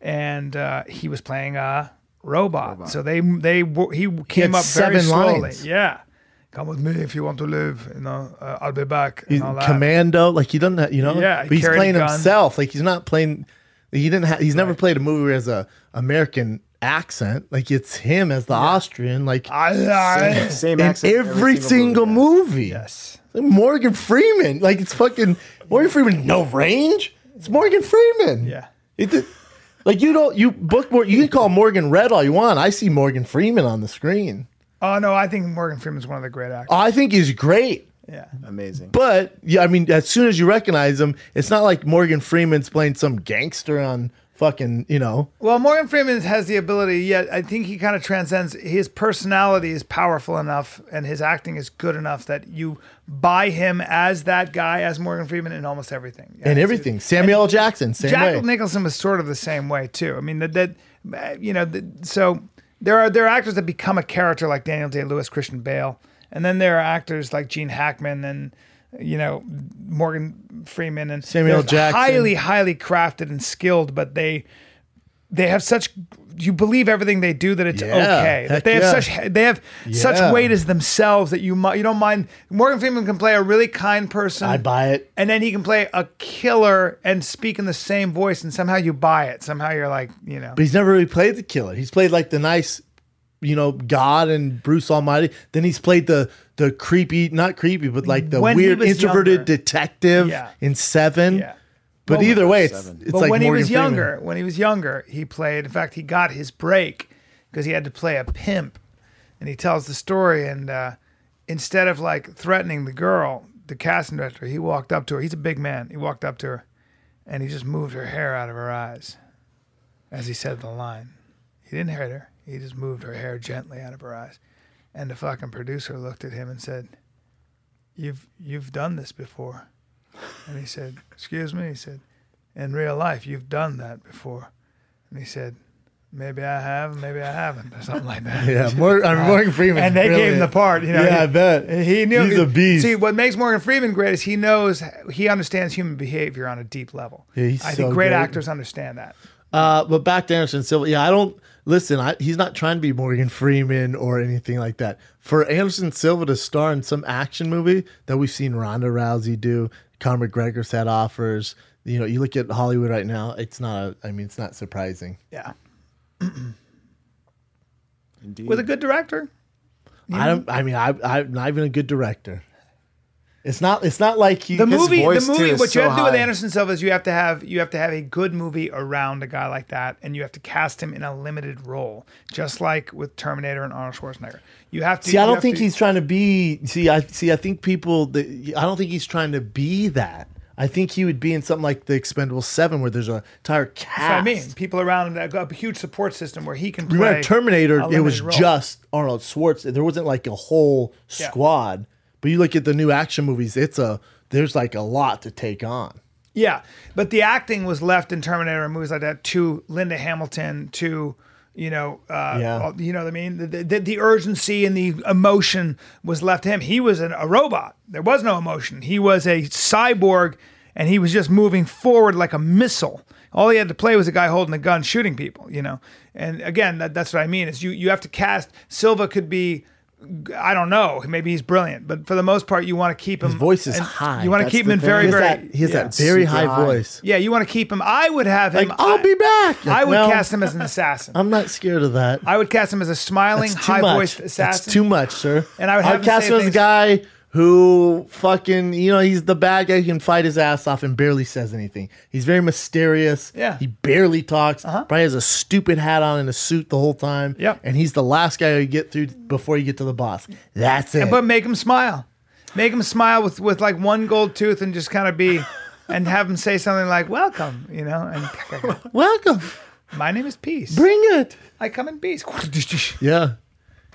and uh, he was playing a robot. So they they wo- he came
had
up
seven
very slowly.
lines.
Yeah, come with me if you want to live. You know, uh, I'll be back.
He's
and all that.
commando, like he doesn't, ha- you know.
Yeah, he
but he's
carried a
playing
gun.
himself. Like he's not playing. He didn't. Ha- he's never played a movie where he has a American accent. Like it's him as the Austrian. Like
I, I,
Same
in
accent.
every, single,
movie.
movie.
yes.
Like Morgan Freeman. Like it's fucking Morgan Freeman. No range. It's Morgan Freeman.
Yeah.
It did- like you don't you book more. You can call Morgan Red all you want. I see Morgan Freeman on the screen.
Oh no, I think Morgan Freeman's one of the great actors.
I think he's great.
Yeah.
Amazing.
But yeah, I mean, as soon as you recognize him, it's not like Morgan Freeman's playing some gangster on fucking, you know.
Well, Morgan Freeman has the ability. Yet I think he kind of transcends. His personality is powerful enough, and his acting is good enough that you buy him as that guy, as Morgan Freeman, in almost everything. Yeah,
and
it's-
everything. Samuel L. Jackson, same
Jack
way.
Nicholson was sort of the same way too. I mean that that you know the, so there are there are actors that become a character like Daniel Day Lewis, Christian Bale, and then there are actors like Gene Hackman and you know Morgan Freeman and
Samuel
they're
Jackson.
highly highly crafted and skilled, but they they have such you believe everything they do that it's
Yeah,
okay
heck
that they have
yeah.
such they have
Yeah.
such weight as themselves that you mi- you don't mind Morgan Freeman can play a really kind person
I buy it.
and then he can play a killer and speak in the same voice, and somehow you buy it. Somehow you're like, you know,
But he's never really played the killer. He's played like the nice, you know, God and Bruce Almighty. Then he's played the the creepy, not creepy, but like the
When he
weird
was
introverted
younger.
detective
Yeah.
in Seven.
yeah.
But
Well,
either way, it's, it's
but
like
when
Morgan
he was
Freeman.
younger, when he was younger, he played. In fact, he got his break because he had to play a pimp, and he tells the story. And uh, instead of like threatening the girl, the casting director, he walked up to her. He's a big man. He walked up to her, and he just moved her hair out of her eyes, as he said the line. He didn't hurt her. He just moved her hair gently out of her eyes. And the fucking producer looked at him and said, "You've you've done this before." And he said, "Excuse me." He said, "In real life, you've done that before." And he said, "Maybe I have, maybe I haven't, or something like that."
Yeah, Mor- I mean, Morgan Freeman.
And they gave him the part. You know,
yeah,
he,
I bet
he knew
he's a beast.
See, what makes Morgan Freeman great is he knows he understands human behavior on a deep level.
Yeah, he's
I
so
think great,
great.
actors understand that.
Uh, but back to Anderson Silva, yeah, I don't listen. I, he's not trying to be Morgan Freeman or anything like that. For Anderson Silva to star in some action movie that we've seen Ronda Rousey do, Conor McGregor's had offers. You know, you look at Hollywood right now; it's not. A, I mean, it's not surprising.
Yeah,
Indeed.
with a good director.
I don't. I mean, I, I'm not even a good director. It's not. It's not like he.
The movie, the
voice,
movie.
too, is
What you
so
have to do with
high.
Anderson Silva is you have to have you have to have a good movie around a guy like that, and you have to cast him in a limited role, just like with Terminator and Arnold Schwarzenegger. You have to.
See, I
you
don't
have
think
to-
he's trying to be. See, I see. I think people. The, I don't think he's trying to be that. I think he would be in something like the Expendable Seven, where there's an entire
That's what I
cast.
mean, people around him that got a huge support system where he can. Play
Remember
a
Terminator? It was
limited role.
just Arnold Schwarzenegger. There wasn't like a whole
Yeah.
squad. But you look at the new action movies. It's a there's like a lot to take on.
Yeah, but the acting was left in Terminator and movies like that to Linda Hamilton to you know uh
Yeah.
all- you know what I mean the, the the urgency and the emotion was left to him. He was an, a robot. There was no emotion. He was a cyborg and he was just moving forward like a missile. All he had to play was a guy holding a gun shooting people, you know. And again, that, that's what I mean is you you have to cast Silva could be I don't know. Maybe he's brilliant, but for the most part, you want to keep him. His
voice is high.
You want to
That's
keep him
the
in
thing.
very,
He has
very.
that, he has
yeah,
that very
super
high,
high.
voice.
Yeah, you want to keep him. I would have him.
Like I'll
I-
be back.
I would
Well,
cast him as an assassin. i
I'm not scared of that.
would cast him as a smiling,
That's too
high voiced
much.
assassin.
That's too much, sir.
And I would have him
cast
say
him as a
things-
guy who fucking you know he's the bad guy who can fight his ass off and barely says anything. He's very mysterious.
Yeah. Uh-huh.
he barely talks. Probably has a stupid hat on and a suit the whole time.
Yep.
and he's the last guy you get through before you get to the boss. That's it.
But make him smile. Make him smile with, with like one gold tooth and just kind of be, and have him say something like, welcome, you know, and
Welcome,
my name is Peace.
bring it.
I come in peace.
Yeah,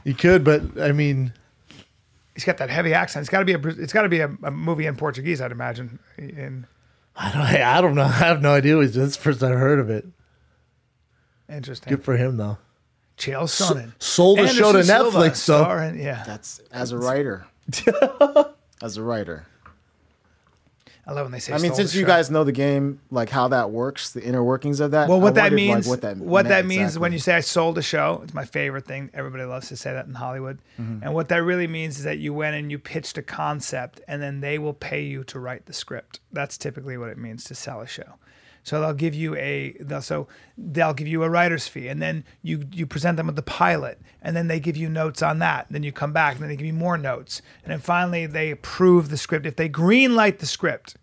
you could, but I mean,
He's got that heavy accent. It's got to be a, Bra- it's got to be a, a movie in Portuguese, I'd imagine. In,
I don't. I don't know. I have no idea. It was just the first I heard of it.
interesting.
Good for him though.
Chael Sonnen.
Sold the show to
Anderson Silva,
Netflix though.
starring- yeah.
That's as a writer. as a writer.
I love when they say
I mean,
stole
since
the
you
show.
guys know the game, like how that works, the inner workings of that.
Well,
I
what that
wondered,
means,
like, what that meant
means is when you
exactly.
say I sold a show, it's my favorite thing. Everybody loves to say that in Hollywood.
Mm-hmm.
And what that really means is that you went and you pitched a concept, and then they will pay you to write the script. That's typically what it means to sell a show. So they'll give you a they'll, so they'll give you a writer's fee, and then you you present them with the pilot, and then they give you notes on that. Then you come back, and then they give you more notes, and then finally they approve the script. If they green light the script,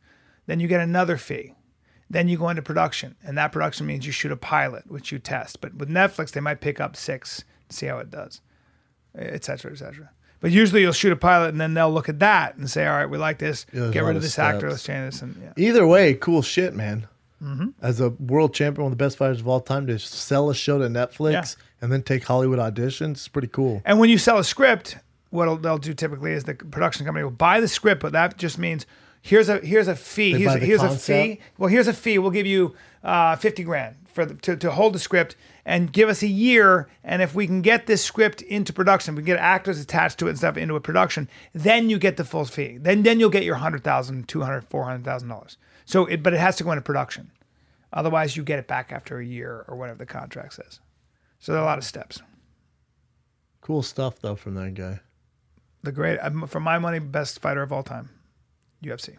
then you get another fee Then you go into production, and that production means you shoot a pilot, which you test. But with Netflix, they might pick up six, see how it does, et cetera, et cetera. But usually you'll shoot a pilot, and then they'll look at that and say, all right, we like this,
there's a
get rid
lot
of
of
this actor,
steps.
let's change this. And, yeah.
Either way, cool shit, man.
Mm-hmm.
As a world champion, one of the best fighters of all time, to sell a show to Netflix
Yeah.
and then take Hollywood auditions, it's pretty cool.
And when you sell a script, what they'll do typically is the production company will buy the script, but that just means here's a here's a fee.
They
here's
buy
a,
the
here's a fee.
concept?
Well, here's a fee. We'll give you uh, fifty grand for the, to to hold the script and give us a year. And if we can get this script into production, we can get actors attached to it and stuff into a production. Then you get the full fee. Then then you'll get your hundred thousand, two hundred, four hundred thousand dollars. So, it, but it has to go into production. Otherwise, you get it back after a year or whatever the contract says. So there are a lot of steps.
Cool stuff though from that guy.
the great um, for my money best fighter of all time ufc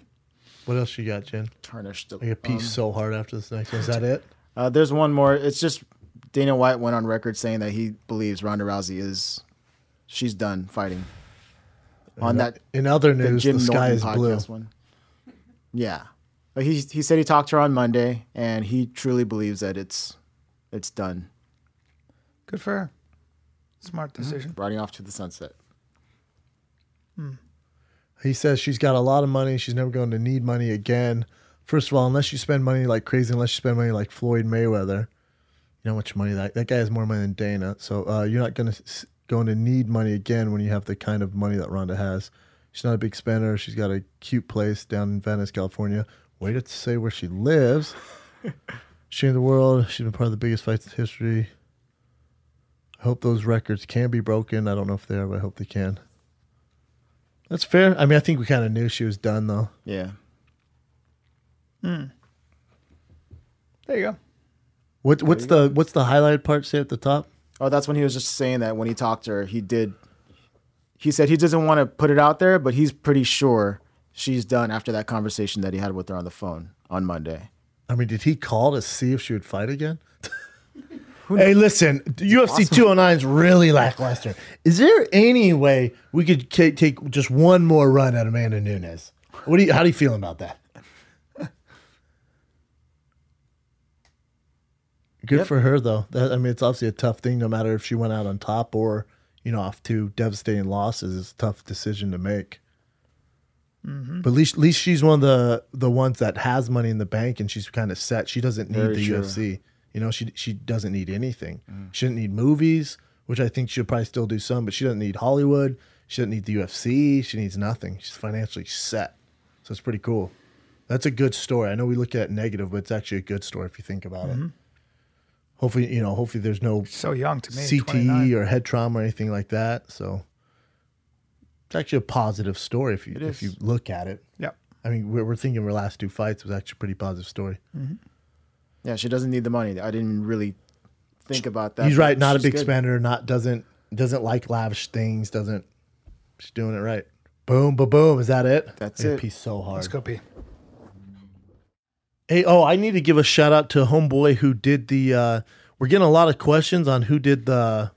What else you got, Jen?
Tarnished.
I get peace so hard after this next one. Is that it?
Uh, there's one more. It's just Dana White went on record saying that he believes Ronda Rousey is she's done fighting. On that
In other
the
news, the,
Jim
sky
Norton
is blue.
podcast one. Yeah, but he he said he talked to her on Monday, and he truly believes that it's it's done,
good for her smart
Mm-hmm.
decision
riding off to the sunset.
He says she's got a lot of money. She's never going to need money again. First of all, unless you spend money like crazy, unless you spend money like Floyd Mayweather, you know how much money that that guy has more money than Dana. So uh, you're not going to going to need money again when you have the kind of money that Rhonda has. She's not a big spender. She's got a cute place down in Venice, California. Way to say where she lives. she in the world. She's been part of the biggest fights in history. I hope those records can be broken. I don't know if they are, but I hope they can. That's fair. I mean, I think we kind of knew she was done, though.
Yeah,
there you go
What, what's the what's the highlight part say at the top?
Oh, that's when he was just saying that when he talked to her, he did. He said he doesn't want to put it out there, but he's pretty sure she's done after that conversation that he had with her on the phone on Monday.
I mean, did he call to see if she would fight again? hey, listen, UFC 209 is oh really lackluster. Is there any way we could ca- take just one more run at Amanda Nunes? What do you? How do you feel about that? Good for her, though. That, I mean, it's obviously a tough thing, no matter if she went out on top or you know off two devastating losses. It's a tough decision to make.
Mm-hmm.
But at least, at least she's one of the the ones that has money in the bank, and she's kind of set. She doesn't need
Very
the
true. Mm.
UFC. You know, she she doesn't need anything. She doesn't need movies, which I think she'll probably still do some, but she doesn't need Hollywood. She doesn't need the UFC. She needs nothing. She's financially set, so it's pretty cool. That's a good story. I know we look at it negative, but it's actually a good story if you think about
Mm-hmm.
it. Hopefully, you know, hopefully there's no
so young to me
CTE
29.
or head trauma or anything like that. So it's actually a positive story if you if you look at it.
yep
I mean, we're, we're thinking her last two fights was actually a pretty positive story.
Yeah, she doesn't need the money. I didn't really think about that.
He's
but
right, not a
she's
big
good.
spender, not doesn't doesn't like lavish things, doesn't. She's doing it right. Boom, ba boom. Is that it?
That's
I
it.
Peace so hard.
let's go pee
Hey, oh, I need to give a shout out to homeboy who did the. Uh, we're getting a lot of questions on who did the,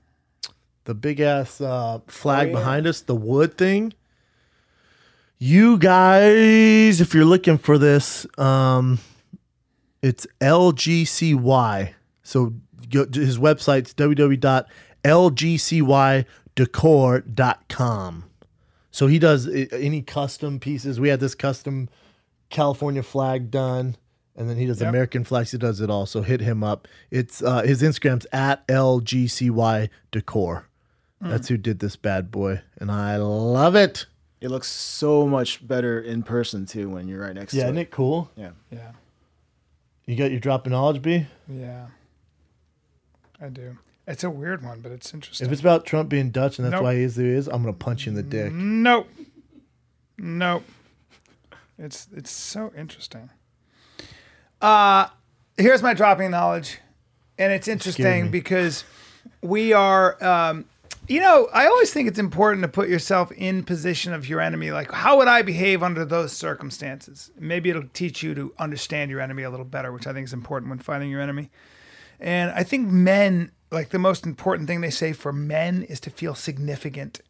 the big ass uh, flag behind us, the wood thing. You guys, if you're looking for this, um, it's LGCY. So go, his website's www.lgcydecor.com. So he does uh, any custom pieces. We had this custom California flag done, and then he does American flags. He does it all. So hit him up. It's uh, his Instagram's at lgcy decor. That's who did this bad boy, and I love it.
It looks so much better in person too when you're right next
Yeah,
to
isn't
it.
it cool?
Yeah,
yeah
You got your drop in knowledge, B.
yeah i do it's a weird one but it's interesting
If it's about Trump being Dutch and that's
Nope. Mm-hmm.
why he is who he is, I'm gonna punch you in the dick.
nope nope it's it's so interesting uh here's my dropping knowledge and it's interesting
me.
because we are um you know i always think it's important to put yourself in position of your enemy like how would i behave under those circumstances maybe it'll teach you to understand your enemy a little better which i think is important when fighting your enemy and i think men like the most important thing they say for men is to feel significant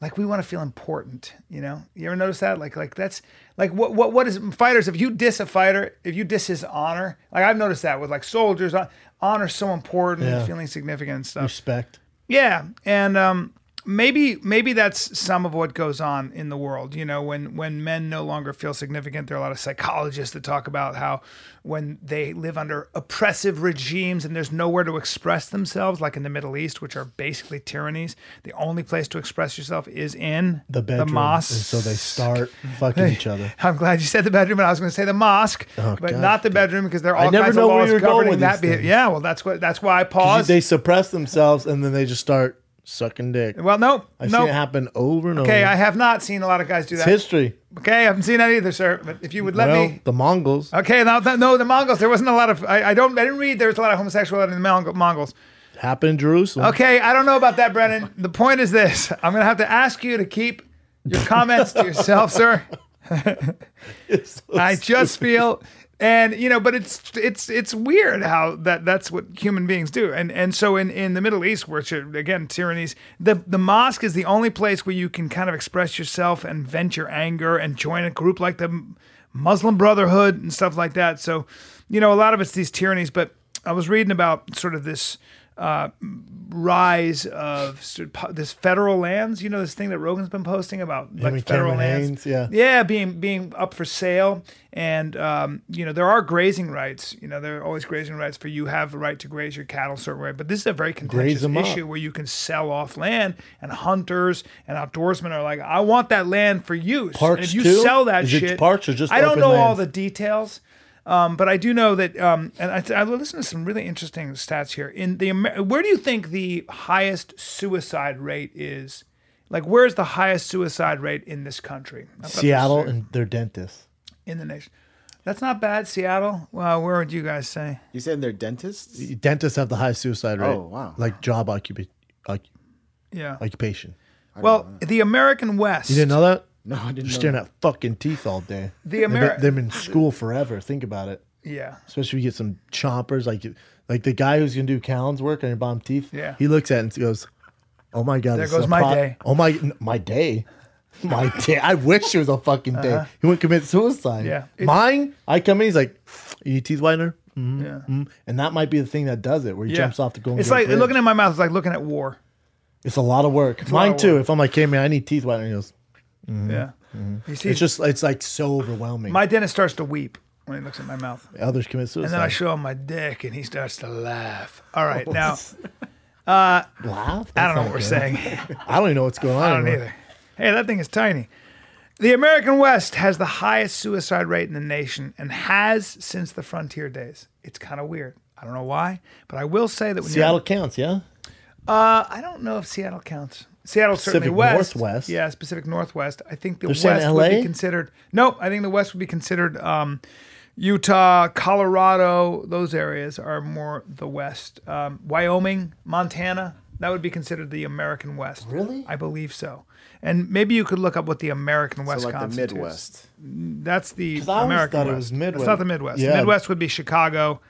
like we want to feel important, you know. You ever notice that? Like, like that's like what what what is fighters? If you diss a fighter, if you diss his honor, like I've noticed that with like soldiers, hon- honor's so important,
Yeah.
feeling significant and stuff.
Respect.
Yeah, and um, maybe maybe that's some of what goes on in the world. You know, when when men no longer feel significant, there are a lot of psychologists that talk about how when they live under oppressive regimes and there's nowhere to express themselves, like in the Middle East, which are basically tyrannies, the only place to express yourself is in
The bedroom.
the mosque.
And so they start fucking each other.
I'm glad you said the bedroom, and I was going to say the mosque,
Oh,
but
God.
not the bedroom because there are all
never
kinds
know
of
where
laws
you're going
governing
with
that.
these
behavior.
things.
yeah, well, that's what that's why I paused.
They suppress themselves and then they just start sucking dick.
well, no,
I've
no.
seen it happen over and over.
Okay, I have not seen a lot of guys do
Oh. it's
that.
history.
okay, I haven't seen that either, sir. But if you would let
well,
me. Uh,
the Mongols.
Okay, now th- no, the Mongols. There wasn't a lot of. I, I don't. I didn't read. There was a lot of homosexuality in the Mong- Mongols.
happened in Jerusalem.
Okay, I don't know about that, Brennan. The point is this: I'm gonna have to ask you to keep your comments to yourself, sir. I just feel, and you know, but it's it's it's weird how that that's what human beings do, and and so in in the Middle East, which are again tyrannies, the the mosque is the only place where you can kind of express yourself and vent your anger and join a group like the Muslim Brotherhood and stuff like that. So, you know, a lot of it's these tyrannies, but I was reading about sort of this uh, rise of sort of po- this federal lands. You know this thing that Rogan's been posting about like
and
federal
Cameron
lands.
Haynes, yeah.
yeah, being being up for sale, and um, you know there are grazing rights. You know there are always grazing rights for you have the right to graze your cattle a certain way, but this is a very contentious
'em up.
issue where you can sell off land, and hunters and outdoorsmen are like, I want that land for use.
Parks
and if you
too?
sell that
Is it
shit,
parks or just
I don't
open
know all
lands?
the details. Um, but I do know that, um, and I, I listened to some really interesting stats here. In the Amer- where do you think the highest suicide rate is? Like, where's the highest suicide rate in this country? I thought this
Seattle
was-
and their dentists.
in the nation. That's not bad, Seattle. Well, where would you guys say?
You said they're dentists?
Dentists have the highest suicide rate.
Oh, wow.
Like job occupa- oc-
Yeah.
occupation.
well, the American West.
You didn't know that?
No, I didn't
You're
know
staring
that.
at fucking teeth all day.
The
They've been-
Ameri-
They've been in school forever. Think about it.
Yeah.
Especially if you get some chompers, like you- like the guy who's gonna do Callan's work on your bottom teeth.
Yeah.
He looks at it and goes, "Oh my god,
There
this is
goes
a
my day.
Oh my n- my day." My day. I wish it was a fucking day. He wouldn't commit suicide.
Uh-huh. Yeah. It-
Mine, I come in, he's like, You need teeth whitener? Mm,
Yeah.
mm. And that might be the thing that does it, where he
Yeah.
jumps off the golden
It's
Gate
like
Bridge.
looking at my mouth is like looking at war.
It's a lot of work.
a lot
Mine
of
too.
work.
If I'm like, hey man, I need teeth whitener, he goes,
Yeah. You see,
Mm-hmm. it's just it's like so overwhelming.
my dentist starts to weep when he looks at my mouth.
Others commit suicide.
And then I show him my dick, and he starts to laugh. All right, now
laugh.
I don't know what we're saying.
I don't even know what's going on.
I don't
anymore.
either. Hey, that thing is tiny. The American West has the highest suicide rate in the nation and has since the frontier days. It's kind of weird. I don't know why, but I will say that when you're-
Seattle counts, yeah.
uh, I don't know if Seattle counts. Seattle certainly
Pacific
West.
Northwest.
Yeah, Pacific Northwest. I think the
They're
West
saying
would be
LA?
considered. No, I think the West would be considered um, Utah, Colorado. Those areas are more the West. Um, Wyoming, Montana. That would be considered the American West.
Really?
I believe so. And maybe you could look up what the American West
So like the
constitutes.
Midwest.
That's the
'Cause I always
American
thought it
West.
was
That's
Midwest.
not the Midwest.
Yeah.
Midwest would be Chicago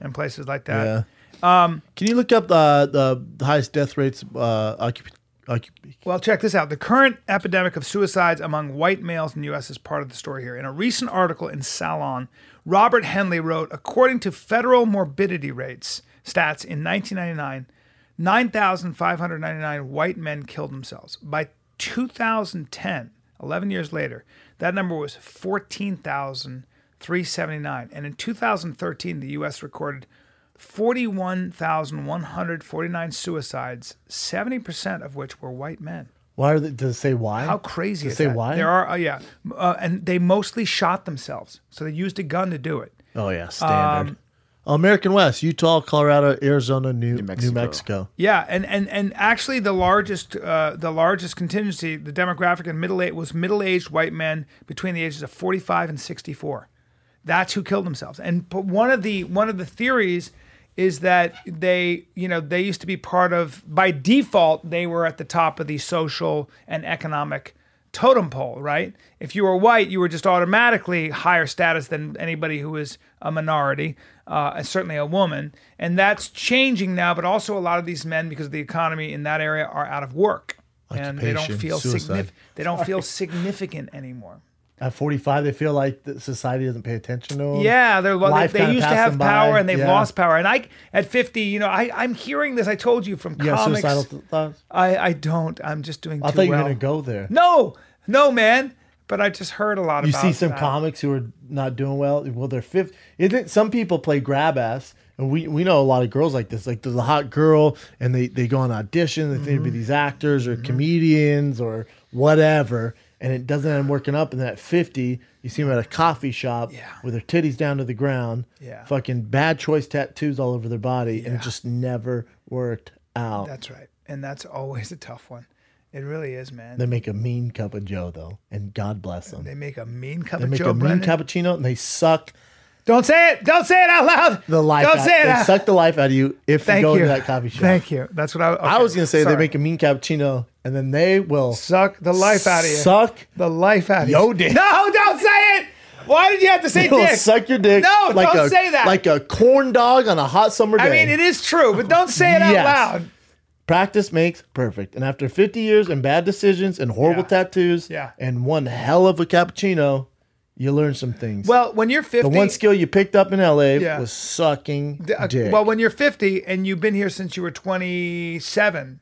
and places like that.
Yeah. Can you look up uh, the the highest death rates? Uh, occup- occup-
Well, check this out. The current epidemic of suicides among white males in the U.S. is part of the story here. In a recent article in Salon, Robert Henley wrote According to federal morbidity rates stats in 1999, 9,599 white men killed themselves. By 2010, 11 years later, that number was 14,379. And in 2013, the U.S. recorded 41,149 suicides, 70% of which were white men.
why are they, does it say why?
How crazy
Does
is
it say
that?
why?
There are, uh, yeah. Uh, and they mostly shot themselves. So they used a gun to do it.
oh yeah, standard.
um,
American West, Utah, Colorado, Arizona, New New Mexico.
Mexico.
Yeah, and and and actually, the largest uh, the largest contingency, the demographic in middle age was middle aged white men between the ages of forty five and sixty four. That's who killed themselves. And but one of the one of the theories is that they you know they used to be part of by default they were at the top of the social and economic totem pole, right? If you were white, you were just automatically higher status than anybody who is a minority, uh, and certainly a woman. And that's changing now, but also a lot of these men, because of the economy in that area, are out of work. and they don't
Occupation,
feel
suicide.
significant. They don't feel significant anymore.
At 45, they feel like that society doesn't pay attention to them.
Yeah, they're lo- they,
Life
they
kinda
used to
passed
have
them by.
power and they've
Yeah.
lost power. And I at 50, you know, I I'm hearing this. I told you from
Yeah,
comics.
suicidal th- thoughts.
I I don't. I'm just doing.
I
too
thought you were
well.
gonna go there.
No, no, man. But I just heard a lot
you
about.
see some
that.
comics who are not doing well. Well, they're fifth. Isn't some people play grab ass? And we, we know a lot of girls like this. Like there's a hot girl, and they, they go on audition. They think
Mm-hmm.
to be these actors or comedians or whatever, and it doesn't end up working up. And then at fifty, you see them at a coffee shop
Yeah.
with their titties down to the ground,
Yeah.
fucking bad choice tattoos all over their body, and it just never worked out.
That's right, and that's always a tough one. It really is, man.
they make a mean cup of Joe though, and God bless them.
they make a mean cup
They
of
make
Joe
a mean
Brennan.
cappuccino, and they suck
Don't say it. Don't say it out loud.
the life.
Don't
out,
say it.
They
out.
suck the life out of you if
Thank
you go
you.
to that coffee shop.
Thank you. That's what I. okay,
I was gonna say
sorry.
they make a mean cappuccino, and then they will
suck the life out of you.
Suck.
the life out of
Yo
you.
dick.
No, don't say it. Why did you have to say
They will
dick?
suck your dick.
No,
like
don't
a,
say that.
Like a corn dog on a hot summer day.
I mean, it is true, but don't say it out
Yes.
loud.
Practice makes perfect. And after 50 years and bad decisions and horrible
Yeah.
tattoos
Yeah.
and one hell of a cappuccino, you learn some things.
Well, when you're 50,
the one skill you picked up in LA
Yeah.
was sucking
uh,
dick.
well, when you're 50 and you've been here since you were 27,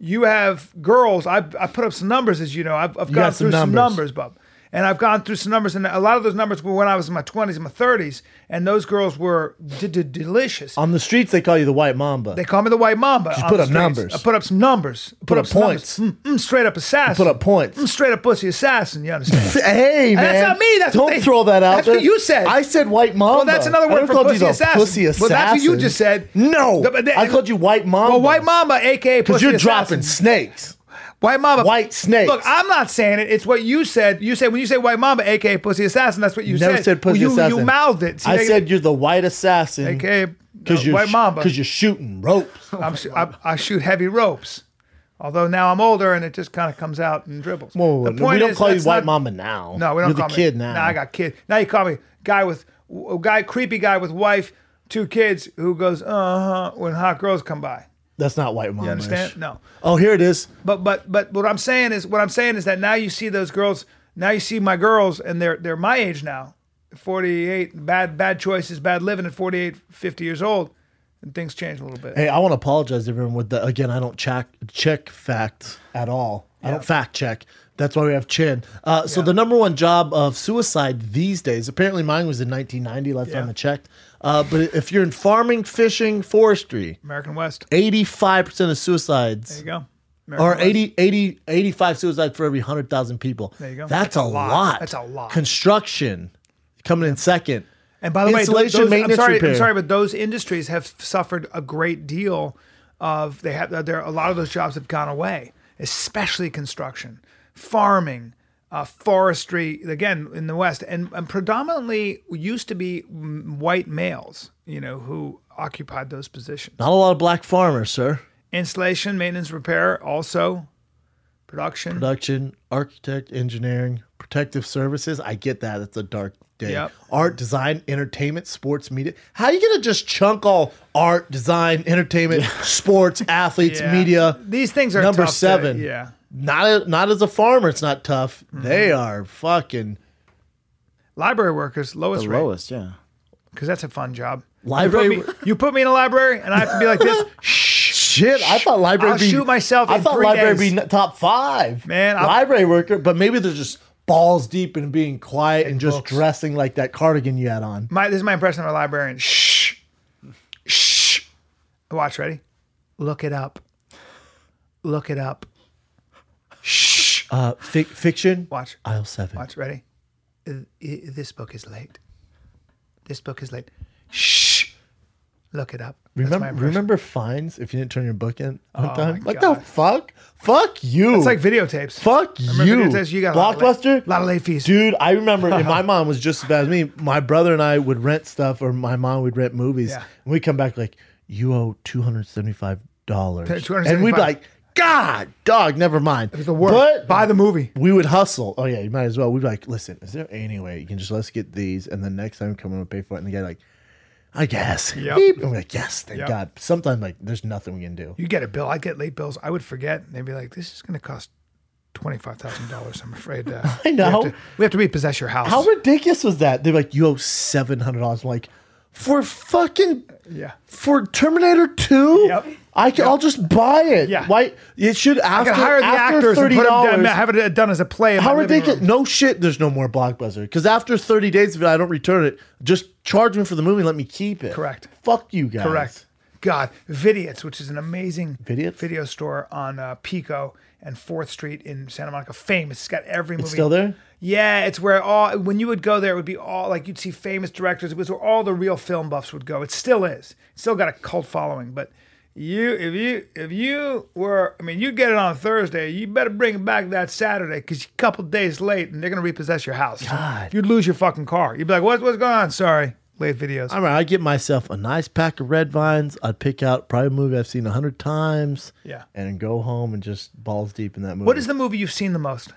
you have girls. I, I put up some numbers, as you know. I've, I've gone
got some
through some
numbers.
numbers, Bob. And I've gone through some numbers, and a lot of those numbers were when I was in my 20s and my 30s, and those girls were d- d- delicious.
On the streets, they call you the white mamba.
They call me the White Mamba. She
put up numbers.
I put up some numbers. Put,
up
up, some
points.
numbers. Mm, mm, straight up assassin.
put up points.
Mm, straight up pussy assassin. You understand?
Hey man,
that's not me, that's
don't
what they-
throw that out
that's
there.
what you said.
I said white mom.
well, that's another word for pussy assassin. Well, that's what you just said.
No,
The- but the-
I called you white mom.
Well, White Mamba, aka
because
pussy
you're
assassin.
dropping snakes.
White Mamba,
white snakes.
Look, I'm not saying it. It's what you said. You said when you say White Mamba, aka pussy assassin. That's what you
Never
said.
said pussy
Well, you,
assassin.
You mouthed it. See,
I
they-
said you're the white assassin.
aka
because
uh,
you're
White Mamba.
because you're shooting ropes.
I'm, sh- I, I shoot heavy ropes. Although now I'm older and it just kind of comes out and dribbles.
Whoa,
The
we
point
don't
is,
call you
let's
white
not-
mama now.
No, we don't
You're
call
the
me
kid now.
Now I got kid. Now you call me guy with w- guy creepy guy with wife, two kids who goes uh huh when hot girls come by.
That's not white mama.
You understand? No.
Oh, here it is.
But but but what I'm saying is what I'm saying is that now you see those girls. Now you see my girls and they're they're my age now, 48. Bad bad choices, bad living at 48, 50 years old, and things change a little bit.
Hey, I want to apologize to everyone with the again. I don't check check facts at all. I don't fact check. That's why we have Chin. Uh, so the number one job of suicide these days, apparently mine was in 1990. Last time I checked. Uh, but if you're in farming, fishing, forestry,
American West.
85 percent of
There
suicides
you go. American
or
West.
80, 80, 85 suicides for every hundred thousand people. There
you go.
That's,
That's
a,
a
lot.
lot. That's a lot.
Construction coming in second.
And by the way,
Installation,
those,
maintenance,
I'm sorry,
repair.
I'm sorry, but those industries have suffered a great deal of they have there a lot of those jobs have gone away, especially construction, farming, uh, forestry. Again, in the West, and, and predominantly used to be mm, white males, you know, who occupied those positions.
Not a lot of black farmers, sir.
Installation, maintenance, repair, also production.
production, architect, engineering, protective services. I get that. It's a dark day.
Yep.
Art, design, entertainment, sports, media. How you going to just chunk all art, design, entertainment, sports, athletes,
Yeah.
media?
These things are
number
tough to-
seven.
yeah.
Not, a, not as a farmer, it's not tough.
Mm-hmm.
They are fucking
Library workers, lowest
The
rate.
lowest, yeah.
because that's a fun job.
Library-
You put, me, you put me in a library, and I have to be like this. Shh,
shit. I thought library.
I'll
be-
shoot myself
I
in
thought
three
library
days.
be n- top five.
Man, I'm-
library worker, but maybe they're just balls deep and being quiet and just
books.
dressing like that cardigan you had on.
my this is my impression of a librarian. Shh, shh. Watch, ready? Look it up. Look it up. Shh.
Uh, fic- fiction.
Watch.
Aisle seven.
Watch, ready? Uh, i- This book is late. This book is late. Shh. Look it up. That's my
Remember,
impression. Oh
remember fines if you didn't turn your book in one time?
my
What the
God.
fuck? Fuck you.
It's like videotapes.
Fuck
Remember
you.
videotapes? You got a lot of late-
Blockbuster?
lot of late fees.
Dude, I remember, and my mom was just as bad as me. My brother and I would rent stuff, or my mom would rent movies.
Yeah.
And we'd come back like, you owe $275. And we'd
$275.
be like, God, dog, never mind. It was
the worst.
But
Buy the movie.
we would hustle. Oh, yeah, you might as well. We'd be like, listen, is there any way you can just let's get these, and the next time come and we'll pay for it? And the guy like, I guess.
Yep.
Beep. I'm like, yes, thank
Yep.
God. Sometimes like there's nothing we can do.
You get a bill. I get late bills. I would forget. And they'd be like, this is going to cost $25,000. I'm afraid. Uh,
I
We
know.
have, to, we have to repossess your house.
How ridiculous was that? They're like, you owe seven hundred dollars. I'm like, for fucking
Yeah.
for Terminator Two.
Yep.
I can, I'll just buy it.
Yeah.
Why? It should after
I can hire the
after
actors and
thirty
put them down,
dollars.
have it done as a play. in
How
my living
ridiculous!
room.
No shit. There's no more blockbuster because after thirty days if I don't return it, just charge me for the movie. and Let me keep it.
Correct.
Fuck you guys.
Correct. God, Vidiots, which is an amazing
Vidiot's?
video store on uh, Pico and Fourth Street in Santa Monica. Famous. It's got every movie.
Still there?
Yeah, it's where all when you would go there, it would be all like you'd see famous directors. It was where all the real film buffs would go. It still is. It's still got a cult following, but you if you if you were I mean you get it on Thursday, you better bring it back that Saturday because you're a couple days late and they're gonna repossess your house.
God.
You'd lose your fucking car. You'd be like, what, what's going on? Sorry, late videos.
All right, I get myself a nice pack of red vines. I'd pick out probably a movie I've seen a hundred times.
Yeah.
And go home and just balls deep in that movie.
What is the movie you've seen the most?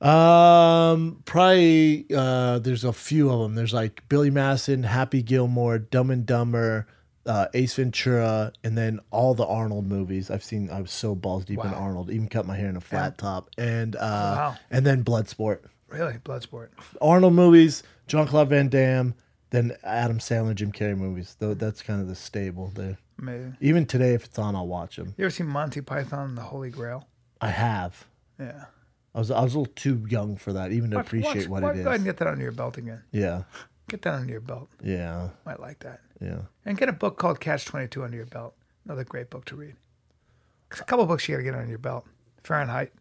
Um, probably uh, there's a few of them. There's like Billy Madison, Happy Gilmore, Dumb and Dumber, uh, Ace Ventura, and then all the Arnold movies. I've seen. I was so balls deep in Arnold. Even cut my hair in a flat top, and uh,
Oh, Wow.
and then Bloodsport.
Really, Bloodsport.
Arnold movies, John Claude Van Damme, then Adam Sandler, Jim Carrey movies. Though that's kind of the stable there.
Amazing.
Even today, if it's on, I'll watch them.
You ever seen Monty Python and the Holy Grail?
I have.
Yeah.
I was I was a little too young for that, even to
Watch-
appreciate
watch-
what
Go ahead
it
and
is.
get that under your belt again.
Yeah,
Get that under your belt.
yeah,
Might like that.
yeah.
And get a book called Catch 22 under your belt. Another great book to read. 'Cause A couple books you got to get under your belt. Fahrenheit.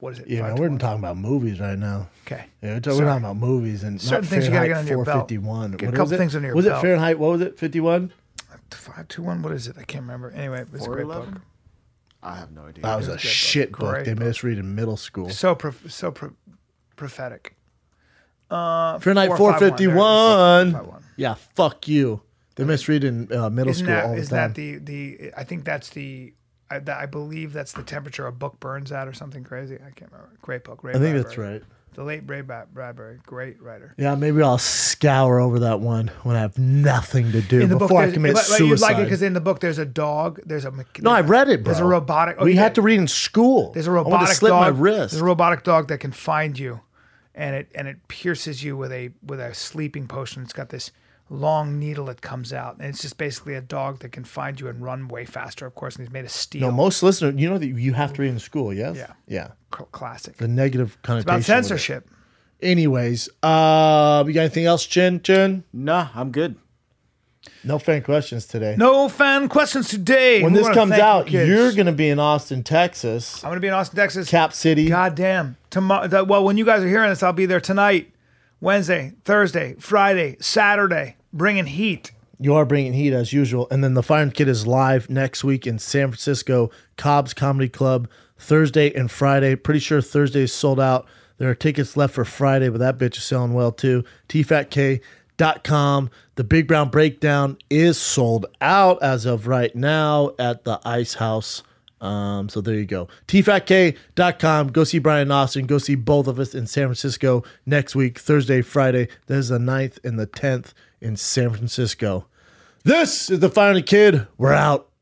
What is it?
Yeah, man, we're not talking about movies right now.
Okay.
Yeah, we're, talking, we're
Sorry.
talking about movies and
Certain
not
things you gotta get
Fahrenheit
on your belt.
451.
Get a
What
couple
was it?
things on your
Was
belt.
it Fahrenheit? What was it? 51?
Five, two, one. What is it? I can't remember. Anyway, it was a great book.
411? I have no idea.
That was a shit book.
Great
They
book.
misread in middle school.
So, prof- so pro- prophetic. uh,
Fahrenheit 451.
451. 451.
Yeah, fuck you. They misread in uh, middle
Isn't
school
that
all the
is
time.
that the the? I think that's the. I, that, I believe that's the temperature a book burns at or something crazy. I can't remember. Great book. Ray
I think
Bradbury.
that's right.
The late Ray Ba- Bradbury, great writer.
Yeah, maybe I'll scour over that one when I have nothing to do before I
there's-
commit
but- but
suicide.
You like it because in the book there's a dog. There's a mech-
no, I read it, bro.
There's a robotic. oh,
we
you
had
did.
to read in school.
There's a
I wanted
robotic
to slip
dog.
my wrist.
There's a robotic dog that can find you, and it and it pierces you with a with a sleeping potion. It's got this long needle that comes out, and it's just basically a dog that can find you and run way faster. Of course, and he's made of steel.
no, most listeners, you know that you have to read in school, yes?
Yeah.
Yeah.
Cl- classic.
The negative connotation.
About
with it.
censorship.
Anyways, uh, you got anything else, Jen? Jen?
Nah, I'm good.
No fan questions today.
No fan questions today.
When
We
this
wanna
comes
thank you
out,
kids.
you're going to be in Austin, Texas,
I'm gonna be in Austin, Texas.
Cap City.
God damn. Tomorrow. That, well, when you guys are hearing this, I'll be there tonight, Wednesday, Thursday, Friday, Saturday, bringing heat.
You are bringing heat as usual. And then the Fire Kid is live next week in San Francisco, Cobb's Comedy Club, Thursday and Friday. Pretty sure Thursday is sold out. There are tickets left for Friday, but that bitch is selling well too. TFATK.com. The Big Brown Breakdown is sold out as of right now at the Ice House. Um, so there you go. TFATK.com. Go see Brian Austin. Go see both of us in San Francisco next week, Thursday, Friday. There's the 9th and the 10th in San Francisco. This is the Final Kid. We're out.